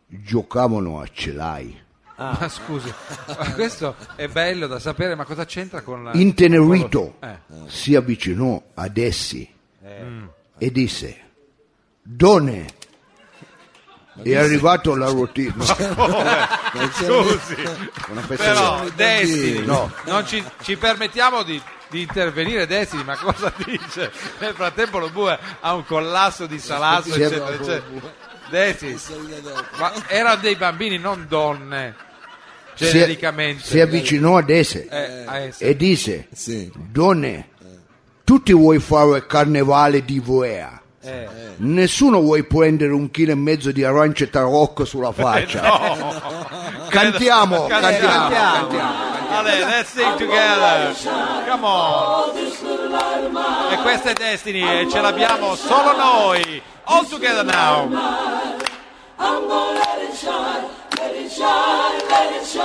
[SPEAKER 1] giocavano a celai. Ah.
[SPEAKER 3] Ma scusi, ma questo è bello da sapere, ma cosa c'entra con la...
[SPEAKER 1] Intenerito
[SPEAKER 3] Ah, Eh. Mm.
[SPEAKER 1] si avvicinò ad essi e disse: Donne, è arrivato la routine.
[SPEAKER 4] Non c'era-
[SPEAKER 1] Una
[SPEAKER 3] Però,
[SPEAKER 1] pezza-
[SPEAKER 3] Destiny,
[SPEAKER 1] Eh, No.
[SPEAKER 3] non ci, ci permettiamo di, di intervenire, Destiny, ma cosa dice? Nel frattempo lo bue ha un collasso di salasso,
[SPEAKER 1] Sì,
[SPEAKER 3] eccetera,
[SPEAKER 1] dopo,
[SPEAKER 3] eccetera. Destiny,
[SPEAKER 4] Salida dopo.
[SPEAKER 3] ma erano dei bambini, non donne,
[SPEAKER 1] Si-
[SPEAKER 3] genericamente.
[SPEAKER 1] Si avvicinò ad esse
[SPEAKER 3] Eh, a essere.
[SPEAKER 1] e disse:
[SPEAKER 4] Sì.
[SPEAKER 1] Donne, tutti vuoi fare il carnevale di Voea.
[SPEAKER 2] eh.
[SPEAKER 1] Nessuno vuoi prendere un chilo e mezzo di arance tarocco
[SPEAKER 3] Eh,
[SPEAKER 1] sulla faccia. Cioè, Cantiamo,
[SPEAKER 3] Credo-
[SPEAKER 1] cantiamo,
[SPEAKER 2] cantiamo.
[SPEAKER 3] Vabbè, let's sing together. Come on. E questo è Destiny e ce l'abbiamo solo noi. All together now.
[SPEAKER 1] Io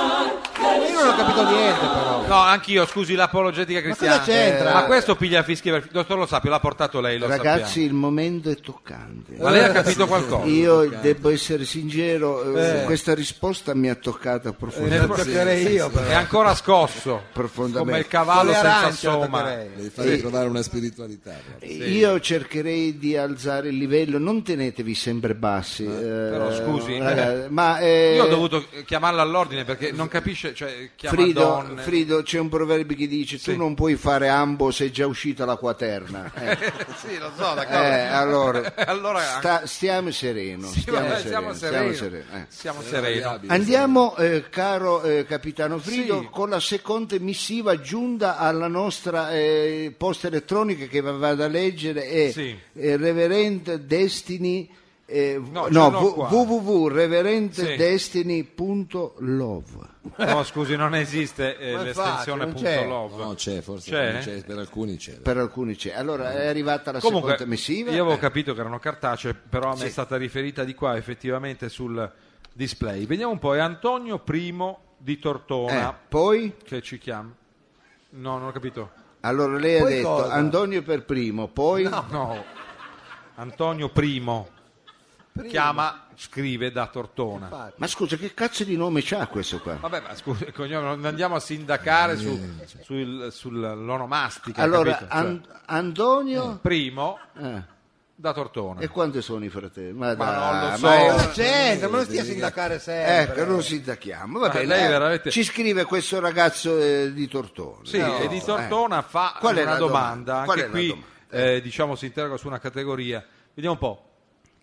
[SPEAKER 1] non ho capito niente però.
[SPEAKER 3] No, anch'io, scusi, l'apologetica cristiana.
[SPEAKER 1] cosa c'entra?
[SPEAKER 3] Ma questo piglia a fischi per... Dottor Lo Sapio, l'ha portato lei, lo
[SPEAKER 1] Ragazzi, eh,
[SPEAKER 3] sappiamo. Eh,
[SPEAKER 1] il momento è toccante.
[SPEAKER 3] Ma lei ha capito qualcosa?
[SPEAKER 1] Io devo essere sincero, eh, questa risposta mi ha toccata
[SPEAKER 2] Lo
[SPEAKER 1] profondamente.
[SPEAKER 2] toccherei io
[SPEAKER 3] È
[SPEAKER 2] però.
[SPEAKER 3] ancora scosso.
[SPEAKER 1] Profondamente.
[SPEAKER 3] Come il cavallo
[SPEAKER 2] Con le
[SPEAKER 3] senza
[SPEAKER 2] arance lo
[SPEAKER 3] soma.
[SPEAKER 2] toccherei.
[SPEAKER 4] Devi fare trovare una spiritualità.
[SPEAKER 3] Eh,
[SPEAKER 4] proprio.
[SPEAKER 1] Io cercherei di alzare il livello, non tenetevi sempre bassi.
[SPEAKER 3] Eh,
[SPEAKER 1] eh,
[SPEAKER 3] però scusi,
[SPEAKER 1] ragazzi, ma, eh,
[SPEAKER 3] Io ho dovuto chiamarla all'ordine perché non capisce, cioè, chiama
[SPEAKER 1] Frido,
[SPEAKER 3] donne.
[SPEAKER 1] Frido, c'è un proverbio che dice: Tu non puoi fare ambo se è già uscita la quaterna. Eh,
[SPEAKER 3] sì, lo so, d'accordo.
[SPEAKER 1] eh, allora,
[SPEAKER 3] Allora,
[SPEAKER 1] sta- stiamo sereno.
[SPEAKER 3] Sì,
[SPEAKER 1] stiamo
[SPEAKER 3] vabbè,
[SPEAKER 1] sereno,
[SPEAKER 3] siamo
[SPEAKER 1] stiamo
[SPEAKER 3] sereni.
[SPEAKER 1] sereno, eh.
[SPEAKER 3] Siamo sereni.
[SPEAKER 1] Andiamo, eh, caro eh, capitano Frido,
[SPEAKER 3] Sì.
[SPEAKER 1] con la seconda missiva giunta alla nostra eh, posta elettronica che vado a leggere è
[SPEAKER 3] Sì.
[SPEAKER 1] eh, Reverend Destiny eh, v-
[SPEAKER 3] No,
[SPEAKER 1] no,
[SPEAKER 3] ce l'ho qua.
[SPEAKER 1] www.reverenddestiny.love
[SPEAKER 3] No, scusi, non esiste eh,
[SPEAKER 2] Ma
[SPEAKER 3] l'estensione
[SPEAKER 2] infatti, non c'è.
[SPEAKER 3] punto love.
[SPEAKER 4] No, c'è, forse
[SPEAKER 3] C'è?
[SPEAKER 4] non c'è, per alcuni c'è.
[SPEAKER 1] per alcuni c'è. Allora è arrivata la
[SPEAKER 3] Comunque,
[SPEAKER 1] seconda missiva. Eh,
[SPEAKER 3] io avevo capito che erano cartacee, però a me è stata riferita di qua effettivamente sul display. Vediamo un po', è Antonio I di Tortona
[SPEAKER 1] Eh, poi
[SPEAKER 3] che ci chiama. No, non ho capito.
[SPEAKER 1] allora lei ha
[SPEAKER 2] Poi
[SPEAKER 1] detto
[SPEAKER 2] cosa?
[SPEAKER 1] Antonio per primo, poi
[SPEAKER 3] No, Antonio I chiama, scrive da Tortona.
[SPEAKER 1] Ma scusa, che cazzo di nome c'ha questo qua?
[SPEAKER 3] Vabbè, ma scusi, il cognome, non andiamo a sindacare su, sul, sull'onomastica.
[SPEAKER 1] Allora,
[SPEAKER 3] capito? Cioè,
[SPEAKER 1] An- Antonio
[SPEAKER 3] primo
[SPEAKER 1] eh.
[SPEAKER 3] da Tortona.
[SPEAKER 1] E quanti sono i fratelli? Ma,
[SPEAKER 3] non
[SPEAKER 1] dai,
[SPEAKER 3] lo so.
[SPEAKER 1] è-
[SPEAKER 2] Cosa c'entra? Ma non stia a sindacare sempre.
[SPEAKER 1] Ecco, non sindachiamo. Va
[SPEAKER 3] Ma
[SPEAKER 1] bene,
[SPEAKER 3] lei
[SPEAKER 1] eh.
[SPEAKER 3] veramente-
[SPEAKER 1] Ci scrive questo ragazzo eh, di Tortone.
[SPEAKER 3] Sì,
[SPEAKER 1] No,
[SPEAKER 3] e di
[SPEAKER 1] eh.
[SPEAKER 3] Tortona fa
[SPEAKER 1] Qual è
[SPEAKER 3] una
[SPEAKER 1] la domanda?
[SPEAKER 3] domanda,
[SPEAKER 1] Qual
[SPEAKER 3] anche
[SPEAKER 1] è la
[SPEAKER 3] qui
[SPEAKER 1] domanda?
[SPEAKER 3] eh, diciamo si interroga su una categoria. Vediamo un po'.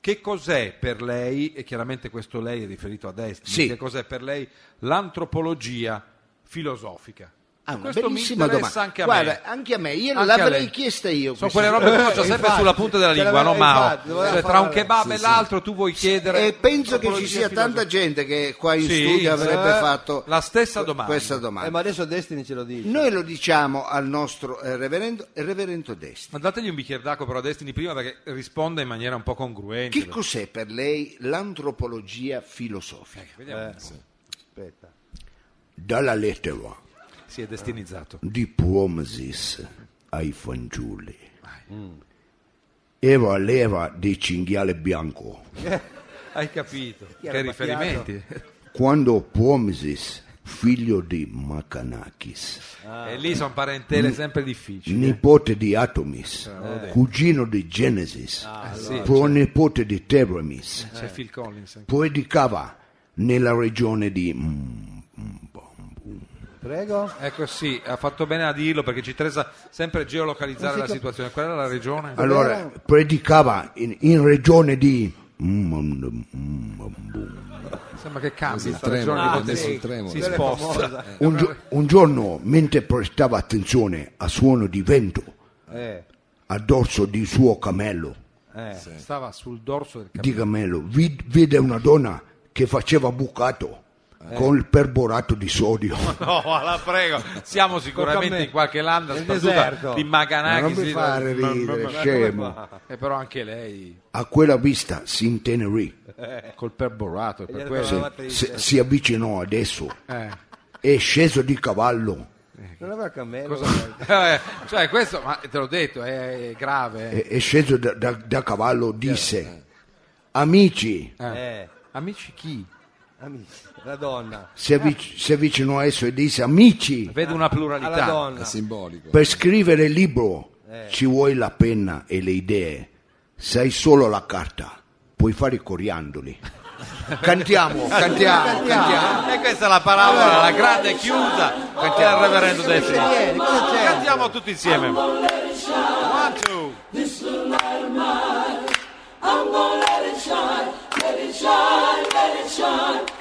[SPEAKER 3] Che cos'è per lei, e chiaramente questo lei è riferito a destra,
[SPEAKER 1] Sì.
[SPEAKER 3] che cos'è per lei l'antropologia filosofica?
[SPEAKER 1] Ah, una
[SPEAKER 3] questo mi
[SPEAKER 1] bellissima
[SPEAKER 3] interessa
[SPEAKER 1] domanda.
[SPEAKER 3] anche a
[SPEAKER 1] Guarda,
[SPEAKER 3] me.
[SPEAKER 1] anche a me, io
[SPEAKER 3] Anche a
[SPEAKER 1] l'avrei
[SPEAKER 3] lei.
[SPEAKER 1] chiesta io. questa
[SPEAKER 3] Sono quelle robe che
[SPEAKER 1] domanda.
[SPEAKER 3] faccio sempre
[SPEAKER 2] infatti,
[SPEAKER 3] sulla punta della
[SPEAKER 2] te
[SPEAKER 3] lingua,
[SPEAKER 2] l'avevo-
[SPEAKER 3] no Mao?
[SPEAKER 2] infatti, dovevo
[SPEAKER 3] Cioè, tra
[SPEAKER 2] fare-
[SPEAKER 3] un kebab e l'altro tu vuoi chiedere...
[SPEAKER 1] E penso che ci
[SPEAKER 3] antropologia
[SPEAKER 1] sia tanta
[SPEAKER 3] filosofica.
[SPEAKER 1] gente che qua in
[SPEAKER 3] Sì,
[SPEAKER 1] studio avrebbe
[SPEAKER 3] eh,
[SPEAKER 1] fatto
[SPEAKER 3] la stessa
[SPEAKER 1] que-
[SPEAKER 3] domanda.
[SPEAKER 1] questa
[SPEAKER 2] Eh,
[SPEAKER 1] domanda.
[SPEAKER 2] ma adesso Destiny ce lo dice.
[SPEAKER 1] Noi lo diciamo al nostro eh, reverendo, reverendo Desti.
[SPEAKER 3] Ma dategli un bicchiere d'acqua però a Destini prima perché risponda in maniera un po' congruente.
[SPEAKER 1] Che cos'è per lei l'antropologia filosofica?
[SPEAKER 3] Vediamo.
[SPEAKER 2] Aspetta.
[SPEAKER 1] Dalla lettera
[SPEAKER 3] Si è destinizzato.
[SPEAKER 1] di Promises ai fanciulli. Eva l'eva di cinghiale bianco.
[SPEAKER 3] Hai capito? Che
[SPEAKER 2] era
[SPEAKER 3] riferimenti.
[SPEAKER 1] Quando Promises, figlio di Macanakis,
[SPEAKER 3] E Eh, lì sono parentele sempre difficili.
[SPEAKER 1] nipote di Atomis,
[SPEAKER 3] Eh.
[SPEAKER 1] cugino di Genesis,
[SPEAKER 3] sì,
[SPEAKER 1] pronipote di Teramis,
[SPEAKER 3] C'è Phil Collins. anche.
[SPEAKER 1] predicava nella regione di
[SPEAKER 2] Prego.
[SPEAKER 3] Ecco sì, ha fatto bene a dirlo perché ci interessa sempre geolocalizzare la situazione. Qual era la regione?
[SPEAKER 1] Allora, predicava in, in regione di
[SPEAKER 3] Sembra che cambi
[SPEAKER 4] Il
[SPEAKER 3] sta
[SPEAKER 4] tremolo,
[SPEAKER 3] regione.
[SPEAKER 4] ha
[SPEAKER 3] di
[SPEAKER 4] messo il
[SPEAKER 3] potere.
[SPEAKER 4] tremolo.
[SPEAKER 3] Si
[SPEAKER 4] Quella è
[SPEAKER 3] sposta.
[SPEAKER 1] Un, gio- un giorno, mentre prestava attenzione a suono di vento
[SPEAKER 2] Eh,
[SPEAKER 1] a dorso di suo cammello,
[SPEAKER 2] eh.
[SPEAKER 3] Stava sul dorso del
[SPEAKER 1] di
[SPEAKER 3] capo.
[SPEAKER 1] cammello vid- vide una donna che faceva bucato con il perborato di sodio.
[SPEAKER 3] No, la prego.
[SPEAKER 2] Tocca a
[SPEAKER 3] Siamo
[SPEAKER 2] me.
[SPEAKER 3] sicuramente in qualche landa
[SPEAKER 2] Nel
[SPEAKER 3] sperduta
[SPEAKER 2] deserto.
[SPEAKER 3] di
[SPEAKER 1] Ma
[SPEAKER 3] Maganaki.
[SPEAKER 1] non mi
[SPEAKER 3] sì,
[SPEAKER 1] fare
[SPEAKER 3] ma- ma-
[SPEAKER 1] ridere,
[SPEAKER 3] ma-
[SPEAKER 1] scemo.
[SPEAKER 3] E però anche lei eh,
[SPEAKER 1] A quella vista si intenerì,
[SPEAKER 3] col perborato. è Per quello.
[SPEAKER 2] Sì.
[SPEAKER 1] se- si avvicinò adesso,
[SPEAKER 3] Eh.
[SPEAKER 1] è sceso di cavallo
[SPEAKER 2] Non aveva cammello.
[SPEAKER 3] Eh, cioè questo, ma te l'ho detto, è grave. eh.
[SPEAKER 1] è, è sceso da, da- da cavallo, disse, amici,
[SPEAKER 2] Eh,
[SPEAKER 3] Amici chi?
[SPEAKER 2] amici, la donna.
[SPEAKER 1] si, avvic- si avvicinò adesso e disse, amici,
[SPEAKER 3] Vedo una
[SPEAKER 2] Alla
[SPEAKER 3] pluralità.
[SPEAKER 4] È
[SPEAKER 2] donna.
[SPEAKER 4] simbolico.
[SPEAKER 1] Per scrivere il libro ci vuoi la penna e le idee, se hai solo la carta, puoi fare i coriandoli. cantiamo, cantiamo, cantiamo.
[SPEAKER 3] E questa è la parabola, la grande chiusa del reverendo Destiny. Cantiamo tutti insieme. One, two.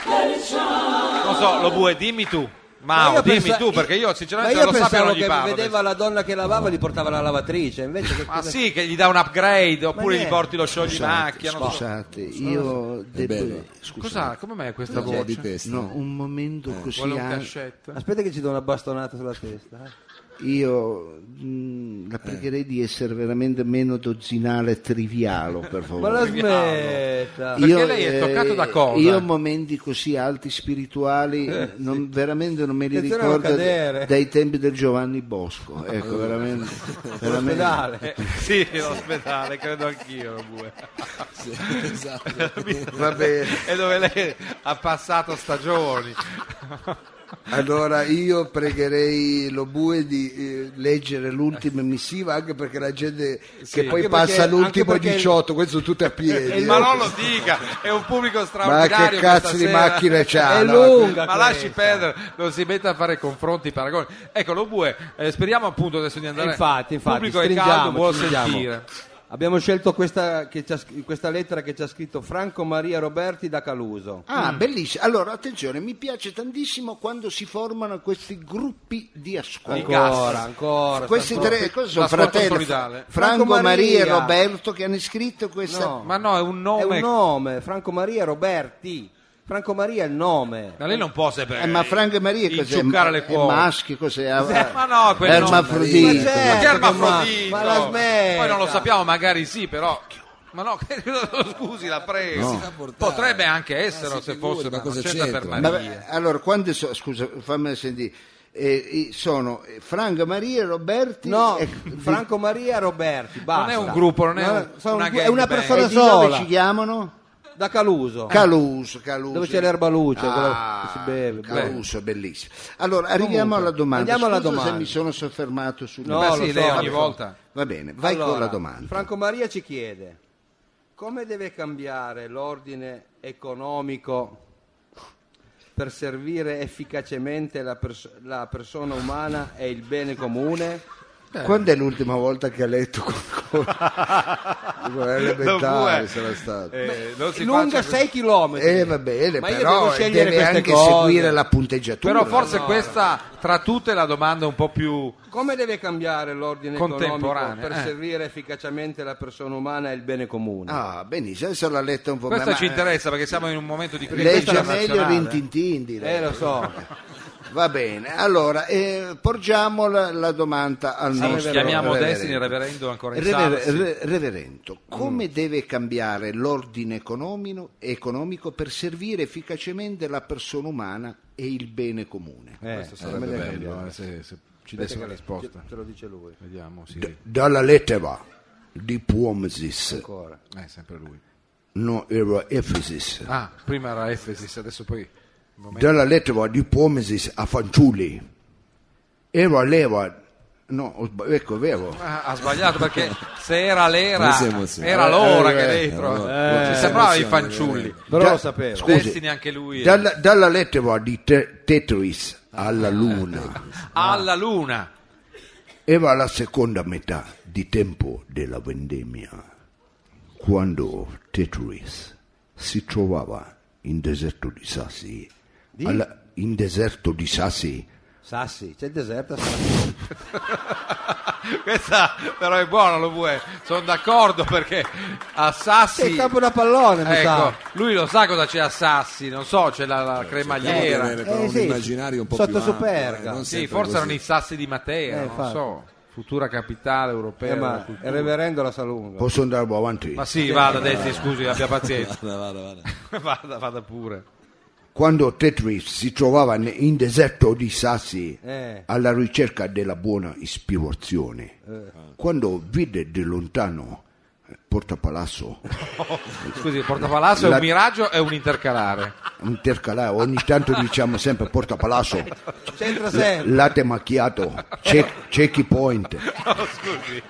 [SPEAKER 3] Non so, lo bue, dimmi tu.
[SPEAKER 2] Ma
[SPEAKER 3] Mao,
[SPEAKER 2] io
[SPEAKER 3] dimmi
[SPEAKER 2] pensa-
[SPEAKER 3] tu, perché io sinceramente
[SPEAKER 2] ma io
[SPEAKER 3] non lo
[SPEAKER 2] pensavo
[SPEAKER 3] sapevo non gli
[SPEAKER 2] che
[SPEAKER 3] parlo.
[SPEAKER 2] vedeva la donna che lavava e li portava alla lavatrice, invece che
[SPEAKER 3] Ma sì, che gli dà un upgrade, oppure gli
[SPEAKER 2] niente.
[SPEAKER 3] porti lo scioglimacchia. Non so.
[SPEAKER 1] Scusate, io devo...
[SPEAKER 4] bello.
[SPEAKER 1] Scusate,
[SPEAKER 3] Cos'ha? Come mai questa
[SPEAKER 4] C'è di
[SPEAKER 3] voce?
[SPEAKER 4] testa.
[SPEAKER 1] no, un momento così...
[SPEAKER 3] Vuole un
[SPEAKER 1] an-
[SPEAKER 3] cascetto?
[SPEAKER 2] Aspetta che ci do una bastonata sulla testa. eh.
[SPEAKER 1] io... mm, la pregherei di essere veramente meno dozzinale e trivialo, per
[SPEAKER 3] Oh,
[SPEAKER 2] Ma la
[SPEAKER 1] favore. eh,
[SPEAKER 2] smetta.
[SPEAKER 3] Perché lei è toccato da cosa?
[SPEAKER 1] Io momenti così alti spirituali non- veramente non me li
[SPEAKER 2] Eh, Che te ne
[SPEAKER 1] ricordo
[SPEAKER 2] va a
[SPEAKER 1] d-
[SPEAKER 2] cadere. Ah.
[SPEAKER 1] dai tempi del Giovanni Bosco. Ecco, veramente. veramente.
[SPEAKER 2] Pedale.
[SPEAKER 3] Eh, sì, l'ospedale, credo anch'io. lo bue.
[SPEAKER 4] Esatto.
[SPEAKER 5] Va bene,
[SPEAKER 3] È dove lei ha passato stagioni.
[SPEAKER 5] allora io pregherei lo bue di eh,
[SPEAKER 1] leggere l'ultima missiva anche perché la gente
[SPEAKER 5] che poi
[SPEAKER 2] anche
[SPEAKER 5] passa
[SPEAKER 2] perché-
[SPEAKER 5] l'ultimo
[SPEAKER 2] anche perché-
[SPEAKER 5] 18, questo sono tutti a piedi.
[SPEAKER 3] Ma non lo dica, è un pubblico
[SPEAKER 5] Ma
[SPEAKER 3] straordinario.
[SPEAKER 5] che cazzo
[SPEAKER 3] questa
[SPEAKER 5] di
[SPEAKER 3] sera.
[SPEAKER 5] macchine c'ha?
[SPEAKER 2] È
[SPEAKER 5] no?
[SPEAKER 2] lunga.
[SPEAKER 3] ah, Ma lasci perdere, non si metta a fare confronti, paragoni. Ecco, lo bue, eh, speriamo appunto adesso di andare.
[SPEAKER 2] Eh, Infatti, infatti,
[SPEAKER 3] il pubblico è caldo,
[SPEAKER 2] stringiamo,
[SPEAKER 3] vuol
[SPEAKER 2] stringiamo.
[SPEAKER 3] sentire.
[SPEAKER 2] Abbiamo scelto questa, che ci ha sc- questa lettera che ci ha scritto Franco Maria Roberti da Caluso.
[SPEAKER 1] Ah, bellissimo. Allora, attenzione, mi piace tantissimo quando si formano questi gruppi di
[SPEAKER 3] Ah,
[SPEAKER 1] ascolto.
[SPEAKER 2] Ancora,
[SPEAKER 3] gas.
[SPEAKER 2] ancora.
[SPEAKER 1] Questi
[SPEAKER 2] sta-
[SPEAKER 1] tre cosa sono
[SPEAKER 3] L'ascolto
[SPEAKER 1] fratelli
[SPEAKER 3] solidale.
[SPEAKER 1] Franco,
[SPEAKER 2] Franco
[SPEAKER 1] Maria e
[SPEAKER 2] Maria.
[SPEAKER 1] Roberto che hanno scritto questa
[SPEAKER 2] No.
[SPEAKER 3] Ma no, è un
[SPEAKER 2] È
[SPEAKER 3] nome.
[SPEAKER 2] un nome, Franco Maria Roberti. Franco Maria è il nome.
[SPEAKER 3] Ma lei non può sapere.
[SPEAKER 1] Eh, ma Franco e Maria cos'è?
[SPEAKER 3] Inciuccare le
[SPEAKER 1] È
[SPEAKER 3] cuore.
[SPEAKER 1] maschi, cos'è? Eh,
[SPEAKER 3] ma no, quel
[SPEAKER 1] Ermafrodita.
[SPEAKER 2] nome. Ma certo.
[SPEAKER 3] Ma che
[SPEAKER 2] Eh,
[SPEAKER 3] ermafrodita?
[SPEAKER 2] ma- ma la smetta.
[SPEAKER 3] Poi non lo sappiamo, magari sì, però. Ma no, scusi, la prego.
[SPEAKER 4] Si fa portare.
[SPEAKER 3] Potrebbe anche essere
[SPEAKER 4] Ma si
[SPEAKER 3] se
[SPEAKER 4] figuri,
[SPEAKER 3] fosse
[SPEAKER 4] Eh, ma
[SPEAKER 3] una
[SPEAKER 4] cosa
[SPEAKER 3] faccenda per
[SPEAKER 4] c'entra?
[SPEAKER 1] Ma-
[SPEAKER 3] Maria.
[SPEAKER 1] allora, quando so- scusa, fammi sentire. Eh, i- sono eh, Franco, Maria, Roberti
[SPEAKER 2] No,
[SPEAKER 1] e-
[SPEAKER 2] Franco Maria Roberti, basta.
[SPEAKER 3] Non è un gruppo, non è
[SPEAKER 2] No,
[SPEAKER 3] un-
[SPEAKER 2] sono
[SPEAKER 3] una
[SPEAKER 2] un-
[SPEAKER 3] gang
[SPEAKER 2] è una
[SPEAKER 3] bang.
[SPEAKER 1] e
[SPEAKER 2] persona
[SPEAKER 1] di dove
[SPEAKER 2] sola.
[SPEAKER 1] ci chiamano?
[SPEAKER 2] Da Caluso.
[SPEAKER 1] Caluso, Caluso.
[SPEAKER 2] Ah. Dove c'è l'erba luce,
[SPEAKER 1] Ah,
[SPEAKER 2] quello che si beve.
[SPEAKER 1] Caluso, bellissimo. Allora, arriviamo alla domanda.
[SPEAKER 2] andiamo alla
[SPEAKER 1] Scusa
[SPEAKER 2] domanda.
[SPEAKER 1] se mi sono soffermato sul...
[SPEAKER 2] No,
[SPEAKER 3] Ma
[SPEAKER 2] lo
[SPEAKER 3] sì,
[SPEAKER 2] so,
[SPEAKER 3] lei
[SPEAKER 2] lo
[SPEAKER 3] ogni
[SPEAKER 2] so.
[SPEAKER 3] volta.
[SPEAKER 1] Va bene, vai con
[SPEAKER 2] Allora,
[SPEAKER 1] la domanda.
[SPEAKER 2] Franco Maria ci chiede come deve cambiare l'ordine economico per servire efficacemente la, pers- la persona umana e il bene comune?
[SPEAKER 1] Quando è l'ultima volta che ha letto qualcosa?
[SPEAKER 5] È
[SPEAKER 4] eh,
[SPEAKER 5] elementare
[SPEAKER 3] Dov'è?
[SPEAKER 5] sarà stato.
[SPEAKER 3] Eh, non si
[SPEAKER 2] Lunga
[SPEAKER 3] faccia-
[SPEAKER 2] 6 km.
[SPEAKER 1] Eh, va bene,
[SPEAKER 2] Ma io
[SPEAKER 1] però
[SPEAKER 2] devo
[SPEAKER 1] eh,
[SPEAKER 2] scegliere
[SPEAKER 1] deve
[SPEAKER 2] queste
[SPEAKER 1] anche
[SPEAKER 2] cose.
[SPEAKER 1] seguire la punteggiatura.
[SPEAKER 3] Però forse questa tra tutte è la domanda un po' più
[SPEAKER 2] Come deve cambiare l'ordine economico
[SPEAKER 3] Contemporanea,
[SPEAKER 2] per
[SPEAKER 3] eh.
[SPEAKER 2] servire efficacemente la persona umana e il bene comune?
[SPEAKER 1] Ah, benissimo, adesso l'ha letta un po'
[SPEAKER 3] Questa
[SPEAKER 1] ma-
[SPEAKER 3] ci interessa perché siamo in un momento di crisi
[SPEAKER 1] Legge meglio
[SPEAKER 3] internazionale.
[SPEAKER 1] Rintintin, direi.
[SPEAKER 2] Eh, lo so.
[SPEAKER 1] Va bene, allora, eh, porgiamo la, la domanda al
[SPEAKER 3] Sì,
[SPEAKER 1] nostro
[SPEAKER 3] chiamiamo
[SPEAKER 1] reverendo.
[SPEAKER 3] Destiny il reverendo ancora in
[SPEAKER 1] Rever-
[SPEAKER 3] salsa.
[SPEAKER 1] re- reverendo, come deve cambiare l'ordine economico, economico per servire efficacemente la persona umana e il bene comune?
[SPEAKER 2] Eh,
[SPEAKER 4] Sarebbe bello, eh, se, se ci desse una risposta.
[SPEAKER 2] te lo dice lui.
[SPEAKER 4] Vediamo, sì.
[SPEAKER 1] Dalla lettera di Puomsis,
[SPEAKER 2] Ancora.
[SPEAKER 4] Eh, sempre lui.
[SPEAKER 1] no, era Efesis.
[SPEAKER 4] Ah, prima era Efesis, adesso poi...
[SPEAKER 1] dalla lettera di Pomesis a Fanciulli era l'era no, ho sba- ecco è vero
[SPEAKER 3] Ah, ha sbagliato perché se era l'era
[SPEAKER 4] Noi siamo sì.
[SPEAKER 3] era
[SPEAKER 4] Eh,
[SPEAKER 3] l'ora
[SPEAKER 1] eh,
[SPEAKER 3] che
[SPEAKER 1] eh,
[SPEAKER 3] dentro
[SPEAKER 4] eh,
[SPEAKER 3] ci
[SPEAKER 4] eh,
[SPEAKER 3] sembrava i
[SPEAKER 4] siamo,
[SPEAKER 3] fanciulli
[SPEAKER 4] eh.
[SPEAKER 2] Però
[SPEAKER 1] Da-
[SPEAKER 2] lo sapevo.
[SPEAKER 1] scusi,
[SPEAKER 3] Destiny anche lui eh.
[SPEAKER 1] dalla, dalla lettera di Te- Tetris
[SPEAKER 3] Ah,
[SPEAKER 1] alla
[SPEAKER 3] ecco.
[SPEAKER 1] luna
[SPEAKER 3] alla luna
[SPEAKER 1] era la seconda metà di tempo della vendemmia quando Tetris si trovava in deserto di Sassi alla- in deserto di Sassi
[SPEAKER 2] Sassi, c'è il deserto. a Sassi.
[SPEAKER 3] questa però è buona lo vuoi sono d'accordo perché a
[SPEAKER 2] Sei
[SPEAKER 3] Sassi
[SPEAKER 2] capo una pallone, mi
[SPEAKER 3] ecco,
[SPEAKER 2] sa.
[SPEAKER 3] lui lo sa cosa c'è a Sassi non so c'è la, la
[SPEAKER 4] Cioè, Cerchiamo di
[SPEAKER 3] cremagliera
[SPEAKER 4] avere però
[SPEAKER 2] Eh,
[SPEAKER 4] un
[SPEAKER 2] sì,
[SPEAKER 4] immaginario un po'
[SPEAKER 2] sotto
[SPEAKER 4] più ampio,
[SPEAKER 2] Superga.
[SPEAKER 4] eh, non
[SPEAKER 3] sì
[SPEAKER 4] sempre
[SPEAKER 3] forse
[SPEAKER 4] così.
[SPEAKER 3] erano i Sassi di Matera
[SPEAKER 2] Eh,
[SPEAKER 3] non
[SPEAKER 2] infatti.
[SPEAKER 3] so futura capitale europea
[SPEAKER 2] Eh,
[SPEAKER 3] della
[SPEAKER 2] ma
[SPEAKER 3] cultura.
[SPEAKER 2] il reverendo la salunga.
[SPEAKER 1] posso andare avanti?
[SPEAKER 3] ma sì vada Destiny scusi abbia pazienza
[SPEAKER 4] Vada, vada, vada.
[SPEAKER 3] vada vada pure
[SPEAKER 1] quando Tetris si trovava ne- in deserto di Sassi
[SPEAKER 2] Eh.
[SPEAKER 1] alla ricerca della buona ispirazione, quando vide di lontano eh, Porta Palazzo
[SPEAKER 3] Scusi, il portapalazzo è
[SPEAKER 1] La-
[SPEAKER 3] un miraggio e un intercalare.
[SPEAKER 1] intercalare, ogni tanto diciamo sempre Porta Palazzo,
[SPEAKER 2] C'entra sempre.
[SPEAKER 1] latte macchiato, check- checky point.
[SPEAKER 3] No, Oh, scusi,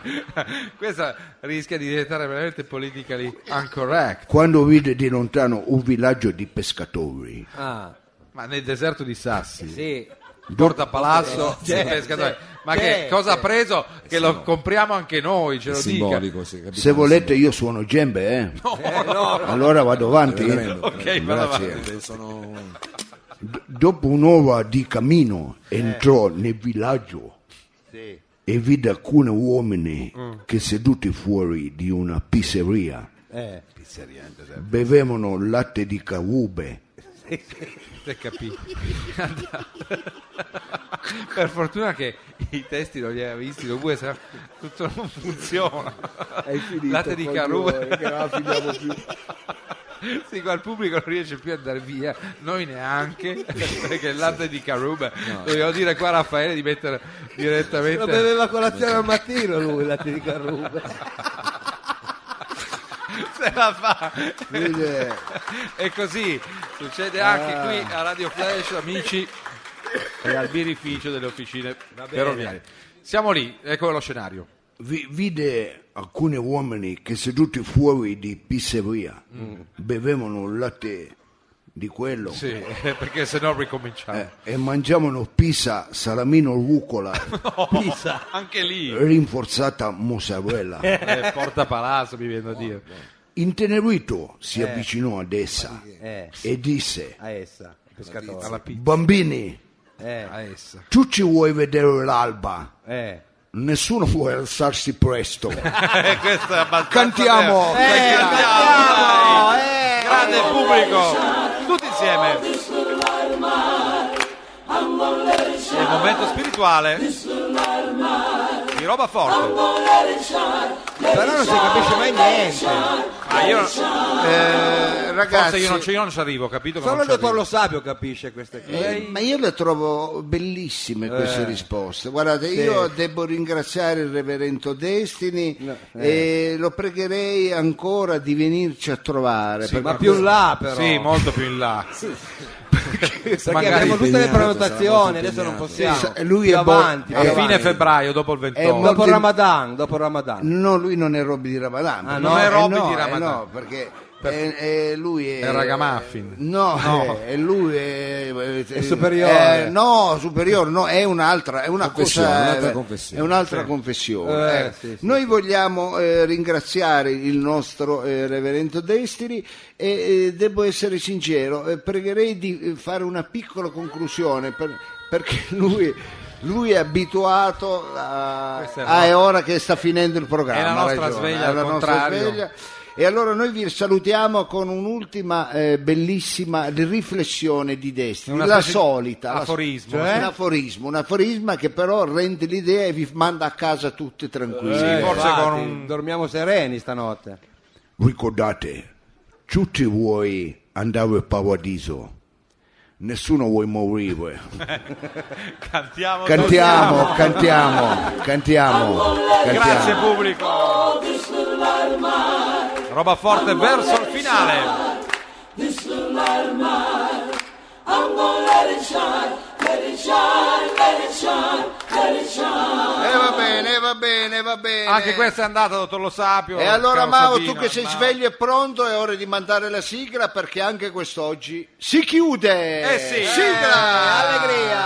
[SPEAKER 3] questa rischia di diventare veramente politically incorrect.
[SPEAKER 1] Quando vide di lontano un villaggio di pescatori,
[SPEAKER 2] Ah,
[SPEAKER 3] Ma nel deserto di Sassi,
[SPEAKER 2] sì.
[SPEAKER 3] portapalazzo,
[SPEAKER 2] C'è,
[SPEAKER 3] dei pescatori.
[SPEAKER 2] c'è,
[SPEAKER 3] Ma
[SPEAKER 2] c'è,
[SPEAKER 3] che cosa ha
[SPEAKER 2] c'è.
[SPEAKER 3] preso? Che lo compriamo anche noi, ce
[SPEAKER 4] È
[SPEAKER 3] lo dica. Oh,
[SPEAKER 4] simbolico, sì, capito?
[SPEAKER 1] se volete io suono gembe, eh. allora vado avanti.
[SPEAKER 4] Reverendo,
[SPEAKER 3] Ok, vada
[SPEAKER 1] Grazie.
[SPEAKER 3] avanti.
[SPEAKER 4] Sono...
[SPEAKER 1] D- dopo un'ora di cammino entrò nel villaggio e vide alcuni uomini che seduti fuori di una pizzeria
[SPEAKER 2] Eh.
[SPEAKER 1] bevevano latte di caube
[SPEAKER 3] Te capì. per fortuna che i testi non li aveva visti, lo pure se no tutto non funziona.
[SPEAKER 2] Hai finito
[SPEAKER 3] Latte di
[SPEAKER 2] con due, che non la finiamo più.
[SPEAKER 3] Caruba. Sì, qua il pubblico non riesce più a andare via, noi neanche, perché il latte di Caruba, dobbiamo dire qua a Raffaele di mettere
[SPEAKER 2] Lo
[SPEAKER 3] direttamente...
[SPEAKER 2] beveva colazione al mattino lui, la ti carruba.
[SPEAKER 3] Se la fa!
[SPEAKER 1] Quindi, eh,
[SPEAKER 3] E così succede anche qui a Radio Flash, amici, e al birrificio delle officine ferroviarie. Siamo lì, ecco lo scenario.
[SPEAKER 10] Vi- vide alcuni uomini che seduti fuori di pizzeria bevevano il latte di quello
[SPEAKER 3] Sì, perché se no ricominciamo.
[SPEAKER 10] eh, e mangiavano pizza, salamino, rucola,
[SPEAKER 3] Anche lì,
[SPEAKER 10] rinforzata mozzarella.
[SPEAKER 3] eh, porta palazzo, mi viene a dire.
[SPEAKER 10] Intenerito si avvicinò ad essa
[SPEAKER 2] Eh,
[SPEAKER 10] e disse,
[SPEAKER 2] a essa, il pescatore.
[SPEAKER 3] Alla pizza,
[SPEAKER 10] bambini,
[SPEAKER 2] Eh,
[SPEAKER 3] a essa.
[SPEAKER 10] tu ci vuoi vedere l'alba?
[SPEAKER 2] eh.
[SPEAKER 10] Nessuno vuole alzarsi presto.
[SPEAKER 3] Eh, questo è abbastanza
[SPEAKER 10] Cantiamo.
[SPEAKER 3] vero. Eh,
[SPEAKER 2] Eh, andiamo,
[SPEAKER 3] cantiamo, dai.
[SPEAKER 2] eh.
[SPEAKER 3] Grande pubblico, tutti insieme. È il momento spirituale di roba forte.
[SPEAKER 2] Però non si capisce mai niente.
[SPEAKER 3] Ma io,
[SPEAKER 1] eh,
[SPEAKER 3] forse
[SPEAKER 1] ragazzi,
[SPEAKER 3] io non, ci- io non ci arrivo, capito? che
[SPEAKER 2] Solo
[SPEAKER 3] non
[SPEAKER 2] il
[SPEAKER 3] ci
[SPEAKER 2] dottor
[SPEAKER 3] arrivo.
[SPEAKER 2] Lo Sapio capisce queste cose.
[SPEAKER 1] eh, ma io le trovo bellissime queste risposte. Guardate, io devo ringraziare il reverendo Destini e lo pregherei ancora di venirci a trovare. perché
[SPEAKER 2] ma più in là però.
[SPEAKER 3] Sì, molto più in là.
[SPEAKER 2] Perché
[SPEAKER 3] Magari
[SPEAKER 2] abbiamo
[SPEAKER 3] a
[SPEAKER 2] tutte le
[SPEAKER 4] impegnato, sarà
[SPEAKER 2] prenotazioni,
[SPEAKER 4] molto
[SPEAKER 2] adesso non
[SPEAKER 4] impegnato.
[SPEAKER 2] possiamo.
[SPEAKER 1] Sì, sa- lui
[SPEAKER 2] Più
[SPEAKER 1] è bo- è
[SPEAKER 2] avanti, più
[SPEAKER 1] fine
[SPEAKER 3] fine
[SPEAKER 2] avanti.
[SPEAKER 3] febbraio, dopo il 28.
[SPEAKER 1] È
[SPEAKER 2] Dopo
[SPEAKER 1] Molti-
[SPEAKER 2] Ramadan, dopo Ramadan.
[SPEAKER 1] No, lui non è Robby di Ramadan.
[SPEAKER 2] Ah,
[SPEAKER 1] perché-
[SPEAKER 2] non è
[SPEAKER 1] eh,
[SPEAKER 3] Robby
[SPEAKER 1] no,
[SPEAKER 3] di
[SPEAKER 1] eh,
[SPEAKER 3] Ramadan.
[SPEAKER 1] no, perché eh, eh, lui è...
[SPEAKER 3] È Ragamuffin.
[SPEAKER 1] No,
[SPEAKER 3] No.
[SPEAKER 1] eh, lui è... eh, eh,
[SPEAKER 2] superiore.
[SPEAKER 1] eh, no, superiore, no, è un'altra, è una
[SPEAKER 4] Confessione,
[SPEAKER 1] cosa...
[SPEAKER 4] un'altra
[SPEAKER 1] eh,
[SPEAKER 4] confessione.
[SPEAKER 1] È un'altra confessione.
[SPEAKER 2] Eh,
[SPEAKER 1] ecco.
[SPEAKER 2] sì, sì,
[SPEAKER 1] Noi vogliamo eh, ringraziare il nostro eh, reverendo Destini e eh, devo essere sincero, eh, pregherei di eh, fare una piccola conclusione per- perché lui... lui è abituato a,
[SPEAKER 3] Questa è
[SPEAKER 1] Ah,
[SPEAKER 3] la-
[SPEAKER 1] è ora che sta finendo il programma.
[SPEAKER 3] È la
[SPEAKER 1] ha
[SPEAKER 3] nostra
[SPEAKER 1] ragione,
[SPEAKER 3] sveglia
[SPEAKER 1] è
[SPEAKER 3] al
[SPEAKER 1] la nostra
[SPEAKER 3] contrario.
[SPEAKER 1] sveglia. E allora noi vi salutiamo con un'ultima eh, bellissima riflessione di destra,
[SPEAKER 3] Una
[SPEAKER 1] la
[SPEAKER 3] specie di
[SPEAKER 1] solita. la-
[SPEAKER 3] aforismo.
[SPEAKER 1] cioè? Un aforismo, un aforisma che però rende l'idea e vi manda a casa tutti tranquilli.
[SPEAKER 3] Sì,
[SPEAKER 2] Eh,
[SPEAKER 3] forse
[SPEAKER 2] infatti,
[SPEAKER 3] con un-
[SPEAKER 2] dormiamo sereni stanotte.
[SPEAKER 10] Ricordate, tutti vuoi andare al paradiso, nessuno vuoi morire.
[SPEAKER 3] Cantiamo.
[SPEAKER 10] Cantiamo, cantiamo, cantiamo,
[SPEAKER 3] Grazie
[SPEAKER 1] Eh,
[SPEAKER 10] cantiamo.
[SPEAKER 3] pubblico. Roba forte verso il finale.
[SPEAKER 1] E va bene, va bene, va bene.
[SPEAKER 3] Anche questa è andata, dottor Lo Sapio.
[SPEAKER 1] E allora
[SPEAKER 3] caro
[SPEAKER 1] Mao,
[SPEAKER 3] Sabino,
[SPEAKER 1] tu che sei
[SPEAKER 3] Mao.
[SPEAKER 1] sveglio e pronto, è ora di mandare la sigla perché anche quest'oggi si chiude.
[SPEAKER 3] Eh sì.
[SPEAKER 1] Sigla!
[SPEAKER 3] Eh.
[SPEAKER 1] Allegria!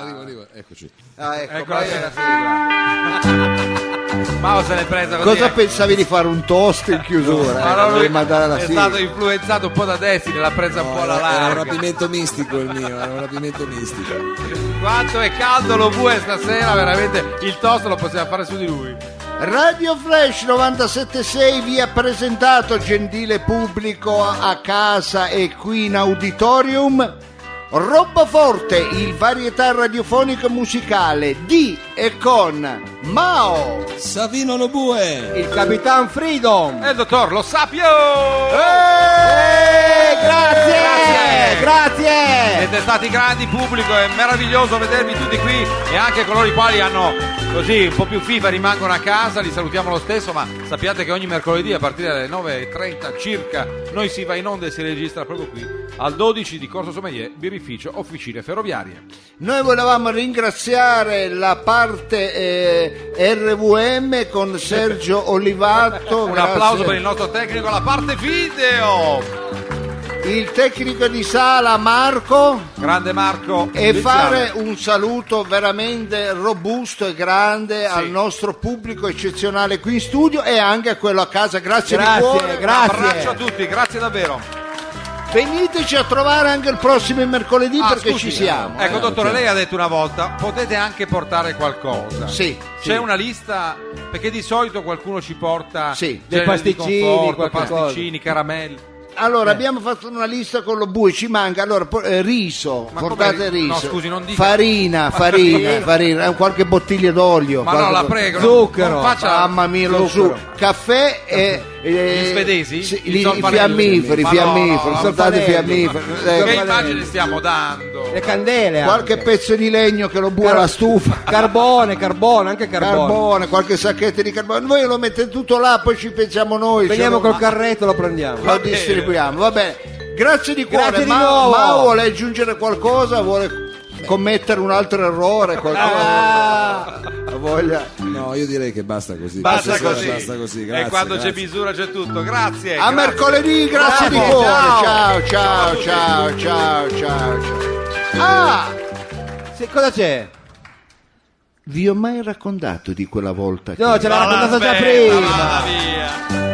[SPEAKER 4] Arrivo, arrivo, eccoci.
[SPEAKER 1] Ah, ecco,
[SPEAKER 3] Ecco
[SPEAKER 1] vai.
[SPEAKER 3] la sera sigla. Mao se l'è presa così.
[SPEAKER 1] Cosa
[SPEAKER 3] ecco.
[SPEAKER 1] pensavi di fare un toast in
[SPEAKER 3] Ma
[SPEAKER 1] chiusura?
[SPEAKER 3] allora
[SPEAKER 1] eh?
[SPEAKER 3] lui
[SPEAKER 1] Devi mandare la
[SPEAKER 3] è
[SPEAKER 1] sigla.
[SPEAKER 3] stato influenzato un po' da destra, l'ha presa un po' alla
[SPEAKER 4] Era un
[SPEAKER 3] larga.
[SPEAKER 4] rapimento mistico il mio, era un rapimento mistico.
[SPEAKER 3] Quanto è caldo lo bue stasera, veramente il toast lo possiamo fare su di lui.
[SPEAKER 1] Radio Flash 976 vi ha presentato, gentile pubblico a casa e qui in auditorium, Roba Forte, il varietà radiofonico musicale di e con Mao.
[SPEAKER 4] Savino Lobue!
[SPEAKER 2] Il Capitan Freedom.
[SPEAKER 3] E il dottor lo sapio!
[SPEAKER 1] Eh,
[SPEAKER 2] grazie, grazie.
[SPEAKER 3] Siete stati grandi pubblico, è meraviglioso vedervi tutti qui e anche coloro i quali hanno così un po' più FIFA rimangono a casa, li salutiamo lo stesso, ma sappiate che ogni mercoledì a partire dalle 9.30 circa noi si va in onda e si registra proprio qui al 12 di Corso Sommelier, birrificio, officine ferroviarie.
[SPEAKER 1] Noi volevamo ringraziare la parte eh, RVM con Sergio Olivato.
[SPEAKER 3] Un
[SPEAKER 1] Grazie.
[SPEAKER 3] applauso per il nostro tecnico, la parte video!
[SPEAKER 1] il tecnico di sala Marco.
[SPEAKER 3] Grande Marco!
[SPEAKER 1] E
[SPEAKER 3] Liziale.
[SPEAKER 1] fare un saluto veramente robusto e grande al nostro pubblico eccezionale qui in studio e anche a quello a casa. Grazie, di
[SPEAKER 2] Grazie,
[SPEAKER 1] cuore.
[SPEAKER 3] Un
[SPEAKER 2] grazie.
[SPEAKER 3] abbraccio a tutti, grazie davvero.
[SPEAKER 1] Veniteci a trovare anche il prossimo mercoledì
[SPEAKER 3] Ah,
[SPEAKER 1] perché
[SPEAKER 3] scusi.
[SPEAKER 1] ci siamo.
[SPEAKER 3] Ecco,
[SPEAKER 1] eh.
[SPEAKER 3] dottore, lei ha detto una volta, potete anche portare qualcosa.
[SPEAKER 1] Sì,
[SPEAKER 3] C'è
[SPEAKER 1] sì.
[SPEAKER 3] una lista, perché di solito qualcuno ci porta
[SPEAKER 1] Sì.
[SPEAKER 3] generi
[SPEAKER 2] Dei pasticcini,
[SPEAKER 3] di conforto,
[SPEAKER 2] qualche cosa.
[SPEAKER 3] pasticcini, caramelle.
[SPEAKER 1] allora abbiamo fatto una lista con lo bue, ci manca allora po- eh, riso,
[SPEAKER 3] Ma
[SPEAKER 1] portate
[SPEAKER 3] come ri-
[SPEAKER 1] riso,
[SPEAKER 3] no, scusi, non dica-
[SPEAKER 1] farina,
[SPEAKER 3] Ma-
[SPEAKER 1] farina, farina, eh, qualche bottiglia d'olio,
[SPEAKER 3] Ma no,
[SPEAKER 1] qualche-
[SPEAKER 3] la prego. non-
[SPEAKER 2] Zucchero.
[SPEAKER 3] non faccia la-
[SPEAKER 1] mamma mia, lo su,
[SPEAKER 2] Zucchero.
[SPEAKER 1] caffè e, e-
[SPEAKER 3] Gli svedesi?
[SPEAKER 1] sì,
[SPEAKER 3] I
[SPEAKER 1] gli- i
[SPEAKER 3] solfanelli?
[SPEAKER 1] fiammiferi,
[SPEAKER 3] Ma no,
[SPEAKER 1] fiammiferi,
[SPEAKER 3] no,
[SPEAKER 1] soltanto i
[SPEAKER 2] solfanelli.
[SPEAKER 1] fiammiferi,
[SPEAKER 2] Che
[SPEAKER 3] Che
[SPEAKER 1] ecco.
[SPEAKER 3] immagine stiamo dando?
[SPEAKER 2] Le candele.
[SPEAKER 1] qualche
[SPEAKER 2] anche.
[SPEAKER 1] pezzo di legno che lo bue
[SPEAKER 2] Car-
[SPEAKER 1] alla stufa.
[SPEAKER 2] Carbone, carbone, anche carbone.
[SPEAKER 1] Carbone, qualche sacchetto di carbone, voi lo mettete tutto là, poi ci pensiamo noi.
[SPEAKER 2] Veniamo
[SPEAKER 1] cioè,
[SPEAKER 2] col
[SPEAKER 1] ma-
[SPEAKER 2] carretto, lo prendiamo.
[SPEAKER 1] lo distribuiamo, va bene. Grazie di cuore,
[SPEAKER 2] Grazie di
[SPEAKER 1] Ma-
[SPEAKER 2] nuovo.
[SPEAKER 1] Mao vuole aggiungere qualcosa, vuole commettere un altro errore,
[SPEAKER 2] Ah.
[SPEAKER 1] qualcosa. Ha voglia.
[SPEAKER 4] No, io direi che basta così.
[SPEAKER 3] Basta
[SPEAKER 4] Questa
[SPEAKER 3] così.
[SPEAKER 4] sera Basta così.
[SPEAKER 3] e
[SPEAKER 4] grazie,
[SPEAKER 3] quando
[SPEAKER 4] grazie.
[SPEAKER 3] c'è misura c'è tutto. Grazie.
[SPEAKER 1] A
[SPEAKER 3] grazie.
[SPEAKER 1] mercoledì, grazie
[SPEAKER 3] Bravo.
[SPEAKER 1] di cuore.
[SPEAKER 3] Ciao.
[SPEAKER 1] Ciao, ciao, ciao, ciao, ciao. ciao. Ah!
[SPEAKER 2] Sì, cosa c'è?
[SPEAKER 1] Vi ho mai raccontato di quella volta?
[SPEAKER 2] No,
[SPEAKER 1] che-
[SPEAKER 2] ce l'ha
[SPEAKER 3] Ma la
[SPEAKER 2] raccontato già
[SPEAKER 3] smetto,
[SPEAKER 2] prima.
[SPEAKER 3] vada via.